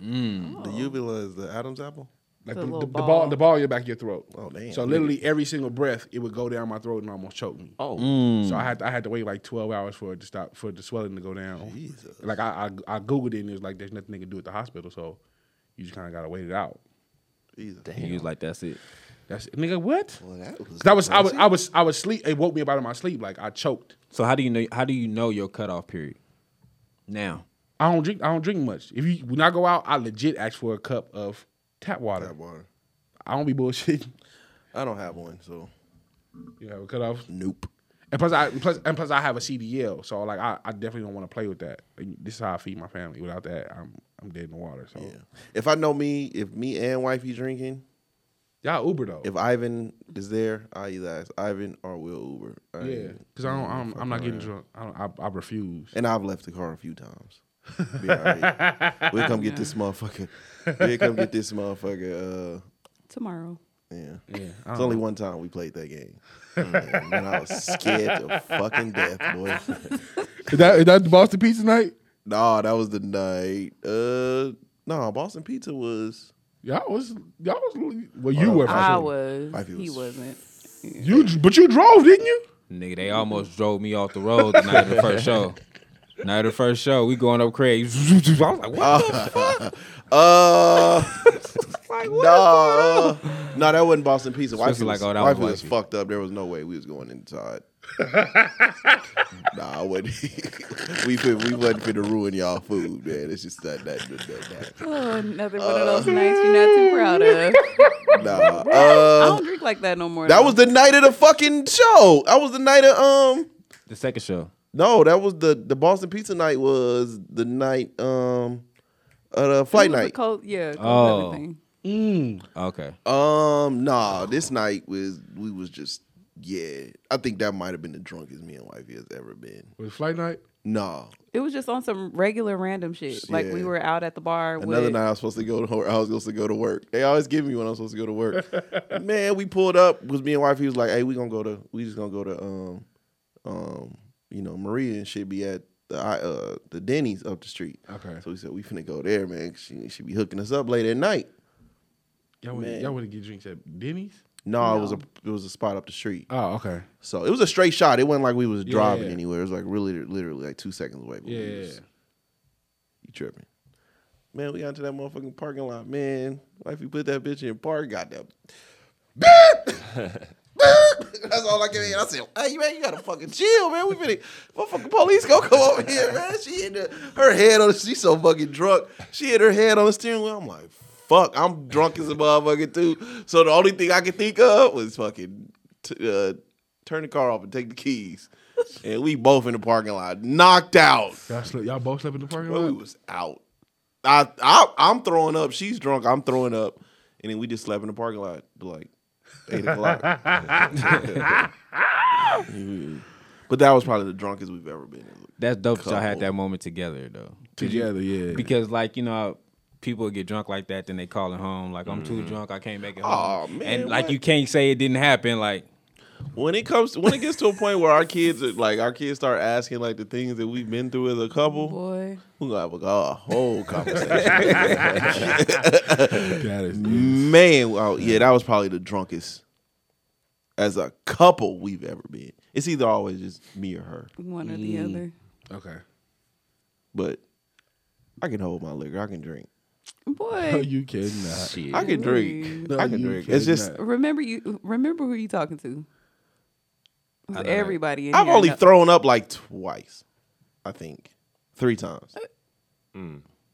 [SPEAKER 1] hmm,
[SPEAKER 4] Oh.
[SPEAKER 1] The uvula is the Adam's apple.
[SPEAKER 2] Like
[SPEAKER 4] The
[SPEAKER 2] the, the,
[SPEAKER 4] little
[SPEAKER 2] the ball.
[SPEAKER 4] ball.
[SPEAKER 2] the ball in the back of your throat.
[SPEAKER 1] Oh, damn.
[SPEAKER 2] So literally every single breath, it would go down my throat and almost choke me.
[SPEAKER 3] Oh,
[SPEAKER 1] Mm.
[SPEAKER 2] So I had I had to wait like twelve hours for it to stop for the swelling to go down. Like I, I I googled it and it was like there's nothing they can do at the hospital, so you just kind of gotta wait it out.
[SPEAKER 5] He was like, "That's it."
[SPEAKER 2] That's nigga what?
[SPEAKER 1] Well, that was.
[SPEAKER 2] That was I was I was I was sleep. It woke me up out of my sleep. Like I choked.
[SPEAKER 5] So how do you know? How do you know your cutoff period? Now,
[SPEAKER 2] I don't drink. I don't drink much. If you when I go out, I legit ask for a cup of tap water.
[SPEAKER 1] Tap water.
[SPEAKER 2] I don't be bullshitting.
[SPEAKER 1] I don't have one, so
[SPEAKER 2] You have a cutoff.
[SPEAKER 1] nope.
[SPEAKER 2] And plus, I plus and plus I have a CDL, so like I, I definitely don't want to play with that. And this is how I feed my family. Without that, I'm I'm dead in the water. So
[SPEAKER 1] Yeah. If I know me, if me and wifey drinking,
[SPEAKER 2] y'all Uber though.
[SPEAKER 1] if Ivan is there, I either ask Ivan or will Uber. I
[SPEAKER 2] Yeah,
[SPEAKER 1] ain't-
[SPEAKER 2] because I don't.
[SPEAKER 1] ain't
[SPEAKER 2] I'm,
[SPEAKER 1] fucking
[SPEAKER 2] I'm not getting
[SPEAKER 1] around.
[SPEAKER 2] drunk. I, don't, I, I refuse.
[SPEAKER 1] And I've left the car a few times. Be all right. We'll come get this motherfucker. We'll come get this motherfucker. Uh,
[SPEAKER 4] Tomorrow.
[SPEAKER 7] Yeah.
[SPEAKER 2] I
[SPEAKER 7] It's
[SPEAKER 2] don't
[SPEAKER 7] only
[SPEAKER 2] know.
[SPEAKER 7] one time we played that game. and then I was scared to fucking death, boy.
[SPEAKER 2] Is that is that the Boston Pizza night?
[SPEAKER 7] no, that was the night. Uh, no, Boston Pizza was.
[SPEAKER 2] Y'all was y'all was well you were
[SPEAKER 4] I
[SPEAKER 2] for sure.
[SPEAKER 4] was.
[SPEAKER 7] My view
[SPEAKER 4] He
[SPEAKER 7] was-
[SPEAKER 4] wasn't.
[SPEAKER 2] you but you drove didn't you?
[SPEAKER 5] Nigga, they almost drove me off the road the night of the first show. Night of the first show, we going up Craig. I was like, what?
[SPEAKER 7] Uh,
[SPEAKER 1] No, no, that wasn't Boston Pizza. Wife
[SPEAKER 5] Especially
[SPEAKER 1] was,
[SPEAKER 5] like, oh, that
[SPEAKER 1] Wifey
[SPEAKER 5] was
[SPEAKER 1] was
[SPEAKER 5] Wifey.
[SPEAKER 1] fucked up. There was no way we was going inside.
[SPEAKER 7] nah, I wasn't. we fin- we wasn't finna ruin y'all food, man. It's just not that. that, that,
[SPEAKER 4] Oh, another one of those nights you're not too proud of.
[SPEAKER 7] that. Nah,
[SPEAKER 4] I
[SPEAKER 7] uh,
[SPEAKER 4] don't drink like that no more.
[SPEAKER 1] That
[SPEAKER 4] though.
[SPEAKER 1] was the night of the fucking show. That was the night of um.
[SPEAKER 5] The second show.
[SPEAKER 1] No, that was the the Boston Pizza night was the night um, uh, the
[SPEAKER 4] It
[SPEAKER 1] flight
[SPEAKER 4] was a
[SPEAKER 1] night.
[SPEAKER 4] Cold, yeah. Cold
[SPEAKER 5] Oh.
[SPEAKER 4] Everything.
[SPEAKER 5] Okay.
[SPEAKER 1] Um, nah, this night was we was just yeah. I think that might have been the drunkest me and wifey has ever been.
[SPEAKER 2] Was it flight night?
[SPEAKER 1] Nah,
[SPEAKER 4] It was just on some regular random shit. Like we
[SPEAKER 1] Yeah.
[SPEAKER 4] were out at the bar.
[SPEAKER 1] another
[SPEAKER 4] with,
[SPEAKER 1] night I was supposed to go to I was supposed to go to work. They always give me when I'm supposed to go to work. Man, we pulled up was me and wifey was like, hey, we gonna go to we just gonna go to um um you know Maria and she be at the I- uh the Denny's up the street.
[SPEAKER 2] Okay.
[SPEAKER 1] So we said we finna go there, man. She she be hooking us up late at night.
[SPEAKER 2] Y'all
[SPEAKER 1] Man.
[SPEAKER 2] wouldn't y'all wouldn't get drinks at Denny's?
[SPEAKER 1] No, it was a it was a spot up the street.
[SPEAKER 2] Oh, okay.
[SPEAKER 1] So it was a straight shot. It wasn't like we was
[SPEAKER 2] Yeah,
[SPEAKER 1] driving
[SPEAKER 2] yeah.
[SPEAKER 1] anywhere. It was like really literally like two seconds away. But we
[SPEAKER 2] Yeah.
[SPEAKER 1] was- You tripping. Man, we got into that motherfucking parking lot, man. Wifey put that bitch in park, got that. That's all I can hear. I said, hey, man, you gotta fucking chill, man. We finna, motherfucking police gonna come over here, man. She hit the, her head on, she's so fucking drunk. She hit her head on the steering wheel. I'm like, fuck, I'm drunk as a motherfucker too. So the only thing I could think of was fucking t- uh, turn the car off and take the keys. And we both in the parking lot, knocked out.
[SPEAKER 2] Y'all, slept, y'all both slept in the parking
[SPEAKER 1] Well, we
[SPEAKER 2] lot?
[SPEAKER 1] was out. I, I I'm throwing up. She's drunk. I'm throwing up, and then we just slept in the parking lot till like eight o'clock. but that was probably the drunkest we've ever been.
[SPEAKER 5] That's dope that y'all had
[SPEAKER 1] Couple.
[SPEAKER 5] that moment together, though.
[SPEAKER 2] Together, yeah.
[SPEAKER 5] Because, like, you know, people get drunk like that, then they calling home. Like, I'm too drunk. I can't make it home.
[SPEAKER 1] Aw, man,
[SPEAKER 5] and, like,
[SPEAKER 1] what?
[SPEAKER 5] you can't say it didn't happen. Like,
[SPEAKER 1] When it comes, when it gets to a point where our kids, are, like our kids, start asking like the things that we've been through as a couple,
[SPEAKER 4] Boy,
[SPEAKER 1] we're gonna have a, a whole conversation.
[SPEAKER 2] That is
[SPEAKER 1] Man, wow, yeah, that was probably the drunkest as a couple we've ever been. It's either always just me or her.
[SPEAKER 4] one or the other.
[SPEAKER 2] okay.
[SPEAKER 1] but I can hold my liquor. I can drink.
[SPEAKER 2] No,
[SPEAKER 4] Boy,
[SPEAKER 2] you cannot.
[SPEAKER 3] Shit.
[SPEAKER 1] I can drink. I can drink. It's just
[SPEAKER 4] remember you. Remember who you talking to. It was Everybody. In
[SPEAKER 1] I've
[SPEAKER 4] here
[SPEAKER 1] only
[SPEAKER 4] know-
[SPEAKER 1] thrown up like twice, I think, three times.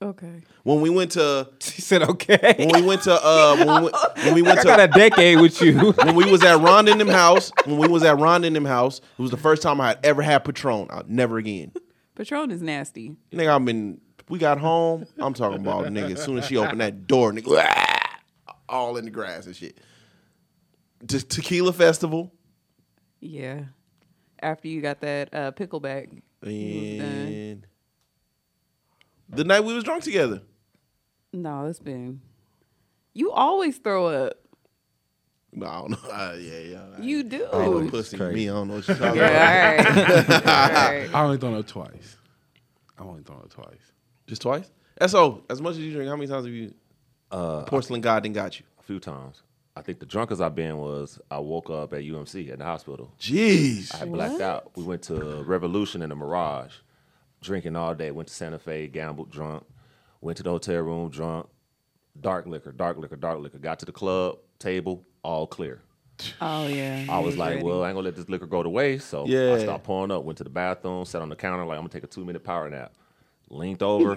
[SPEAKER 4] Okay.
[SPEAKER 1] When we went to
[SPEAKER 5] she said, okay.
[SPEAKER 1] when we went to uh when we went, when we went
[SPEAKER 5] I got
[SPEAKER 1] to
[SPEAKER 5] a decade with you.
[SPEAKER 1] when we was at Rhonda in them house when we was at Rhonda in them house it was the first time I had ever had Patron. I, never again.
[SPEAKER 4] Patron is nasty.
[SPEAKER 1] Nigga, I'm in. We got home. I'm talking about nigga. As soon as she opened that door, nigga, "Wah!" all in the grass and shit. Just tequila festival.
[SPEAKER 4] Yeah. After you got that uh, pickleback, you was done.
[SPEAKER 1] And the night we was drunk together.
[SPEAKER 4] No, it's been. You always throw up.
[SPEAKER 1] No, I don't know. Uh, yeah, yeah. I-
[SPEAKER 4] You do.
[SPEAKER 1] I ain't no pussy to me. I don't know what you're talking about.
[SPEAKER 4] Yeah, all right. All right.
[SPEAKER 2] I only thrown up twice. I only thrown up twice.
[SPEAKER 1] Just twice. So, as much as you drink, how many times have you? Porcelain God didn't got you.
[SPEAKER 3] a few times. I think the drunkest I've been was I woke up at UMC at the hospital.
[SPEAKER 1] Jeez.
[SPEAKER 3] I had blacked
[SPEAKER 4] What?
[SPEAKER 3] out. We went to Revolution in the Mirage, drinking all day. Went to Santa Fe, gambled, drunk. Went to the hotel room, drunk. Dark liquor, dark liquor, dark liquor. Got to the club table, all clear.
[SPEAKER 4] Oh yeah.
[SPEAKER 3] I
[SPEAKER 4] he
[SPEAKER 3] was like,
[SPEAKER 4] ready.
[SPEAKER 3] well, I ain't gonna let this liquor go to waste. So
[SPEAKER 1] Yeah.
[SPEAKER 3] I stopped pouring up, went to the bathroom, sat on the counter, like, I'm gonna take a two minute power nap. Leaned over.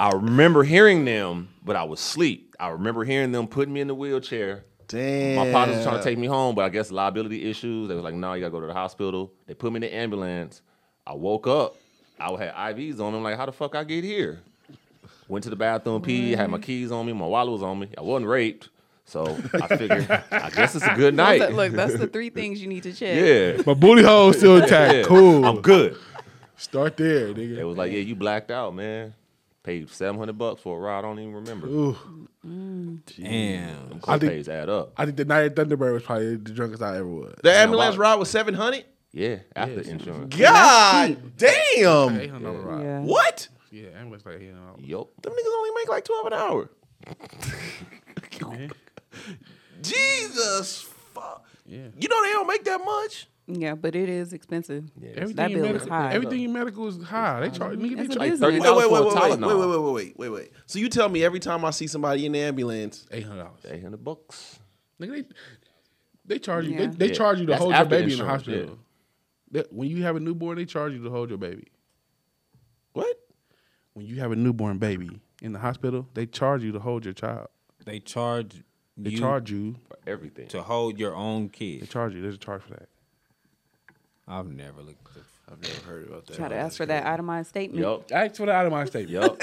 [SPEAKER 3] I remember hearing them, but I was asleep. I remember hearing them putting me in the wheelchair.
[SPEAKER 1] Damn.
[SPEAKER 3] My partner was trying to take me home, but I guess liability issues. They was like, no, you gotta go to the hospital. They put me in the ambulance. I woke up. I had IVs on. I'm like, how the fuck I get here? Went to the bathroom, pee, had my keys on me, my wallet was on me. I wasn't raped. So I figured, I guess it's a good
[SPEAKER 4] Those
[SPEAKER 3] night.
[SPEAKER 4] are- Look, that's the three things you need to check.
[SPEAKER 3] yeah.
[SPEAKER 2] My booty hole still intact.
[SPEAKER 3] yeah.
[SPEAKER 2] Cool.
[SPEAKER 3] I'm good.
[SPEAKER 2] Start there,
[SPEAKER 3] They
[SPEAKER 2] nigga.
[SPEAKER 3] was like, yeah, you blacked out, man. paid seven hundred bucks for a ride. I don't even remember.
[SPEAKER 5] Damn.
[SPEAKER 3] I
[SPEAKER 2] think-
[SPEAKER 3] pays add up.
[SPEAKER 2] I think the night at Thunderbird was probably the drunkest I ever was.
[SPEAKER 1] The
[SPEAKER 3] Yeah,
[SPEAKER 1] ambulance
[SPEAKER 3] why-
[SPEAKER 1] ride was seven hundred.
[SPEAKER 3] Yeah, after insurance.
[SPEAKER 1] God damn!
[SPEAKER 2] Eight hundred dollar ride.
[SPEAKER 4] Yeah.
[SPEAKER 1] What?
[SPEAKER 2] Yeah, ambulance like eight hundred.
[SPEAKER 3] Yup.
[SPEAKER 1] Them niggas only make like twelve an hour. Jesus, fuck.
[SPEAKER 2] Yeah.
[SPEAKER 1] You know they don't make that much.
[SPEAKER 4] Yeah, but it is expensive.
[SPEAKER 3] Yeah,
[SPEAKER 4] That
[SPEAKER 2] Everything in
[SPEAKER 4] bill is
[SPEAKER 2] medical,
[SPEAKER 4] high.
[SPEAKER 2] everything in medical is high. They charge nigga. They
[SPEAKER 4] It's a
[SPEAKER 2] charge
[SPEAKER 4] business.
[SPEAKER 3] thirty
[SPEAKER 1] Wait, wait,
[SPEAKER 3] dollars
[SPEAKER 1] wait,
[SPEAKER 3] for a
[SPEAKER 1] wait, wait, wait,
[SPEAKER 3] Tylenol.
[SPEAKER 1] wait, wait, wait, wait, wait. So you tell me every time I see somebody in the ambulance,
[SPEAKER 2] eight hundred dollars.
[SPEAKER 3] Eight hundred bucks.
[SPEAKER 2] Nigga, they they charge you. They,
[SPEAKER 4] Yeah.
[SPEAKER 2] they
[SPEAKER 3] Yeah.
[SPEAKER 2] charge you to
[SPEAKER 3] That's
[SPEAKER 2] hold your
[SPEAKER 3] after
[SPEAKER 2] baby in the
[SPEAKER 3] insurance,
[SPEAKER 2] hospital. That- when you have a newborn, they charge you to hold your baby.
[SPEAKER 1] what?
[SPEAKER 2] When you have a newborn baby in the hospital, they charge you to hold your child.
[SPEAKER 5] They charge
[SPEAKER 2] They
[SPEAKER 5] you
[SPEAKER 2] charge you.
[SPEAKER 3] For everything.
[SPEAKER 5] to hold your own
[SPEAKER 2] They
[SPEAKER 5] kid.
[SPEAKER 2] charge you. There's a charge for that.
[SPEAKER 5] I've never looked at the
[SPEAKER 7] I've never heard about that.
[SPEAKER 4] Try to ask for that itemized statement.
[SPEAKER 3] Yup.
[SPEAKER 2] Ask for the out of my statement.
[SPEAKER 3] Yup.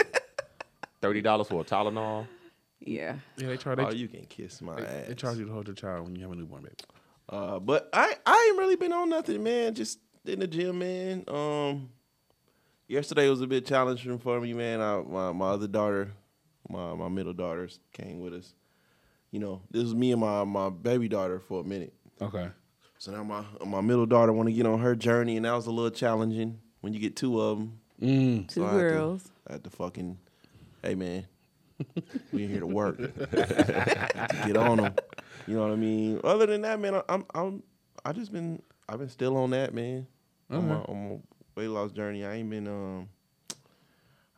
[SPEAKER 3] Thirty dollars for a Tylenol.
[SPEAKER 4] Yeah.
[SPEAKER 2] Yeah, they charge. They,
[SPEAKER 1] Oh, you can kiss my
[SPEAKER 2] they,
[SPEAKER 1] ass.
[SPEAKER 2] they charge you to hold your child when you have a newborn baby.
[SPEAKER 1] Uh, but I I ain't really been on nothing, man. Just in the gym, man. Um, yesterday was a bit challenging for me, man. I, my my other daughter, my my middle daughter came with us. You know, this was me and my my baby daughter for a minute.
[SPEAKER 2] Okay.
[SPEAKER 1] So now my my middle daughter want to get on her journey, and that was a little challenging when you get two of them.
[SPEAKER 4] Two
[SPEAKER 1] I had to-
[SPEAKER 4] girls.
[SPEAKER 1] I had to fucking, hey man, we in here to work. To get on them. You know what I mean. Other than that, man, I- I'm I'm I just been I've been still on that man. On my on my weight loss journey, I ain't been um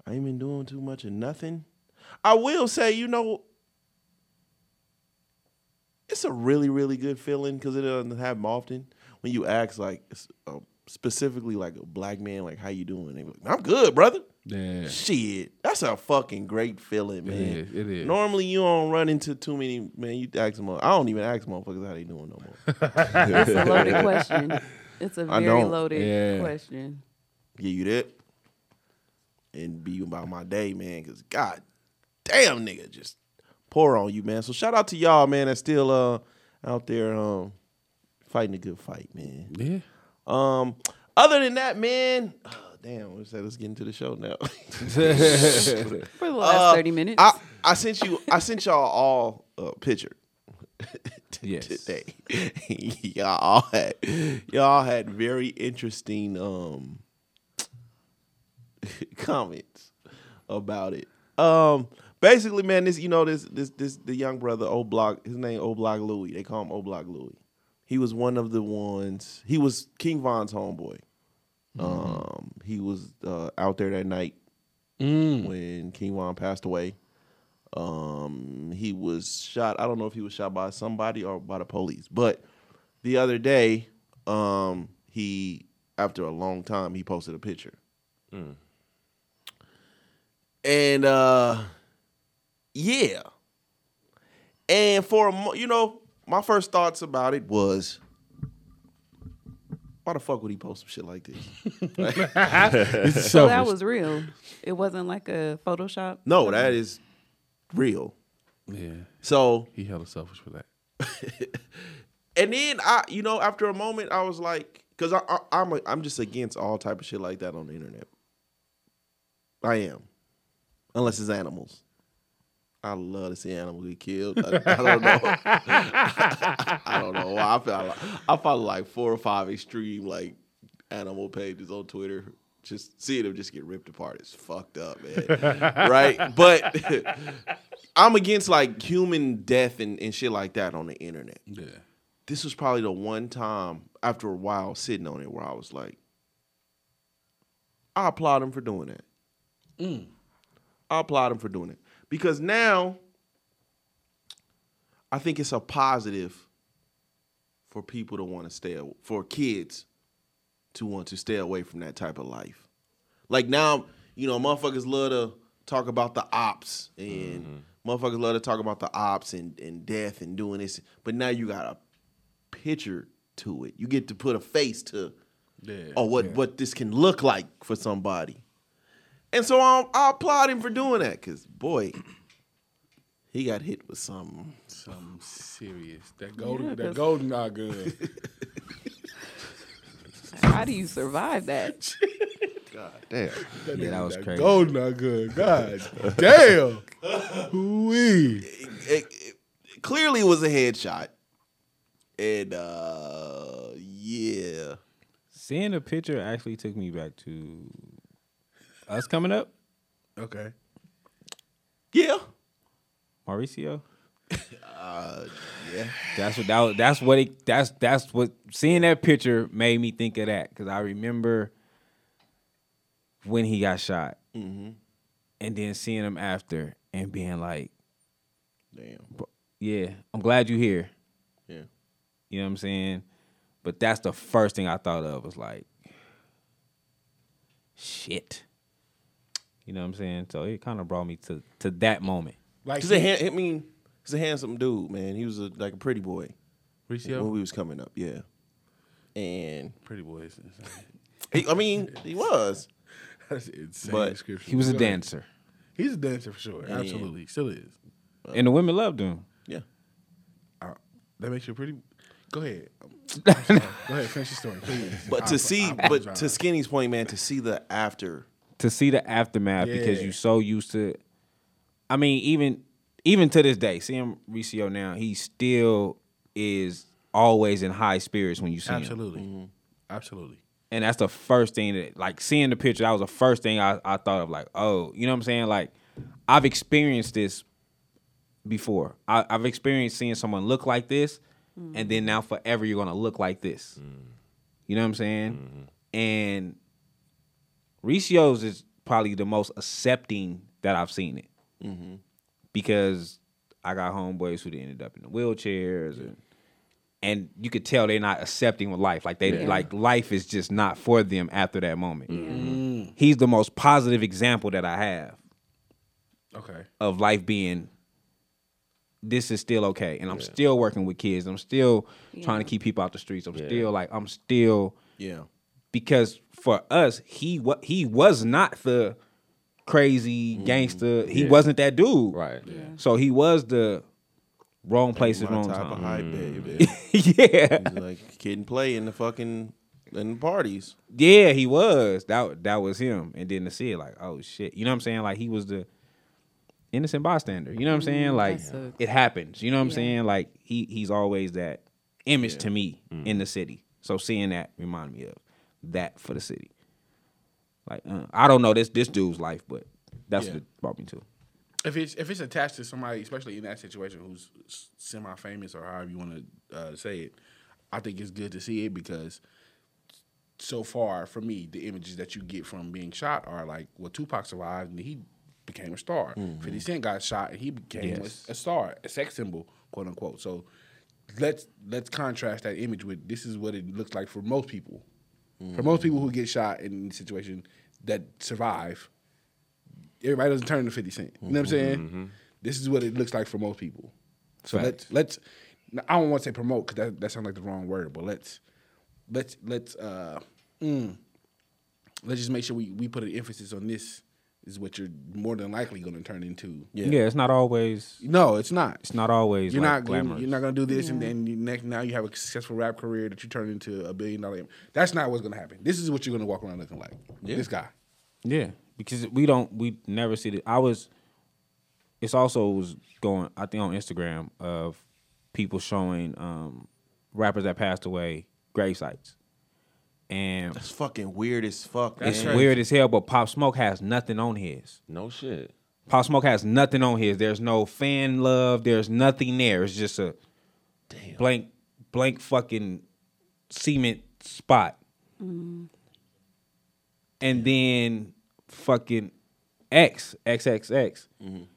[SPEAKER 1] I ain't been doing too much of nothing. I will say, you know, it's a really really good feeling because it doesn't happen often when you ask like s- uh, specifically like a black man like how you doing. They be like, I'm good, brother.
[SPEAKER 2] Yeah.
[SPEAKER 1] Shit, that's a fucking great feeling, man.
[SPEAKER 2] is, it is.
[SPEAKER 1] Normally you don't run into too many man. You ask them, I don't even ask motherfuckers how they doing no more.
[SPEAKER 4] It's a loaded question. It's a
[SPEAKER 1] I
[SPEAKER 4] very
[SPEAKER 1] don't.
[SPEAKER 4] loaded
[SPEAKER 2] Yeah.
[SPEAKER 4] question.
[SPEAKER 1] Give you that, and be about my day, man. Cause god damn, nigga, just pour on you, man. So shout out to y'all, man. That's still uh out there um fighting a good fight, man.
[SPEAKER 2] Yeah.
[SPEAKER 1] Um, other than that, man. Oh, damn, let's let's get into the show now.
[SPEAKER 4] For the last
[SPEAKER 1] Uh,
[SPEAKER 4] thirty minutes.
[SPEAKER 1] I, I sent you. I sent y'all all a picture. t-
[SPEAKER 5] Yes.
[SPEAKER 1] Today, y'all all had y'all had very interesting um comments about it. Um, basically, man, this you know this this this the young brother O Block. His name O Block Louis. They call him O Block Louis. He was one of the ones. He was King Von's homeboy. Um, he was uh, out there that night when King Von passed away. Um, he was shot. I don't know if he was shot by somebody or by the police, but the other day, um, he after a long time he posted a picture, and uh, yeah, and for a mo- you know, my first thoughts about it was. Why the fuck would he post some shit like this?
[SPEAKER 4] so that was real. It wasn't like a Photoshop.
[SPEAKER 1] No, that is real.
[SPEAKER 2] Yeah.
[SPEAKER 1] So
[SPEAKER 2] He hella selfish for that.
[SPEAKER 1] and then I, you know, after a moment, I was like, because I, I, I'm, a, I'm just against all type of shit like that on the internet. I am, unless it's animals. I love to see animals get killed. I, I don't know. I, don't know why. I feel like, I follow like four or five extreme like animal pages on Twitter. Just seeing them just get ripped apart is fucked up, man. right? But I'm against like human death and, and shit like that on the internet
[SPEAKER 2] Yeah.
[SPEAKER 1] this was probably the one time after a while sitting on it where I was like, I applaud him for doing that. I applaud him for doing it because now I think it's a positive for people to want to stay aw- for kids to want to stay away from that type of life. Like now, you know, motherfuckers love to talk about the ops and motherfuckers love to talk about the ops and, and death and doing this. But now you got a picture to it. You get to put a face to
[SPEAKER 2] Yeah.
[SPEAKER 1] or what what this can look like for somebody. And so I, I applaud him for doing that because boy, he got hit with something.
[SPEAKER 2] Something serious. That golden.
[SPEAKER 4] Yeah,
[SPEAKER 2] that
[SPEAKER 4] that's-
[SPEAKER 2] golden eye gun.
[SPEAKER 4] How do you survive that?
[SPEAKER 1] God damn.
[SPEAKER 5] Yeah, that was crazy.
[SPEAKER 2] Gold not good. God damn. Wee.
[SPEAKER 1] It, it clearly was a headshot. And uh yeah.
[SPEAKER 5] Seeing the picture actually took me back to us coming up,
[SPEAKER 2] Okay.
[SPEAKER 1] Yeah.
[SPEAKER 5] Mauricio. uh, yeah. That's what that was, that's what it that's that's what seeing that picture made me think of that because I remember when he got shot, and then seeing him after and being like,
[SPEAKER 1] Damn.
[SPEAKER 5] "Yeah, I'm glad you here."
[SPEAKER 1] Yeah.
[SPEAKER 5] You know what I'm saying? But that's the first thing I thought of was like, shit. You know what I'm saying? So it kind of brought me to to that moment.
[SPEAKER 2] Like
[SPEAKER 1] He's a hand, I mean, he's a handsome dude, man. He was a, like a pretty boy when
[SPEAKER 2] Mauricio.
[SPEAKER 1] we was coming up, yeah. And
[SPEAKER 2] Pretty boys.
[SPEAKER 1] he, I mean, he was.
[SPEAKER 2] That's insane
[SPEAKER 1] But
[SPEAKER 2] description.
[SPEAKER 5] He was a
[SPEAKER 2] Go ahead.
[SPEAKER 5] dancer,
[SPEAKER 2] He's a dancer for sure. Absolutely. Still is.
[SPEAKER 5] and the women loved him.
[SPEAKER 1] Yeah.
[SPEAKER 2] That makes you pretty. Go ahead. I'm sorry. Go ahead. Finish your story, please.
[SPEAKER 1] But
[SPEAKER 2] I-
[SPEAKER 1] to see,
[SPEAKER 2] I
[SPEAKER 1] but
[SPEAKER 2] apologize.
[SPEAKER 1] to Skinny's point, man, to see the after,
[SPEAKER 5] To see the aftermath because
[SPEAKER 2] Yeah.
[SPEAKER 5] you so used to. I mean, even even to this day, seeing Riccio now, he still is always in high spirits when you see him.
[SPEAKER 2] Absolutely. Absolutely.
[SPEAKER 5] and that's the first thing that like seeing the picture that was the first thing I, I thought of like oh you know what i'm saying like i've experienced this before I, i've experienced seeing someone look like this and then now forever you're gonna look like this you know what i'm saying and Ricio's is probably the most accepting that i've seen it because i got homeboys who ended up in the wheelchairs and and you could tell they're not accepting with life. Like they like life is just not for them after that moment. He's the most positive example that I have
[SPEAKER 2] Okay.
[SPEAKER 5] of life being this is still okay. And I'm still working with kids. I'm still trying to keep people out the streets. I'm still like I'm still
[SPEAKER 1] yeah,
[SPEAKER 5] because for us, he what he was not the crazy gangster. He wasn't that dude.
[SPEAKER 3] Right. Yeah.
[SPEAKER 5] So he was the wrong place at
[SPEAKER 1] my
[SPEAKER 5] wrong
[SPEAKER 1] type
[SPEAKER 5] time.
[SPEAKER 1] of hype, baby.
[SPEAKER 5] yeah.
[SPEAKER 1] He's like kid and play in the fucking in the parties.
[SPEAKER 5] Yeah, he was. That that was him. And then to see it, like, oh shit. You know what I'm saying? Like he was the innocent bystander. You know what I'm saying? Like
[SPEAKER 4] Mm, that sucks.
[SPEAKER 5] it happens. You know what I'm
[SPEAKER 4] Yeah.
[SPEAKER 5] saying? Like he he's always that image to me
[SPEAKER 2] Mm-hmm.
[SPEAKER 5] in the city. So seeing that reminded me of that for the city. Like uh, I don't know this this dude's life, but that's
[SPEAKER 2] Yeah.
[SPEAKER 5] what it brought me to.
[SPEAKER 2] If it's if it's attached to somebody, especially in that situation, who's semi famous or however you want to uh, say it, I think it's good to see it because so far for me, the images that you get from being shot are like, well, Tupac survived and he became a star. Fifty Cent got shot and he became a-
[SPEAKER 5] Yes.
[SPEAKER 2] a, star, a sex symbol, quote unquote. So let's let's contrast that image with this is what it looks like for most people. For most people who get shot in the situation that survive, everybody doesn't turn to 50 cents You know what I'm saying? This is what it looks like for most people. So
[SPEAKER 5] Facts.
[SPEAKER 2] let's let's I don't want to say promote because that, that sounds like the wrong word, but let's let's let's uh mm, let's just make sure we, we put an emphasis on this is what you're more than likely gonna turn into.
[SPEAKER 5] Yeah, it's not always
[SPEAKER 2] No, it's not.
[SPEAKER 5] it's not always
[SPEAKER 2] You're
[SPEAKER 5] like,
[SPEAKER 2] not gonna,
[SPEAKER 5] glamorous.
[SPEAKER 2] you're not gonna do this, and then you next now you have a successful rap career that you turn into a billion dollar. That's not what's gonna happen. This is what you're gonna walk around looking like. This guy.
[SPEAKER 5] Yeah, because we don't, we never see the. I was, it's also was going. I think on Instagram of people showing um rappers that passed away grave sites, and
[SPEAKER 1] That's fucking weird as fuck.
[SPEAKER 5] it's
[SPEAKER 1] man.
[SPEAKER 5] weird as hell. But Pop Smoke has nothing on his.
[SPEAKER 3] No shit.
[SPEAKER 5] Pop Smoke has nothing on his. There's no fan love. There's nothing there. It's just a blank, blank fucking cement spot. And then fucking X XXX.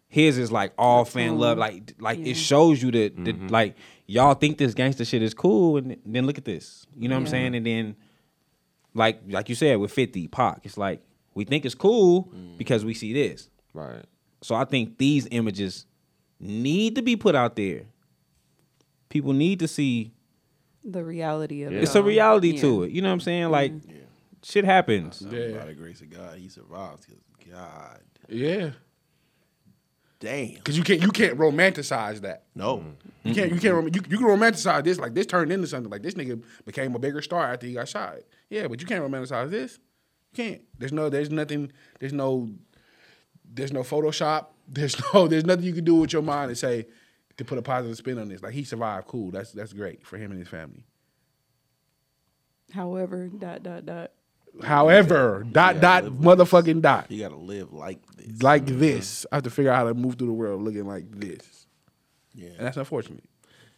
[SPEAKER 5] His is like all fan love. Like like it shows you that the, like y'all think this gangster shit is cool, and then look at this. You know what I'm
[SPEAKER 4] Yeah.
[SPEAKER 5] saying? And then like like you said with 50 Pac, it's like we think it's cool because we see this.
[SPEAKER 3] Right.
[SPEAKER 5] So I think these images need to be put out there. People need to see
[SPEAKER 4] The reality of it.
[SPEAKER 5] it's a
[SPEAKER 4] all.
[SPEAKER 5] reality
[SPEAKER 4] Yeah. Mm-hmm.
[SPEAKER 5] to it. You know what I'm saying? Like shit happens.
[SPEAKER 2] Yeah.
[SPEAKER 1] By the grace of God, he survived. 'cause God
[SPEAKER 2] Yeah.
[SPEAKER 1] damn.
[SPEAKER 2] Cause you can't you can't romanticize that.
[SPEAKER 1] No.
[SPEAKER 2] You can't you can't rom- you, you can romanticize this like this turned into something like this nigga became a bigger star after he got shot. Yeah, but you can't romanticize this. You can't. There's no. There's nothing. There's no. There's no Photoshop. There's no. There's nothing you can do with your mind and say to put a positive spin on this. Like he survived. Cool. That's that's great for him and his family.
[SPEAKER 4] However, dot dot dot.
[SPEAKER 2] However, dot dot motherfucking dot
[SPEAKER 6] You gotta live like this.
[SPEAKER 2] like this. I have to figure out how to move through the world looking like this, and
[SPEAKER 6] Yeah.
[SPEAKER 2] that's unfortunate.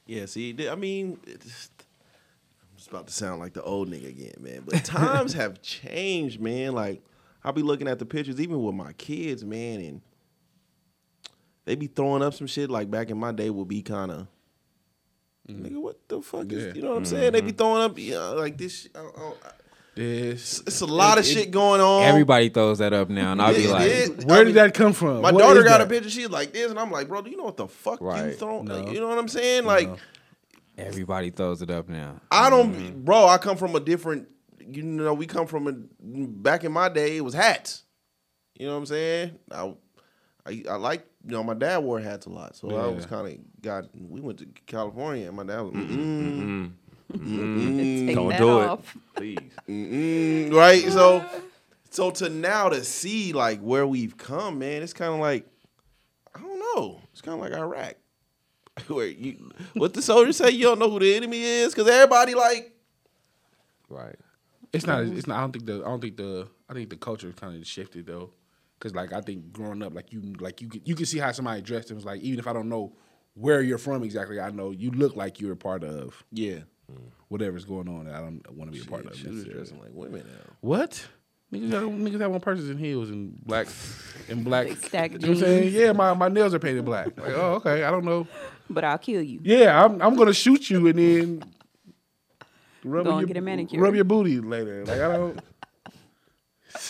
[SPEAKER 6] Yeah. See, th- I mean, it's,
[SPEAKER 1] I'm just about to sound like the old nigga again, man. But times have changed, man. Like I'll be looking at the pictures, even with my kids, man, and they be throwing up some shit like back in my day would be kind of. Nigga, what the fuck
[SPEAKER 2] Mm. Yeah. Mm-hmm.
[SPEAKER 1] is you know what I'm saying? They be throwing up yeah, like this. Shit, I don't- I don't-
[SPEAKER 2] This.
[SPEAKER 1] it's a lot of shit going on.
[SPEAKER 5] Everybody throws that up now, and I'll be
[SPEAKER 1] It-
[SPEAKER 5] like,
[SPEAKER 1] it- I
[SPEAKER 2] Where
[SPEAKER 1] mean,
[SPEAKER 2] did that come from?
[SPEAKER 1] My
[SPEAKER 2] What
[SPEAKER 1] daughter
[SPEAKER 2] is
[SPEAKER 1] got
[SPEAKER 2] that?
[SPEAKER 1] a picture. She's like this, and I'm like, bro, do you know what the fuck you
[SPEAKER 5] Right.
[SPEAKER 1] throwing? like,
[SPEAKER 2] No.
[SPEAKER 1] you know what I'm saying? Like,
[SPEAKER 5] everybody throws it up now.
[SPEAKER 1] I don't, bro. I come from a different. You know, we come from a. Back in my day, it was hats. You know what I'm saying? I, I, I like. You know, my dad wore hats a lot, so I was kind of got. We went to California, and my dad was, mm-mm,
[SPEAKER 2] Mm.
[SPEAKER 4] Take
[SPEAKER 3] Don't
[SPEAKER 4] that
[SPEAKER 3] do
[SPEAKER 4] off.
[SPEAKER 3] it, please.
[SPEAKER 1] mm-mm, right? So, so to now to see like where we've come, man, it's kind of like, I don't know. It's kind of like Iraq, where you, what the soldiers say, you don't know who the enemy is, because everybody like.
[SPEAKER 3] Right.
[SPEAKER 2] It's not. It's not. I don't think the. I don't think the. I think the culture kind of shifted though, because like I think growing up, like you, like you, could- you can see how somebody dressed and was like, even if I don't know where you're from exactly, I know you look like you're a part of
[SPEAKER 1] Yeah.
[SPEAKER 2] whatever's going on, and I don't want to be a part of.
[SPEAKER 1] She was
[SPEAKER 2] necessarily.
[SPEAKER 1] dressing like women now.
[SPEAKER 2] What? Niggas have, niggas have on purses and heels and black and black.
[SPEAKER 4] Like stack
[SPEAKER 2] you know what I'm saying? Yeah, my, my nails are painted black. Like, oh, okay. I don't know.
[SPEAKER 4] But I'll kill you.
[SPEAKER 2] Yeah, I'm I'm gonna shoot you and then rub
[SPEAKER 4] Go and
[SPEAKER 2] your,
[SPEAKER 4] get a manicure.
[SPEAKER 2] Rub your booty later. Like I don't. I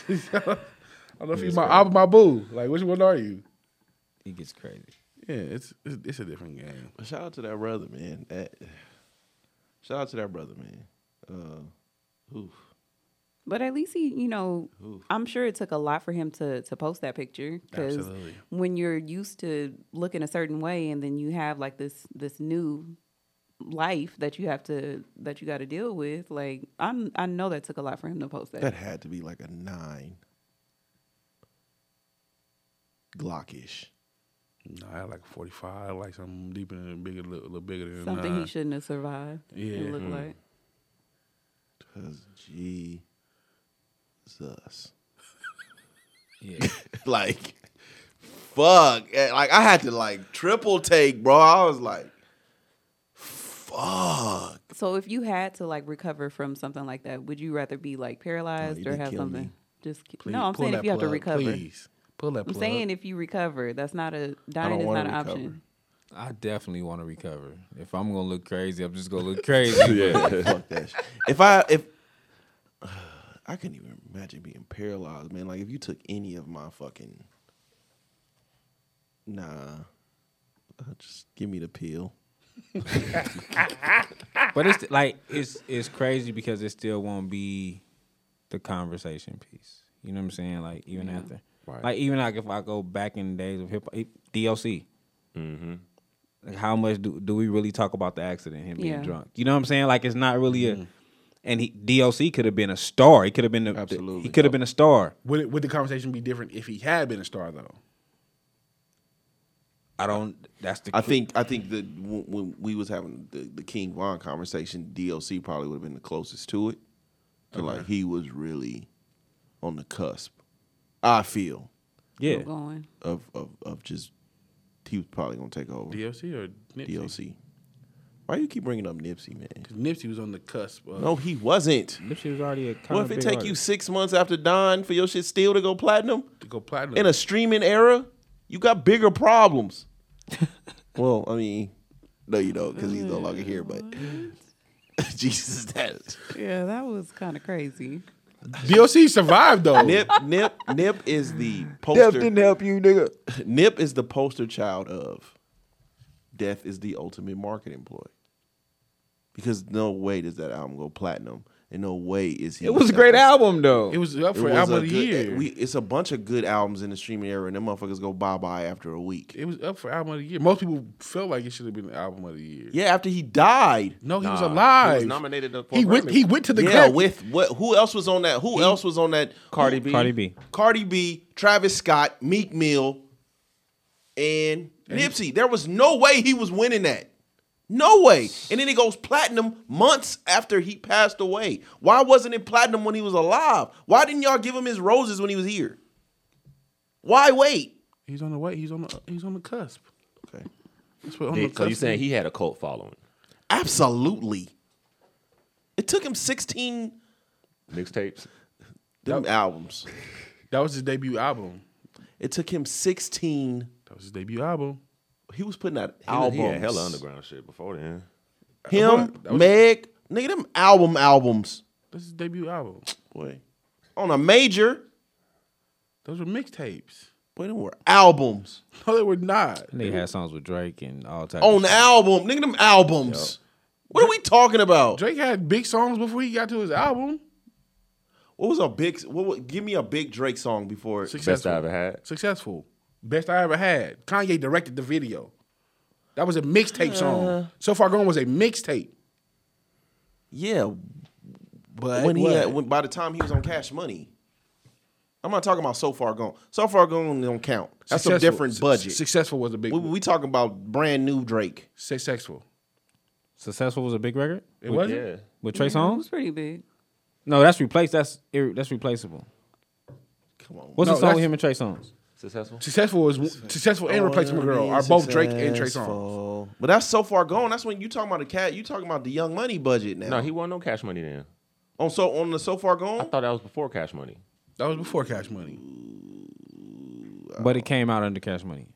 [SPEAKER 2] don't know if you my I'm my boo. Like which one are you?
[SPEAKER 5] It gets crazy.
[SPEAKER 2] Yeah, it's it's, it's a different game.
[SPEAKER 1] But shout out to that brother, man. That, shout out to that brother, man. Uh, oof.
[SPEAKER 4] But at least he, you know, I'm sure it took a lot for him to to post that picture because
[SPEAKER 2] Absolutely.
[SPEAKER 4] when you're used to looking a certain way and then you have like this this new life that you have to that you got to deal with, like I'm I know that took a lot for him to post that.
[SPEAKER 1] That had to be like a nine. Glockish.
[SPEAKER 2] No, I had like 45, I like something deeper and bigger, a little, little bigger than
[SPEAKER 4] Something
[SPEAKER 2] uh,
[SPEAKER 4] he shouldn't have survived. Yeah,
[SPEAKER 2] Yeah. Hmm.
[SPEAKER 4] it looked like.
[SPEAKER 1] Cause Jesus.
[SPEAKER 5] Yeah.
[SPEAKER 1] like, fuck. Eh, Like I had to like triple take, bro. I was like, fuck.
[SPEAKER 4] So if you had to like recover from something like that, would you rather be like paralyzed or
[SPEAKER 1] didn't
[SPEAKER 4] have
[SPEAKER 1] kill me.
[SPEAKER 4] something? Just ki-
[SPEAKER 2] please
[SPEAKER 4] no, I'm
[SPEAKER 2] pull
[SPEAKER 4] saying
[SPEAKER 2] that
[SPEAKER 4] if you have to
[SPEAKER 2] plug,
[SPEAKER 4] recover.
[SPEAKER 2] Please pull that.
[SPEAKER 4] I'm
[SPEAKER 2] plug.
[SPEAKER 4] saying if you recover, that's not a dying is
[SPEAKER 1] wanna
[SPEAKER 4] not an
[SPEAKER 1] recover.
[SPEAKER 4] option.
[SPEAKER 5] I definitely want to recover. If I'm gonna look crazy, I'm just gonna look crazy.
[SPEAKER 1] fuck that shit. If I if I couldn't even imagine being paralyzed, man. Like if you took any of my fucking nah, uh, just give me the pill.
[SPEAKER 5] But it's like it's it's crazy because it still won't be the conversation piece. You know what I'm saying? Like even after,
[SPEAKER 3] Right.
[SPEAKER 5] like even like if I go back in the days of hip hop, DOC.
[SPEAKER 3] Mm-hmm.
[SPEAKER 5] Like how much do, do we really talk about the accident? Him being
[SPEAKER 4] Yeah.
[SPEAKER 5] drunk. You know what I'm saying? Like it's not really
[SPEAKER 1] Mm-hmm.
[SPEAKER 5] a. And he DOC could have been a star. He could have been a,
[SPEAKER 1] Absolutely.
[SPEAKER 5] He could have been a star.
[SPEAKER 2] would it, would the conversation be different if he had been a star though?
[SPEAKER 5] I don't. That's the.
[SPEAKER 1] I think I think that when, when we was having the, the King Von conversation, DLC probably would have been the closest to it. To like he was really on the cusp. I feel
[SPEAKER 5] Yeah.
[SPEAKER 4] Keep Going.
[SPEAKER 1] of of of just he was probably gonna take over
[SPEAKER 2] DLC or Nipsey?
[SPEAKER 1] DLC. Why you keep bringing up Nipsey, man?
[SPEAKER 2] 'Cause Nipsey was on the cusp. Of,
[SPEAKER 1] No, he wasn't.
[SPEAKER 5] Nipsey was already a. Kind
[SPEAKER 1] What if it take you six months after Don for your shit still to go platinum?
[SPEAKER 2] to go platinum
[SPEAKER 1] In a streaming era, you got bigger problems. well, I mean, no, you don't, because he's no longer here. But Jesus, that is.
[SPEAKER 4] Yeah, that was kind of crazy.
[SPEAKER 2] DLC survived though.
[SPEAKER 1] Nip, Nip, Nip is the poster.
[SPEAKER 7] help you, nigga.
[SPEAKER 1] Nip is the poster child of death is the ultimate marketing ploy. Because no way does that album go platinum in no way is he.
[SPEAKER 5] It was a great
[SPEAKER 1] second.
[SPEAKER 5] album though.
[SPEAKER 2] It was up
[SPEAKER 1] It
[SPEAKER 2] for
[SPEAKER 1] was
[SPEAKER 2] album
[SPEAKER 1] a
[SPEAKER 2] of the
[SPEAKER 1] good- eh,
[SPEAKER 2] year.
[SPEAKER 1] We, it's a bunch of good albums in the streaming era, and them motherfuckers go bye bye after a week.
[SPEAKER 2] it was up for album of the year. Most people felt like it should have been the album of the year.
[SPEAKER 1] Yeah, after he died.
[SPEAKER 2] No, he was
[SPEAKER 3] Nah, he was
[SPEAKER 2] alive.
[SPEAKER 3] nominated for
[SPEAKER 2] He
[SPEAKER 3] a
[SPEAKER 2] went.
[SPEAKER 3] Grammy.
[SPEAKER 2] He went to the
[SPEAKER 1] yeah,
[SPEAKER 2] Grammy.
[SPEAKER 1] with what? Who else was on that? Who else was on that?
[SPEAKER 3] Cardi
[SPEAKER 1] who-
[SPEAKER 3] B.
[SPEAKER 5] Cardi B.
[SPEAKER 1] Cardi B, Travis Scott, Meek Mill, and Nipsey. There was no way he was winning that. No way. And then it goes platinum months after he passed away. Why wasn't it platinum when he was alive? Why didn't y'all give him his roses when he was here? Why wait?
[SPEAKER 2] he's on the way. He's on the. He's on the cusp.
[SPEAKER 1] Okay.
[SPEAKER 2] That's what on the
[SPEAKER 3] Big- So
[SPEAKER 2] cusp.
[SPEAKER 3] you saying he had a cult following?
[SPEAKER 1] Absolutely. It took him 16
[SPEAKER 3] Mixtapes.
[SPEAKER 1] them albums.
[SPEAKER 2] that was his debut album.
[SPEAKER 1] It took him 16.
[SPEAKER 2] That was his debut album.
[SPEAKER 1] He was putting out
[SPEAKER 3] He was-
[SPEAKER 1] albums.
[SPEAKER 3] He had hella underground shit before then.
[SPEAKER 1] Him,
[SPEAKER 2] That was-
[SPEAKER 1] Meg, nigga, them album albums.
[SPEAKER 2] That's his debut album.
[SPEAKER 1] Boy. On a major.
[SPEAKER 2] Those were mixtapes.
[SPEAKER 1] Boy, them were albums.
[SPEAKER 2] No, they were not.
[SPEAKER 5] They had songs with Drake and all types.
[SPEAKER 1] On the album. Nigga, them albums. What are we talking about?
[SPEAKER 2] Drake had big songs before he got to his album.
[SPEAKER 1] What was a big what, wa- give me a big Drake song before
[SPEAKER 3] Best
[SPEAKER 2] Successful.
[SPEAKER 3] I ever had.
[SPEAKER 2] Successful. Best I ever had. Kanye directed the video. That was a mixtape song. So far gone was a mixtape.
[SPEAKER 1] Yeah. But when he had, when, by the time he was on Cash Money. I'm not talking about so far gone. So far gone don't count. That's a
[SPEAKER 2] Successful.
[SPEAKER 1] different
[SPEAKER 2] Su-
[SPEAKER 1] budget.
[SPEAKER 2] Successful was a big.
[SPEAKER 1] we, we talking about brand new Drake.
[SPEAKER 2] Successful.
[SPEAKER 5] Successful was a big record
[SPEAKER 2] It wasn't.
[SPEAKER 3] Yeah.
[SPEAKER 5] with Trey
[SPEAKER 4] It was
[SPEAKER 5] Songz.
[SPEAKER 4] pretty big.
[SPEAKER 5] No, that's replaced. That's ir- that's replaceable.
[SPEAKER 1] Come on.
[SPEAKER 5] What's
[SPEAKER 2] No,
[SPEAKER 5] the song
[SPEAKER 2] that's-
[SPEAKER 5] with him and Trey Songz?
[SPEAKER 3] Successful.
[SPEAKER 2] Successful was successful and replaceable girl are both Drake and Trey Songz.
[SPEAKER 1] Successful. But that's so far gone. That's when you talking about the cat. You talking about the Young Money budget now.
[SPEAKER 3] No, he won no cash money then.
[SPEAKER 1] on so on the so far
[SPEAKER 3] I
[SPEAKER 1] gone.
[SPEAKER 3] thought that was before cash money.
[SPEAKER 2] That was before Cash Money.
[SPEAKER 5] But it came out under Cash Money.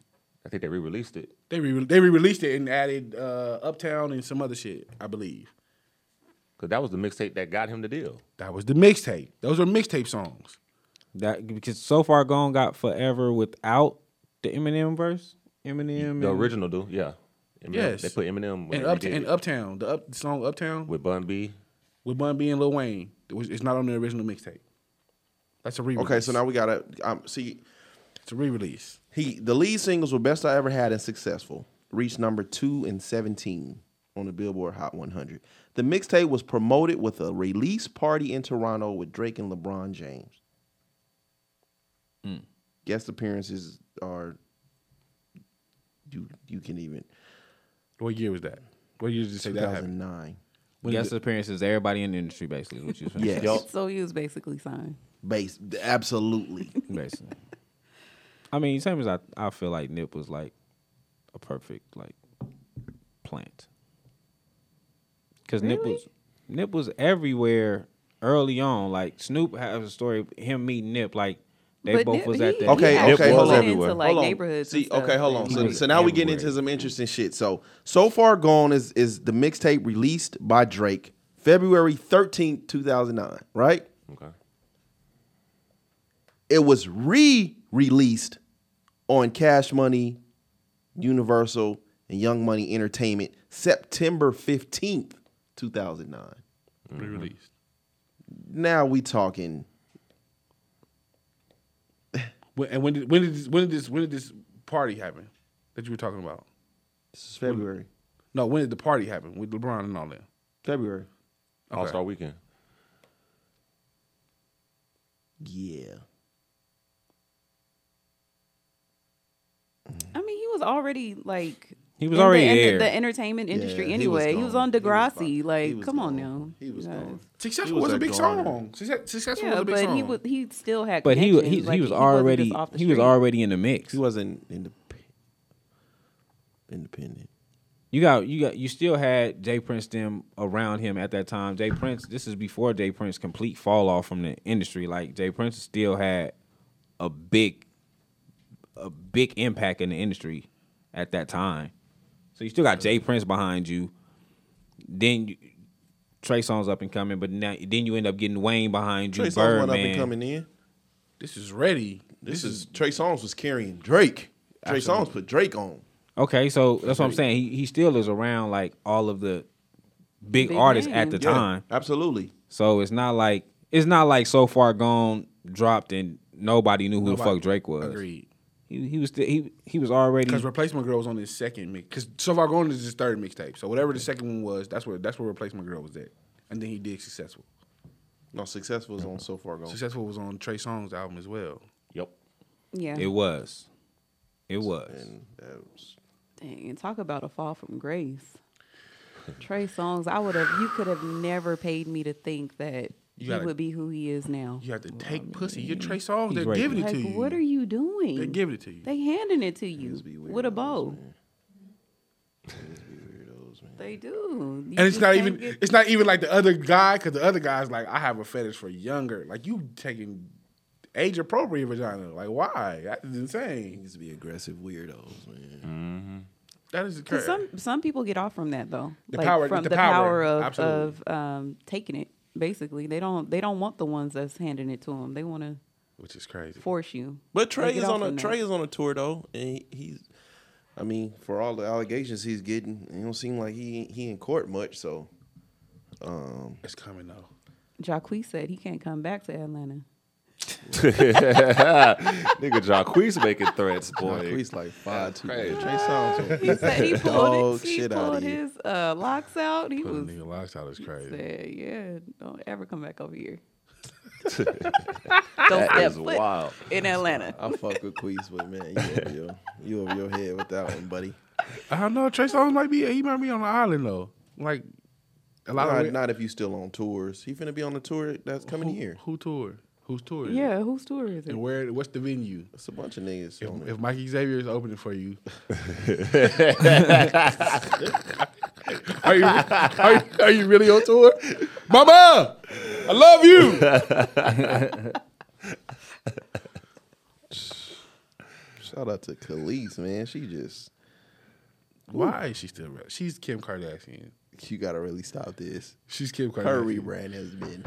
[SPEAKER 3] I think they re-released it.
[SPEAKER 2] They re- they re-released it and added uh, Uptown and some other shit, I believe.
[SPEAKER 3] Cause that was the mixtape that got him the deal.
[SPEAKER 2] That was the mixtape. Those were mixtape songs.
[SPEAKER 5] That because so far gone got forever without the Eminem verse. Eminem.
[SPEAKER 3] The
[SPEAKER 5] and-
[SPEAKER 3] original do, yeah. Eminem,
[SPEAKER 2] Yes.
[SPEAKER 3] They put Eminem when
[SPEAKER 2] And,
[SPEAKER 3] they
[SPEAKER 2] up,
[SPEAKER 3] redid
[SPEAKER 2] and
[SPEAKER 3] it.
[SPEAKER 2] Uptown, the, up, the song Uptown with,
[SPEAKER 3] with Bun B.
[SPEAKER 2] Bun B and Lil Wayne, it was, it's not on the original mixtape. That's a re-release.
[SPEAKER 1] Okay, so now we gotta um, see.
[SPEAKER 2] it's a re-release.
[SPEAKER 1] He the lead singles were best I ever had and successful. Reached number two and seventeen on the Billboard Hot 100. The mixtape was promoted with a release party in Toronto with Drake and LeBron James. Guest appearances are you you can even
[SPEAKER 2] What year was that? What year did you say that happened?
[SPEAKER 1] 2009
[SPEAKER 5] guest appearances. Everybody in the industry basically. is What you saying?
[SPEAKER 1] Yes.
[SPEAKER 4] So he was basically signed.
[SPEAKER 1] base absolutely
[SPEAKER 5] basically. I mean, same as I, I feel like Nip was like a perfect like plant. Cause Nip was Nip was everywhere early on. Like Snoop has a story him meeting Nip. Like they
[SPEAKER 4] But
[SPEAKER 5] both
[SPEAKER 4] Nip-
[SPEAKER 5] was
[SPEAKER 4] he-
[SPEAKER 5] at that.
[SPEAKER 1] Okay,
[SPEAKER 4] he actually
[SPEAKER 1] okay, hold
[SPEAKER 4] went
[SPEAKER 1] on.
[SPEAKER 4] Into, like,
[SPEAKER 1] hold on.
[SPEAKER 4] neighborhoods and
[SPEAKER 1] See, okay,
[SPEAKER 4] stuff,
[SPEAKER 1] hold
[SPEAKER 4] and
[SPEAKER 1] on.
[SPEAKER 4] he
[SPEAKER 1] So,
[SPEAKER 5] was
[SPEAKER 1] so now we getting
[SPEAKER 5] everywhere.
[SPEAKER 1] into some interesting shit. So so far gone is is the mixtape released by Drake February thirteenth, two thousand nine. Right?
[SPEAKER 3] Okay.
[SPEAKER 1] It was re released on Cash Money, Universal, and Young Money Entertainment September fifteenth, two thousand nine.
[SPEAKER 3] Mm-hmm.
[SPEAKER 2] Re-released.
[SPEAKER 1] Now we talking.
[SPEAKER 2] When, and when did when did this, when did this when did this party happen that you were talking about?
[SPEAKER 1] This is February.
[SPEAKER 2] No, when did the party happen with LeBron and all that?
[SPEAKER 1] February.
[SPEAKER 3] All Star Weekend.
[SPEAKER 1] Yeah.
[SPEAKER 4] I mean, he was already like
[SPEAKER 5] He was
[SPEAKER 4] in the-
[SPEAKER 5] already
[SPEAKER 4] in the,
[SPEAKER 5] there.
[SPEAKER 4] the, entertainment industry
[SPEAKER 1] Yeah, he was
[SPEAKER 4] anyway. He was,
[SPEAKER 1] gone.
[SPEAKER 4] on
[SPEAKER 1] He was
[SPEAKER 4] Degrassi.
[SPEAKER 1] gone. He
[SPEAKER 4] like,
[SPEAKER 1] was
[SPEAKER 4] come on
[SPEAKER 1] gone.
[SPEAKER 4] now.
[SPEAKER 1] He was
[SPEAKER 4] guys.
[SPEAKER 1] gone.
[SPEAKER 2] Successful
[SPEAKER 1] He
[SPEAKER 2] was,
[SPEAKER 1] was
[SPEAKER 2] a
[SPEAKER 1] a
[SPEAKER 2] big
[SPEAKER 1] goner.
[SPEAKER 2] song. Success, successful was
[SPEAKER 4] Yeah,
[SPEAKER 2] a big
[SPEAKER 4] but
[SPEAKER 2] song.
[SPEAKER 4] he was he still had.
[SPEAKER 5] But he was he,
[SPEAKER 4] connections, like,
[SPEAKER 5] he was
[SPEAKER 4] wasn't
[SPEAKER 5] already
[SPEAKER 4] just off the
[SPEAKER 5] he was
[SPEAKER 4] street.
[SPEAKER 5] already in the mix.
[SPEAKER 1] He wasn't indep- independent.
[SPEAKER 5] You got you got you still had Jay Prince them around him at that time. Jay Prince, this is before Jay Prince complete fall off from the industry. Like Jay Prince still had a big a big impact in the industry at that time. So you still got Jay Prince behind you. Then you, Trey Songz up and coming, but now then you end up getting Wayne behind you.
[SPEAKER 1] Trey Songz
[SPEAKER 5] Birdman.
[SPEAKER 1] went up and coming in.
[SPEAKER 2] this is ready.
[SPEAKER 1] This, is, Trey Songz was carrying Drake. Trey Songz put Drake on.
[SPEAKER 5] Okay, so that's what I'm saying. He he still is around like all of the big,
[SPEAKER 4] Big
[SPEAKER 5] artists at
[SPEAKER 4] names.
[SPEAKER 5] the
[SPEAKER 1] Yeah,
[SPEAKER 5] time.
[SPEAKER 1] absolutely.
[SPEAKER 5] So it's not like it's not like so far gone dropped and nobody knew who the fuck Drake was.
[SPEAKER 2] Agreed.
[SPEAKER 5] He he was still he he was already
[SPEAKER 2] Because Replacement Girl was on his second mix. Because So Far Gone is his third mixtape. So whatever the second one was, that's where that's where Replacement Girl was at. And then he did Successful.
[SPEAKER 1] No, successful is on so far gone.
[SPEAKER 2] Successful was on Trey Songz album as well.
[SPEAKER 3] Yep.
[SPEAKER 4] Yeah.
[SPEAKER 5] it was. It was.
[SPEAKER 1] And that was-
[SPEAKER 4] Dang, and talk about a fall from grace. Trey Songs, I would have. You could have never paid me to think that
[SPEAKER 2] You
[SPEAKER 4] he
[SPEAKER 2] gotta-
[SPEAKER 4] would be who he is now.
[SPEAKER 2] You have to take pussy. Your Trey Songz, they're
[SPEAKER 5] right.
[SPEAKER 2] giving it
[SPEAKER 4] Like,
[SPEAKER 2] to you.
[SPEAKER 4] what are you doing?
[SPEAKER 2] They're giving it to you.
[SPEAKER 4] They handing it to you with a bow. They do. You
[SPEAKER 2] and it's
[SPEAKER 4] just
[SPEAKER 2] not
[SPEAKER 4] can't
[SPEAKER 2] even
[SPEAKER 4] get-
[SPEAKER 2] it's not even like the other guy because the other guy's like I have a fetish for younger like you taking age appropriate vagina like why that is insane
[SPEAKER 7] Niggas be aggressive weirdos, man.
[SPEAKER 2] that is crazy
[SPEAKER 4] 'cause some some people get off from that though.
[SPEAKER 2] The power-
[SPEAKER 4] from
[SPEAKER 2] the
[SPEAKER 4] the,
[SPEAKER 2] power,
[SPEAKER 4] power, of,
[SPEAKER 2] absolutely.
[SPEAKER 4] of um, taking it. Basically, they don't they don't want the ones that's handing it to them. They want to
[SPEAKER 2] which is crazy
[SPEAKER 4] force you.
[SPEAKER 1] But
[SPEAKER 4] They
[SPEAKER 1] Trey
[SPEAKER 4] get
[SPEAKER 1] is
[SPEAKER 4] off
[SPEAKER 1] on a
[SPEAKER 4] from that.
[SPEAKER 1] Trey is on a tour though, and he- he's. I mean, for all the allegations he's getting, it don't seem like he he in court much. So, um,
[SPEAKER 2] it's coming though
[SPEAKER 4] Jacque said he can't come back to Atlanta.
[SPEAKER 3] Nigga Jacquees making threats, boy.
[SPEAKER 1] he's like five two.
[SPEAKER 3] crazy.
[SPEAKER 1] Trey Songz.
[SPEAKER 4] He said he
[SPEAKER 1] Dog
[SPEAKER 4] pulled, it, he
[SPEAKER 1] shit outta
[SPEAKER 4] pulled
[SPEAKER 1] here.
[SPEAKER 4] his uh, locks out. He was
[SPEAKER 2] nigga locks out is crazy
[SPEAKER 4] said, "Yeah, don't ever come back over here. don't step
[SPEAKER 3] That's
[SPEAKER 4] foot
[SPEAKER 3] wild.
[SPEAKER 4] in Atlanta."
[SPEAKER 7] I fuck with Queez, but man, you over your, you over your head with that one, buddy.
[SPEAKER 2] I don't know Trey Songz might be he might be on the island though like a lot
[SPEAKER 1] Not,
[SPEAKER 2] of
[SPEAKER 1] not if you still on tours. He finna be on a tour that's coming
[SPEAKER 2] who,
[SPEAKER 1] here.
[SPEAKER 2] who tour who's touring
[SPEAKER 4] Yeah, whose tour is it?
[SPEAKER 2] and where what's the venue
[SPEAKER 1] It's a bunch of niggas. on it.
[SPEAKER 2] if Mikey Xavier is opening for you are you are you, are you really on tour Mama I love you.
[SPEAKER 1] Shout out to Khalees, man. She just
[SPEAKER 2] Why is she still rap? She's Kim Kardashian.
[SPEAKER 1] you gotta really stop this.
[SPEAKER 2] She's Kim Kardashian.
[SPEAKER 1] Her rebrand has been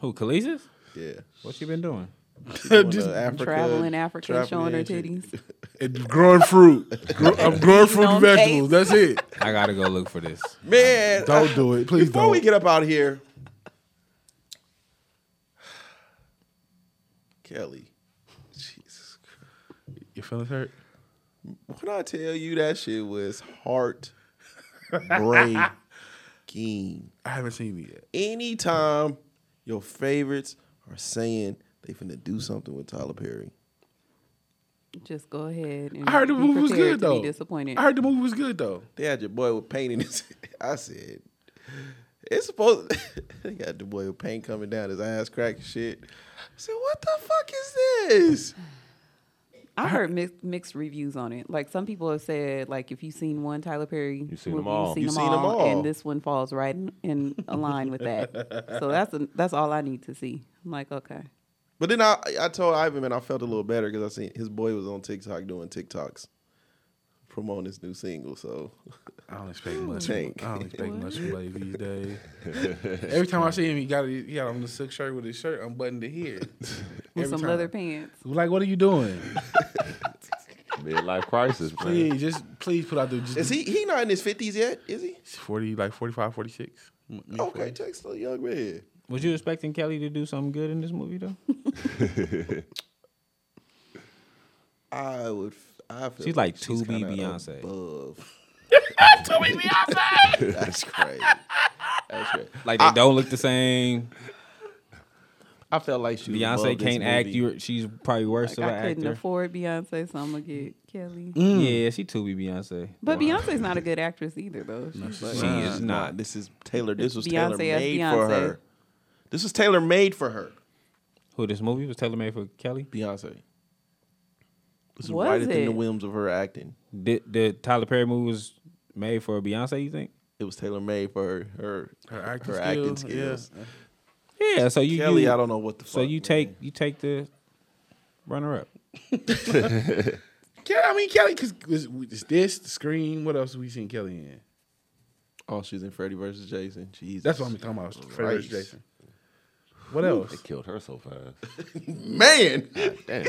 [SPEAKER 5] Who Khaleesi's?
[SPEAKER 1] yeah.
[SPEAKER 5] What she been doing?
[SPEAKER 1] Just Africa,
[SPEAKER 4] Traveling Africa, showing her titties.
[SPEAKER 2] And growing fruit. Grow, I'm growing fruit and
[SPEAKER 4] on
[SPEAKER 2] vegetables. That's it.
[SPEAKER 5] I gotta go look for this.
[SPEAKER 1] Man,
[SPEAKER 2] Don't do it. Please
[SPEAKER 1] before
[SPEAKER 2] don't.
[SPEAKER 1] we get up out of here, Kelly, Jesus, Christ.
[SPEAKER 2] Your feelings hurt?
[SPEAKER 1] when I tell you that shit was heart breaking.
[SPEAKER 2] I haven't seen it yet.
[SPEAKER 1] Anytime your favorites are saying they finna do something with Tyler Perry,
[SPEAKER 4] Just go ahead. And
[SPEAKER 2] I heard the
[SPEAKER 4] be
[SPEAKER 2] movie was
[SPEAKER 4] prepared
[SPEAKER 2] good
[SPEAKER 4] to
[SPEAKER 2] though.
[SPEAKER 4] Be disappointed.
[SPEAKER 2] I heard the movie was good though.
[SPEAKER 1] they had your boy with paint in his. I said, it's supposed. they got the boy with paint coming down his ass crack and shit. I said, what the fuck is this?
[SPEAKER 4] I heard mixed, mixed reviews on it. Like some people have said, like if you've seen one Tyler Perry,
[SPEAKER 3] You've seen
[SPEAKER 4] movie,
[SPEAKER 3] them all.
[SPEAKER 4] You've seen,
[SPEAKER 1] You've
[SPEAKER 4] them,
[SPEAKER 1] seen them
[SPEAKER 4] all,
[SPEAKER 1] all.
[SPEAKER 4] and this one falls right in, in line with that. so that's a, that's all I need to see. I'm like, okay,
[SPEAKER 1] But then I I told Ivan man I felt a little better because I seen his boy was on TikTok doing TikToks promoting his new single. So
[SPEAKER 2] I don't expect much.
[SPEAKER 1] Tank.
[SPEAKER 2] I don't expect much from Blaze these days. Every time I see him, he got a, he got on the silk shirt with his shirt unbuttoned to here.
[SPEAKER 4] with
[SPEAKER 2] Every
[SPEAKER 4] some
[SPEAKER 2] time.
[SPEAKER 4] leather pants.
[SPEAKER 2] Like, what are you doing?
[SPEAKER 3] Midlife crisis, man.
[SPEAKER 2] Please, just please put out the. Just
[SPEAKER 1] is he he not in his fifties yet? Is he?
[SPEAKER 2] forty like 45, 46? Mid-
[SPEAKER 1] Okay, text the young man.
[SPEAKER 5] Was you expecting Kelly to do something good in this movie though?
[SPEAKER 1] I would. f- I feel
[SPEAKER 5] She's like
[SPEAKER 1] she's
[SPEAKER 5] 2B
[SPEAKER 1] kinda
[SPEAKER 5] Beyonce.
[SPEAKER 1] Above. Two B Beyonce. That's crazy. That's crazy.
[SPEAKER 5] Like they don't look the same.
[SPEAKER 1] I felt like she was
[SPEAKER 5] Beyonce
[SPEAKER 1] above this
[SPEAKER 5] can't act.
[SPEAKER 1] movie.
[SPEAKER 5] You, she's probably worse
[SPEAKER 4] Like
[SPEAKER 5] of an
[SPEAKER 4] I couldn't
[SPEAKER 5] actor. Mm.
[SPEAKER 4] afford Beyonce, so I'm gonna get Kelly.
[SPEAKER 5] Yeah, she too be Beyonce.
[SPEAKER 4] But Beyonce's not a good actress either, though. She's like,
[SPEAKER 5] She is not.
[SPEAKER 1] This is Taylor. This was Taylor
[SPEAKER 4] Beyonce as
[SPEAKER 1] made for
[SPEAKER 4] Beyonce.
[SPEAKER 1] her. This was Taylor made for her.
[SPEAKER 5] Who this movie was tailor made for Kelly?
[SPEAKER 1] Beyonce. This is
[SPEAKER 4] Was
[SPEAKER 1] right within the
[SPEAKER 4] it?
[SPEAKER 1] whims of her acting.
[SPEAKER 5] Did the Tyler Perry movie was made for Beyonce? You think?
[SPEAKER 1] It was tailor made for her her,
[SPEAKER 2] Her
[SPEAKER 1] her
[SPEAKER 2] acting
[SPEAKER 1] acting,
[SPEAKER 2] skill, yeah.
[SPEAKER 1] skills.
[SPEAKER 5] Yeah. So you
[SPEAKER 1] Kelly,
[SPEAKER 5] you-
[SPEAKER 1] I don't know what the
[SPEAKER 5] So
[SPEAKER 1] fuck,
[SPEAKER 5] you take you take the runner up.
[SPEAKER 2] Kelly, I mean Kelly, because it's this the screen. What else we seen Kelly in?
[SPEAKER 1] Oh, she's in Freddy versus Jason. Jesus.
[SPEAKER 2] That's what I'm talking about. Freddy
[SPEAKER 1] Christ.
[SPEAKER 2] versus Jason. What else?
[SPEAKER 3] They killed her so fast.
[SPEAKER 1] Man.
[SPEAKER 3] Damn.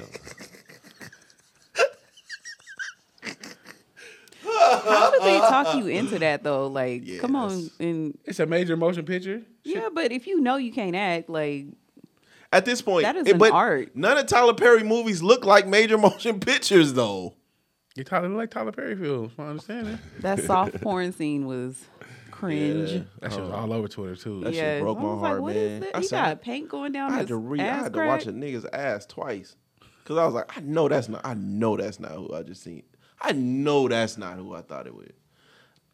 [SPEAKER 4] How does he talk you into that though. Like, come on, and
[SPEAKER 2] It's a major motion picture.
[SPEAKER 4] yeah, but if you know you can't act, like,
[SPEAKER 1] At this point,
[SPEAKER 4] That is
[SPEAKER 1] it-
[SPEAKER 4] an
[SPEAKER 1] but
[SPEAKER 4] art.
[SPEAKER 1] None of Tyler Perry movies look like major motion pictures, though.
[SPEAKER 2] You Tyler like Tyler Perry films. My understanding.
[SPEAKER 4] that soft porn scene was cringe. Yeah.
[SPEAKER 2] That shit was all over Twitter too.
[SPEAKER 1] shit broke
[SPEAKER 4] I
[SPEAKER 1] my
[SPEAKER 4] was like,
[SPEAKER 1] heart,
[SPEAKER 4] what is
[SPEAKER 1] man.
[SPEAKER 4] that?
[SPEAKER 1] I
[SPEAKER 4] He
[SPEAKER 1] said-
[SPEAKER 4] got paint going down
[SPEAKER 1] I had
[SPEAKER 4] his
[SPEAKER 1] to read. I
[SPEAKER 4] ass
[SPEAKER 1] had to
[SPEAKER 4] crack.
[SPEAKER 1] watch a nigga's ass twice because I was like, I know that's not. I know that's not who I just seen. I know that's not who I thought it was.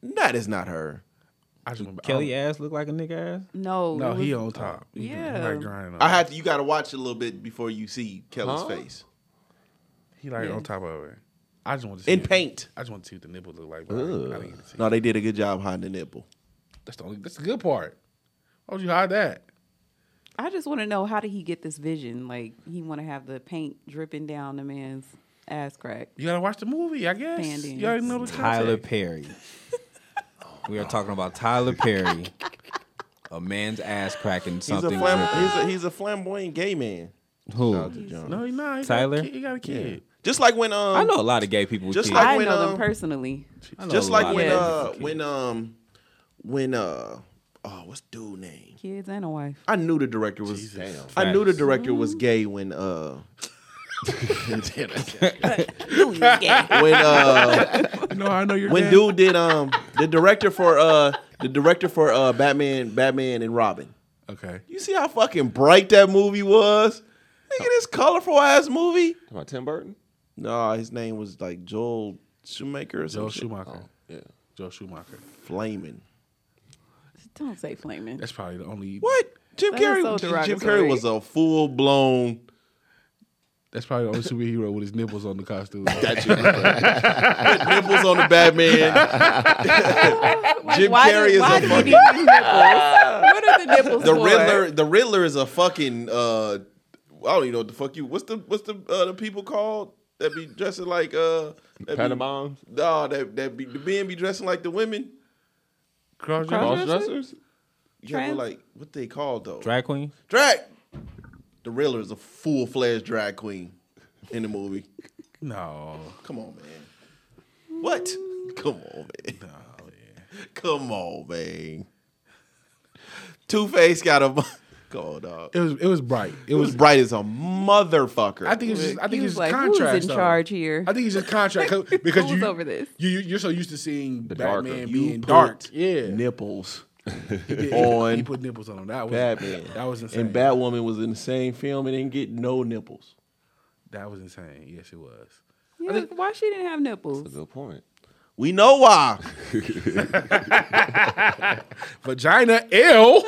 [SPEAKER 1] That is not her.
[SPEAKER 2] I just remember oh,
[SPEAKER 5] Kelly ass look like a nigga ass.
[SPEAKER 4] No,
[SPEAKER 2] No,
[SPEAKER 4] it was-
[SPEAKER 2] he on top. He- he
[SPEAKER 4] Yeah.
[SPEAKER 2] like grinding. On.
[SPEAKER 1] I had to. You got to watch a little bit before you see Kelly's
[SPEAKER 3] Huh?
[SPEAKER 1] face
[SPEAKER 2] He like on top of it. I just want to see
[SPEAKER 1] in
[SPEAKER 2] it.
[SPEAKER 1] paint.
[SPEAKER 2] I just want to see what the nipples look like. But I didn't- I didn't get to see.
[SPEAKER 1] No, they did a good job hiding the nipple.
[SPEAKER 2] That's the only. That's the good part. Why would you hide that?
[SPEAKER 4] I just want to know how did he get this vision? Like, he want to have the paint dripping down the man's ass crack.
[SPEAKER 2] You gotta watch the movie, I guess.
[SPEAKER 4] Bandings.
[SPEAKER 2] You already know the
[SPEAKER 5] Tyler
[SPEAKER 2] context.
[SPEAKER 5] Perry. we are talking about Tyler Perry. A man's ass cracking
[SPEAKER 1] He's a,
[SPEAKER 5] something.
[SPEAKER 1] flam- he's, a, he's a flamboyant gay man.
[SPEAKER 5] dripping. Who?
[SPEAKER 2] No, he not. He
[SPEAKER 5] Tyler?
[SPEAKER 2] Got a kid. He got a kid.
[SPEAKER 1] Just like when um,
[SPEAKER 5] I know a lot of gay people. With
[SPEAKER 1] Just
[SPEAKER 5] kids.
[SPEAKER 1] like
[SPEAKER 4] I
[SPEAKER 1] when,
[SPEAKER 4] know them
[SPEAKER 1] um,
[SPEAKER 4] personally.
[SPEAKER 5] I know
[SPEAKER 1] just
[SPEAKER 5] a
[SPEAKER 1] like
[SPEAKER 5] lot
[SPEAKER 1] when
[SPEAKER 5] of
[SPEAKER 1] uh,
[SPEAKER 5] gay people with
[SPEAKER 1] when um, when uh, oh, what's dude name?
[SPEAKER 4] Kids and a wife.
[SPEAKER 1] I knew the director was. I knew the
[SPEAKER 5] Facts.
[SPEAKER 1] director was
[SPEAKER 4] Mm.
[SPEAKER 1] gay when uh when uh
[SPEAKER 2] No, I know you're.
[SPEAKER 1] when dude did um the director for uh the director for uh Batman Batman and Robin.
[SPEAKER 2] Okay.
[SPEAKER 1] You see how fucking bright that movie was? Nigga, this colorful ass movie.
[SPEAKER 3] Talking about Tim Burton?
[SPEAKER 1] No, his name was like Joel Shoemaker or
[SPEAKER 2] Joe
[SPEAKER 1] something.
[SPEAKER 2] Schumacher.
[SPEAKER 3] Yeah.
[SPEAKER 2] Joe Schumacher.
[SPEAKER 1] Flaming.
[SPEAKER 4] Don't say flaming.
[SPEAKER 2] That's probably the only.
[SPEAKER 1] What? Jim
[SPEAKER 4] That is
[SPEAKER 1] Carrey.
[SPEAKER 4] so
[SPEAKER 1] Jim
[SPEAKER 4] derogatory.
[SPEAKER 1] Carrey was a full blown.
[SPEAKER 2] That's probably the only superhero with his nipples on the costume.
[SPEAKER 1] Got you. nipples on the Batman.
[SPEAKER 4] Like,
[SPEAKER 1] Jim
[SPEAKER 4] why
[SPEAKER 1] Carrey
[SPEAKER 4] did,
[SPEAKER 1] is
[SPEAKER 4] why
[SPEAKER 1] a
[SPEAKER 4] did
[SPEAKER 1] fucking-
[SPEAKER 4] he need these nipples? what are the nipples
[SPEAKER 1] The
[SPEAKER 4] for?
[SPEAKER 1] Riddler. The Riddler is a fucking. Uh, I don't even know what the fuck you. What's the what's the uh, the people called that be dressing like uh that
[SPEAKER 3] Panamoms?
[SPEAKER 1] Be, nah, that that be the men be dressing like the women.
[SPEAKER 2] Cross
[SPEAKER 4] Cross-
[SPEAKER 2] dress?
[SPEAKER 3] Cross dressers?
[SPEAKER 1] Yeah, but
[SPEAKER 4] Trans-
[SPEAKER 1] like what they called though.
[SPEAKER 5] Drag queen.
[SPEAKER 1] Drag. The Riddler is a full fledged drag queen in the movie.
[SPEAKER 2] No.
[SPEAKER 1] Come on, man. What? Come on, man. Come on, man. Two Face got a. Come on, dog.
[SPEAKER 2] It was. It was bright. It
[SPEAKER 1] It
[SPEAKER 2] was.
[SPEAKER 1] was bright as a motherfucker.
[SPEAKER 2] I think it's just. I
[SPEAKER 4] He
[SPEAKER 2] think
[SPEAKER 4] was
[SPEAKER 2] it's just
[SPEAKER 4] like, who's
[SPEAKER 2] contrast.
[SPEAKER 4] in
[SPEAKER 2] though.
[SPEAKER 4] charge here?
[SPEAKER 2] I think it's just contract 'cause- because
[SPEAKER 4] Who's
[SPEAKER 2] you
[SPEAKER 4] over this?
[SPEAKER 2] You you- you're so used to seeing
[SPEAKER 3] darker.
[SPEAKER 2] Batman
[SPEAKER 1] You
[SPEAKER 2] being
[SPEAKER 1] put
[SPEAKER 2] dark. Yeah.
[SPEAKER 1] nipples
[SPEAKER 2] He did-
[SPEAKER 1] on
[SPEAKER 2] he put nipples on him. That was
[SPEAKER 1] Batman.
[SPEAKER 2] That was insane.
[SPEAKER 1] And Batwoman was in the same film and didn't get no nipples.
[SPEAKER 2] that was insane. Yes, it was.
[SPEAKER 4] Yeah, why she didn't have nipples?
[SPEAKER 3] Good point.
[SPEAKER 1] We know why.
[SPEAKER 2] Vagina L. no,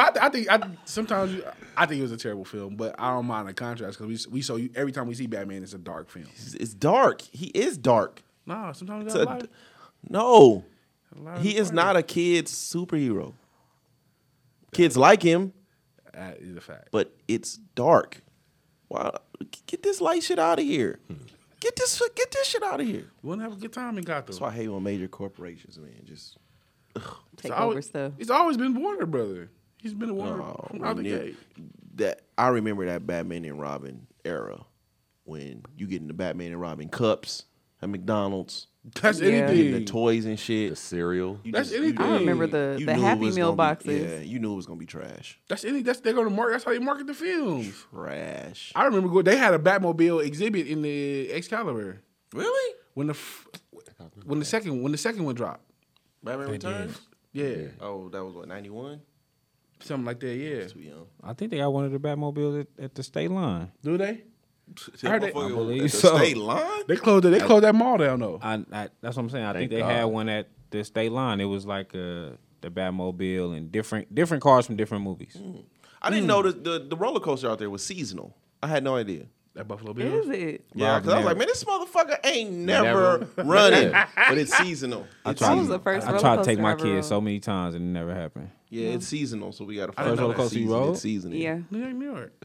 [SPEAKER 2] I, th- I think I, sometimes you, I think it was a terrible film, but I don't mind the contrast because we we so you, every time we see Batman, it's a dark film.
[SPEAKER 1] It's- It's dark. He is dark.
[SPEAKER 2] No, sometimes you
[SPEAKER 1] It's
[SPEAKER 2] gotta
[SPEAKER 1] a-
[SPEAKER 2] lie.
[SPEAKER 1] no,
[SPEAKER 2] lie
[SPEAKER 1] he
[SPEAKER 2] to
[SPEAKER 1] is
[SPEAKER 2] the
[SPEAKER 1] not a kid's superhero. Kids like him,
[SPEAKER 2] That is a fact.
[SPEAKER 1] but it's dark. Why? Get this light shit out of here. Get this. Get this shit out of here.
[SPEAKER 2] You want to have a good time in Gotham.
[SPEAKER 1] That's why I hate on major corporations, man. Just
[SPEAKER 2] It's
[SPEAKER 4] Take
[SPEAKER 2] always-
[SPEAKER 4] over stuff.
[SPEAKER 2] It's always been Warner Brother. He's been a Warner
[SPEAKER 1] Oh,
[SPEAKER 2] from out the
[SPEAKER 1] yeah.
[SPEAKER 2] gate.
[SPEAKER 1] that I remember that Batman and Robin era when you get in the Batman and Robin cups at McDonald's,
[SPEAKER 2] That's
[SPEAKER 4] Yeah.
[SPEAKER 1] getting the
[SPEAKER 2] anything.
[SPEAKER 1] toys and
[SPEAKER 3] The
[SPEAKER 1] shit.
[SPEAKER 3] cereal.
[SPEAKER 1] You
[SPEAKER 2] That's anything.
[SPEAKER 4] I remember the,
[SPEAKER 1] you
[SPEAKER 4] the
[SPEAKER 1] knew it
[SPEAKER 4] Happy
[SPEAKER 1] was
[SPEAKER 4] Meal
[SPEAKER 1] gonna be-
[SPEAKER 4] boxes.
[SPEAKER 1] yeah, you knew it was gonna be trash.
[SPEAKER 2] That's any. That's they're gonna market. That's how they market the films.
[SPEAKER 1] Trash.
[SPEAKER 2] I remember go- they had a Batmobile exhibit in the Excalibur
[SPEAKER 1] Really?
[SPEAKER 2] when the f- when the second when the second one dropped.
[SPEAKER 1] Batman Returns.
[SPEAKER 2] Yeah,
[SPEAKER 1] Oh, that was what ninety one.
[SPEAKER 2] something like that. Yeah.
[SPEAKER 1] Too young.
[SPEAKER 5] I think they got one of the Batmobiles at, at the state line.
[SPEAKER 2] Do they? I heard
[SPEAKER 1] That
[SPEAKER 2] they-
[SPEAKER 1] motherfucker
[SPEAKER 5] I
[SPEAKER 1] was
[SPEAKER 5] believe
[SPEAKER 1] at the
[SPEAKER 5] so.
[SPEAKER 1] State line.
[SPEAKER 2] They closed. It, they closed that mall down though.
[SPEAKER 5] I, I that's what I'm saying. I
[SPEAKER 3] Thank
[SPEAKER 5] think they
[SPEAKER 3] God.
[SPEAKER 5] had one at the state line. It was like uh the Batmobile and different different cars from different movies.
[SPEAKER 4] Mm.
[SPEAKER 1] I didn't know the, the the roller coaster out there was seasonal. I had no idea.
[SPEAKER 2] That Buffalo Bills.
[SPEAKER 4] Is it?
[SPEAKER 1] Yeah, because I was like, man, this motherfucker ain't never,
[SPEAKER 3] Never.
[SPEAKER 1] running, but it's seasonal. It's
[SPEAKER 4] That
[SPEAKER 1] seasonal.
[SPEAKER 4] was the first
[SPEAKER 5] I
[SPEAKER 4] roller
[SPEAKER 5] tried to take
[SPEAKER 4] coaster
[SPEAKER 5] my
[SPEAKER 4] I ever
[SPEAKER 5] kids so
[SPEAKER 4] rode.
[SPEAKER 5] many times and it never happened.
[SPEAKER 1] Yeah, it's seasonal, so we got to
[SPEAKER 2] know
[SPEAKER 1] find out
[SPEAKER 5] Roller
[SPEAKER 1] that
[SPEAKER 5] coaster you
[SPEAKER 1] season.
[SPEAKER 5] rode?
[SPEAKER 1] It's seasonal.
[SPEAKER 4] Yeah.
[SPEAKER 2] New York, New York.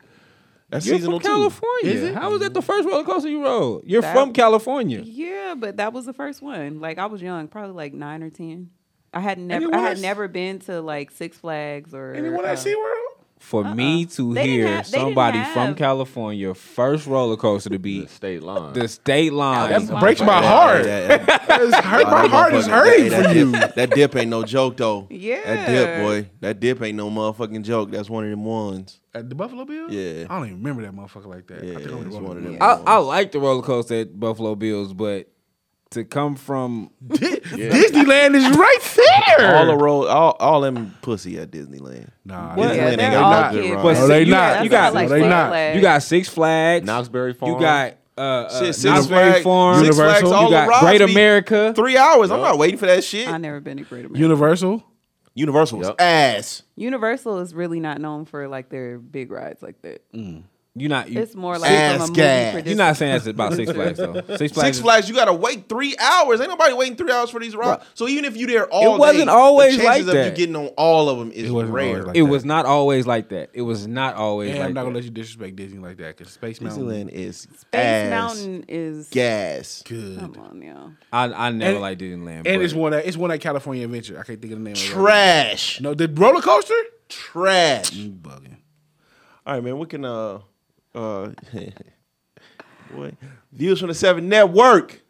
[SPEAKER 1] that's
[SPEAKER 5] You're
[SPEAKER 1] seasonal
[SPEAKER 5] from
[SPEAKER 1] too.
[SPEAKER 5] California.
[SPEAKER 2] Is it?
[SPEAKER 5] How was that the first roller coaster you rode? You're
[SPEAKER 4] That-
[SPEAKER 5] from California.
[SPEAKER 4] Yeah, but that was the first one. Like I was young, probably like nine or ten. I had never,
[SPEAKER 2] Anyone
[SPEAKER 4] I had
[SPEAKER 2] else?
[SPEAKER 4] never been to like Six Flags or
[SPEAKER 2] Anyone
[SPEAKER 4] uh,
[SPEAKER 2] at SeaWorld?
[SPEAKER 5] For me
[SPEAKER 4] Uh-uh.
[SPEAKER 5] to
[SPEAKER 4] They didn't
[SPEAKER 5] hear
[SPEAKER 4] have- they didn't
[SPEAKER 5] somebody from
[SPEAKER 4] have-
[SPEAKER 5] California first roller coaster to be
[SPEAKER 3] The state line.
[SPEAKER 5] the state line.
[SPEAKER 2] That
[SPEAKER 4] Wow.
[SPEAKER 2] breaks my heart. It's hurt- my heart is hurting for
[SPEAKER 1] that
[SPEAKER 2] you.
[SPEAKER 1] Dip, that dip ain't no joke though. That dip,
[SPEAKER 4] Yeah.
[SPEAKER 1] boy. That dip ain't no motherfucking joke. That's one of them ones.
[SPEAKER 2] At the Buffalo Bill?
[SPEAKER 1] Yeah.
[SPEAKER 2] I don't even remember that motherfucker like that.
[SPEAKER 1] Yeah,
[SPEAKER 2] I think I
[SPEAKER 1] it's
[SPEAKER 2] was
[SPEAKER 1] one of them.
[SPEAKER 5] I, I like the roller coaster at Buffalo Bills, but to come from
[SPEAKER 2] Disneyland is right there.
[SPEAKER 1] All the roll, all, all them pussy at Disneyland.
[SPEAKER 2] nah,
[SPEAKER 1] What?
[SPEAKER 2] Disneyland
[SPEAKER 1] Yeah,
[SPEAKER 2] ain't
[SPEAKER 1] they're
[SPEAKER 2] got
[SPEAKER 1] all
[SPEAKER 2] nothing.
[SPEAKER 1] good
[SPEAKER 5] But
[SPEAKER 2] No, they
[SPEAKER 5] you
[SPEAKER 2] not.
[SPEAKER 5] Got, you got,
[SPEAKER 2] No, they not.
[SPEAKER 5] you got Six Flags.
[SPEAKER 3] Knoxbury Farm.
[SPEAKER 5] you got uh, uh,
[SPEAKER 1] Shit, Six
[SPEAKER 5] Knoxbury
[SPEAKER 1] Flags-
[SPEAKER 5] Farm.
[SPEAKER 1] Six Flags
[SPEAKER 5] Universal.
[SPEAKER 1] all
[SPEAKER 5] you got
[SPEAKER 1] arrives
[SPEAKER 5] Great
[SPEAKER 1] me-
[SPEAKER 5] America.
[SPEAKER 1] Three hours. I'm not waiting for that shit.
[SPEAKER 4] I never been to Great America.
[SPEAKER 2] Universal.
[SPEAKER 1] Universal was
[SPEAKER 3] Yep.
[SPEAKER 1] ass.
[SPEAKER 4] Universal is really not known for like their big rides like that.
[SPEAKER 5] You not you,
[SPEAKER 4] It's more like
[SPEAKER 1] Mm-hmm. Ass
[SPEAKER 4] from a movie
[SPEAKER 1] gas.
[SPEAKER 4] producer.
[SPEAKER 5] you're not saying that's about Six Flags though. Six Flags.
[SPEAKER 1] Six
[SPEAKER 5] is-
[SPEAKER 1] Flags, you gotta wait three hours. Ain't nobody waiting three hours for these rides. So even if you there all,
[SPEAKER 5] wasn't
[SPEAKER 1] day,
[SPEAKER 5] always
[SPEAKER 1] the
[SPEAKER 5] like
[SPEAKER 1] chances of
[SPEAKER 5] that.
[SPEAKER 1] you getting on all of them is
[SPEAKER 2] wasn't
[SPEAKER 1] rare.
[SPEAKER 2] always like
[SPEAKER 5] It
[SPEAKER 2] that.
[SPEAKER 5] was not always like that. It was not always
[SPEAKER 2] Damn,
[SPEAKER 5] like
[SPEAKER 2] I'm not gonna
[SPEAKER 5] that.
[SPEAKER 2] let you disrespect Disney like that because Space Mountain.
[SPEAKER 1] Disneyland is Space
[SPEAKER 4] Space Mountain is
[SPEAKER 1] gas.
[SPEAKER 2] Good.
[SPEAKER 4] come on now.
[SPEAKER 5] I, I never
[SPEAKER 2] And-
[SPEAKER 5] liked Disneyland.
[SPEAKER 2] And
[SPEAKER 5] but
[SPEAKER 2] it's one that it's one that California Adventure. I can't think of the name. of it right
[SPEAKER 1] Trash.
[SPEAKER 2] now. No, the roller coaster.
[SPEAKER 1] Trash.
[SPEAKER 2] You bugging.
[SPEAKER 1] All right, man. We can uh uh boy. Views from the Seven Network.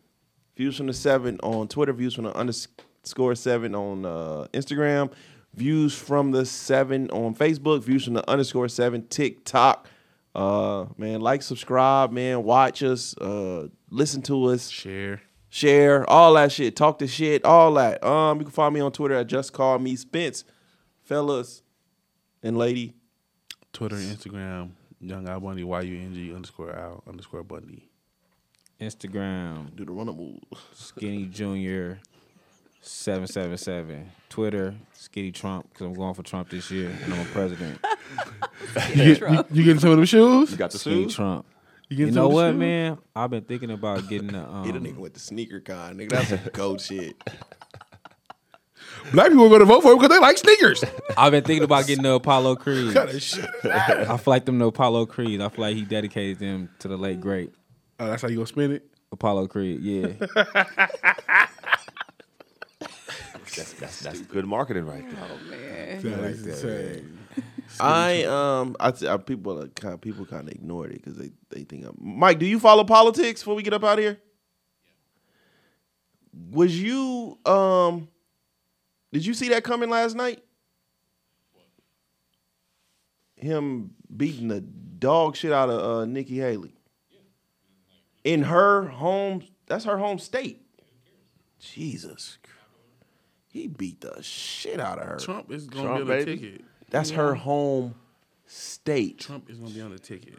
[SPEAKER 1] Views from the Seven on Twitter. Views from the underscore seven on uh, Instagram. Views from the Seven on Facebook. Views from the underscore seven TikTok. Uh, man, like, subscribe, man. Watch us. Uh, listen to us
[SPEAKER 2] Share.
[SPEAKER 1] share, all that shit. Talk the shit, all that. Um, you can find me on Twitter at just call me Spence, fellas and lady.
[SPEAKER 2] Twitter and Instagram. Young Al Bundy. Y U N G underscore Al underscore Bundy.
[SPEAKER 5] Instagram
[SPEAKER 1] Do the runner move.
[SPEAKER 5] Skinny Junior seven seven seven. Twitter Skinny Trump because I'm going for Trump this year and I'm a president.
[SPEAKER 2] You, get, you, you getting some of them shoes?
[SPEAKER 3] You got the
[SPEAKER 5] Skinny
[SPEAKER 3] shoes.
[SPEAKER 5] Trump.
[SPEAKER 2] You,
[SPEAKER 5] You
[SPEAKER 2] getting
[SPEAKER 5] know
[SPEAKER 2] some of them
[SPEAKER 5] what,
[SPEAKER 2] shoes?
[SPEAKER 5] man? I've been thinking about getting the
[SPEAKER 1] Hit a
[SPEAKER 5] um,
[SPEAKER 1] nigga with the sneaker con, nigga. That's some cold shit.
[SPEAKER 2] Black people are going to vote for him because they like sneakers.
[SPEAKER 5] I've been thinking about getting the Apollo Creed.
[SPEAKER 2] Kinda shit.
[SPEAKER 5] I feel like them the Apollo Creed. I feel like he dedicated them to the late great
[SPEAKER 2] Oh, that's how you gonna spin it.
[SPEAKER 5] Apollo Creed. Yeah.
[SPEAKER 3] That's, that's, that's good marketing right
[SPEAKER 1] Oh,
[SPEAKER 3] there.
[SPEAKER 2] That is insane.
[SPEAKER 1] I um, I, th- I people are kind people kind of ignored it because they they think I'm Mike. Do you follow politics before we get up out of here? Was you um, did you see that coming last night? Him beating the dog shit out of uh, Nikki Haley in her home. That's her home state. Jesus, he beat the shit out of her.
[SPEAKER 2] Trump is gonna
[SPEAKER 3] Trump,
[SPEAKER 2] be on the
[SPEAKER 3] baby.
[SPEAKER 2] ticket.
[SPEAKER 1] That's her home state.
[SPEAKER 2] Trump is gonna be on the ticket.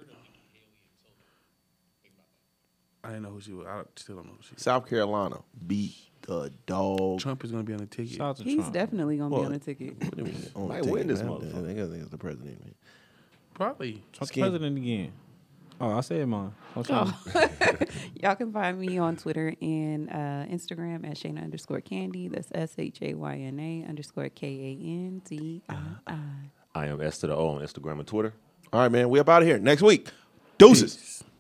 [SPEAKER 2] I didn't know who she was. I still don't know who she is.
[SPEAKER 1] South Carolina beat the dog.
[SPEAKER 2] Trump is gonna be on the ticket.
[SPEAKER 5] Shout out to
[SPEAKER 4] He's
[SPEAKER 5] Trump.
[SPEAKER 4] definitely gonna
[SPEAKER 1] What?
[SPEAKER 4] be on a ticket.
[SPEAKER 1] Might
[SPEAKER 3] win this motherfucker.
[SPEAKER 1] I think it's the president, man.
[SPEAKER 2] Probably.
[SPEAKER 5] Trump's
[SPEAKER 1] Skinny.
[SPEAKER 5] president again. Oh, I said mine. I'm trying to-
[SPEAKER 4] Y'all can find me on Twitter and uh, Instagram at Shayna underscore Candy. That's S H A Y N A underscore K A N D I I.
[SPEAKER 3] I am S to the O on Instagram and Twitter.
[SPEAKER 1] All right, man. We up out of here. Next week. Deuces.
[SPEAKER 2] Peace.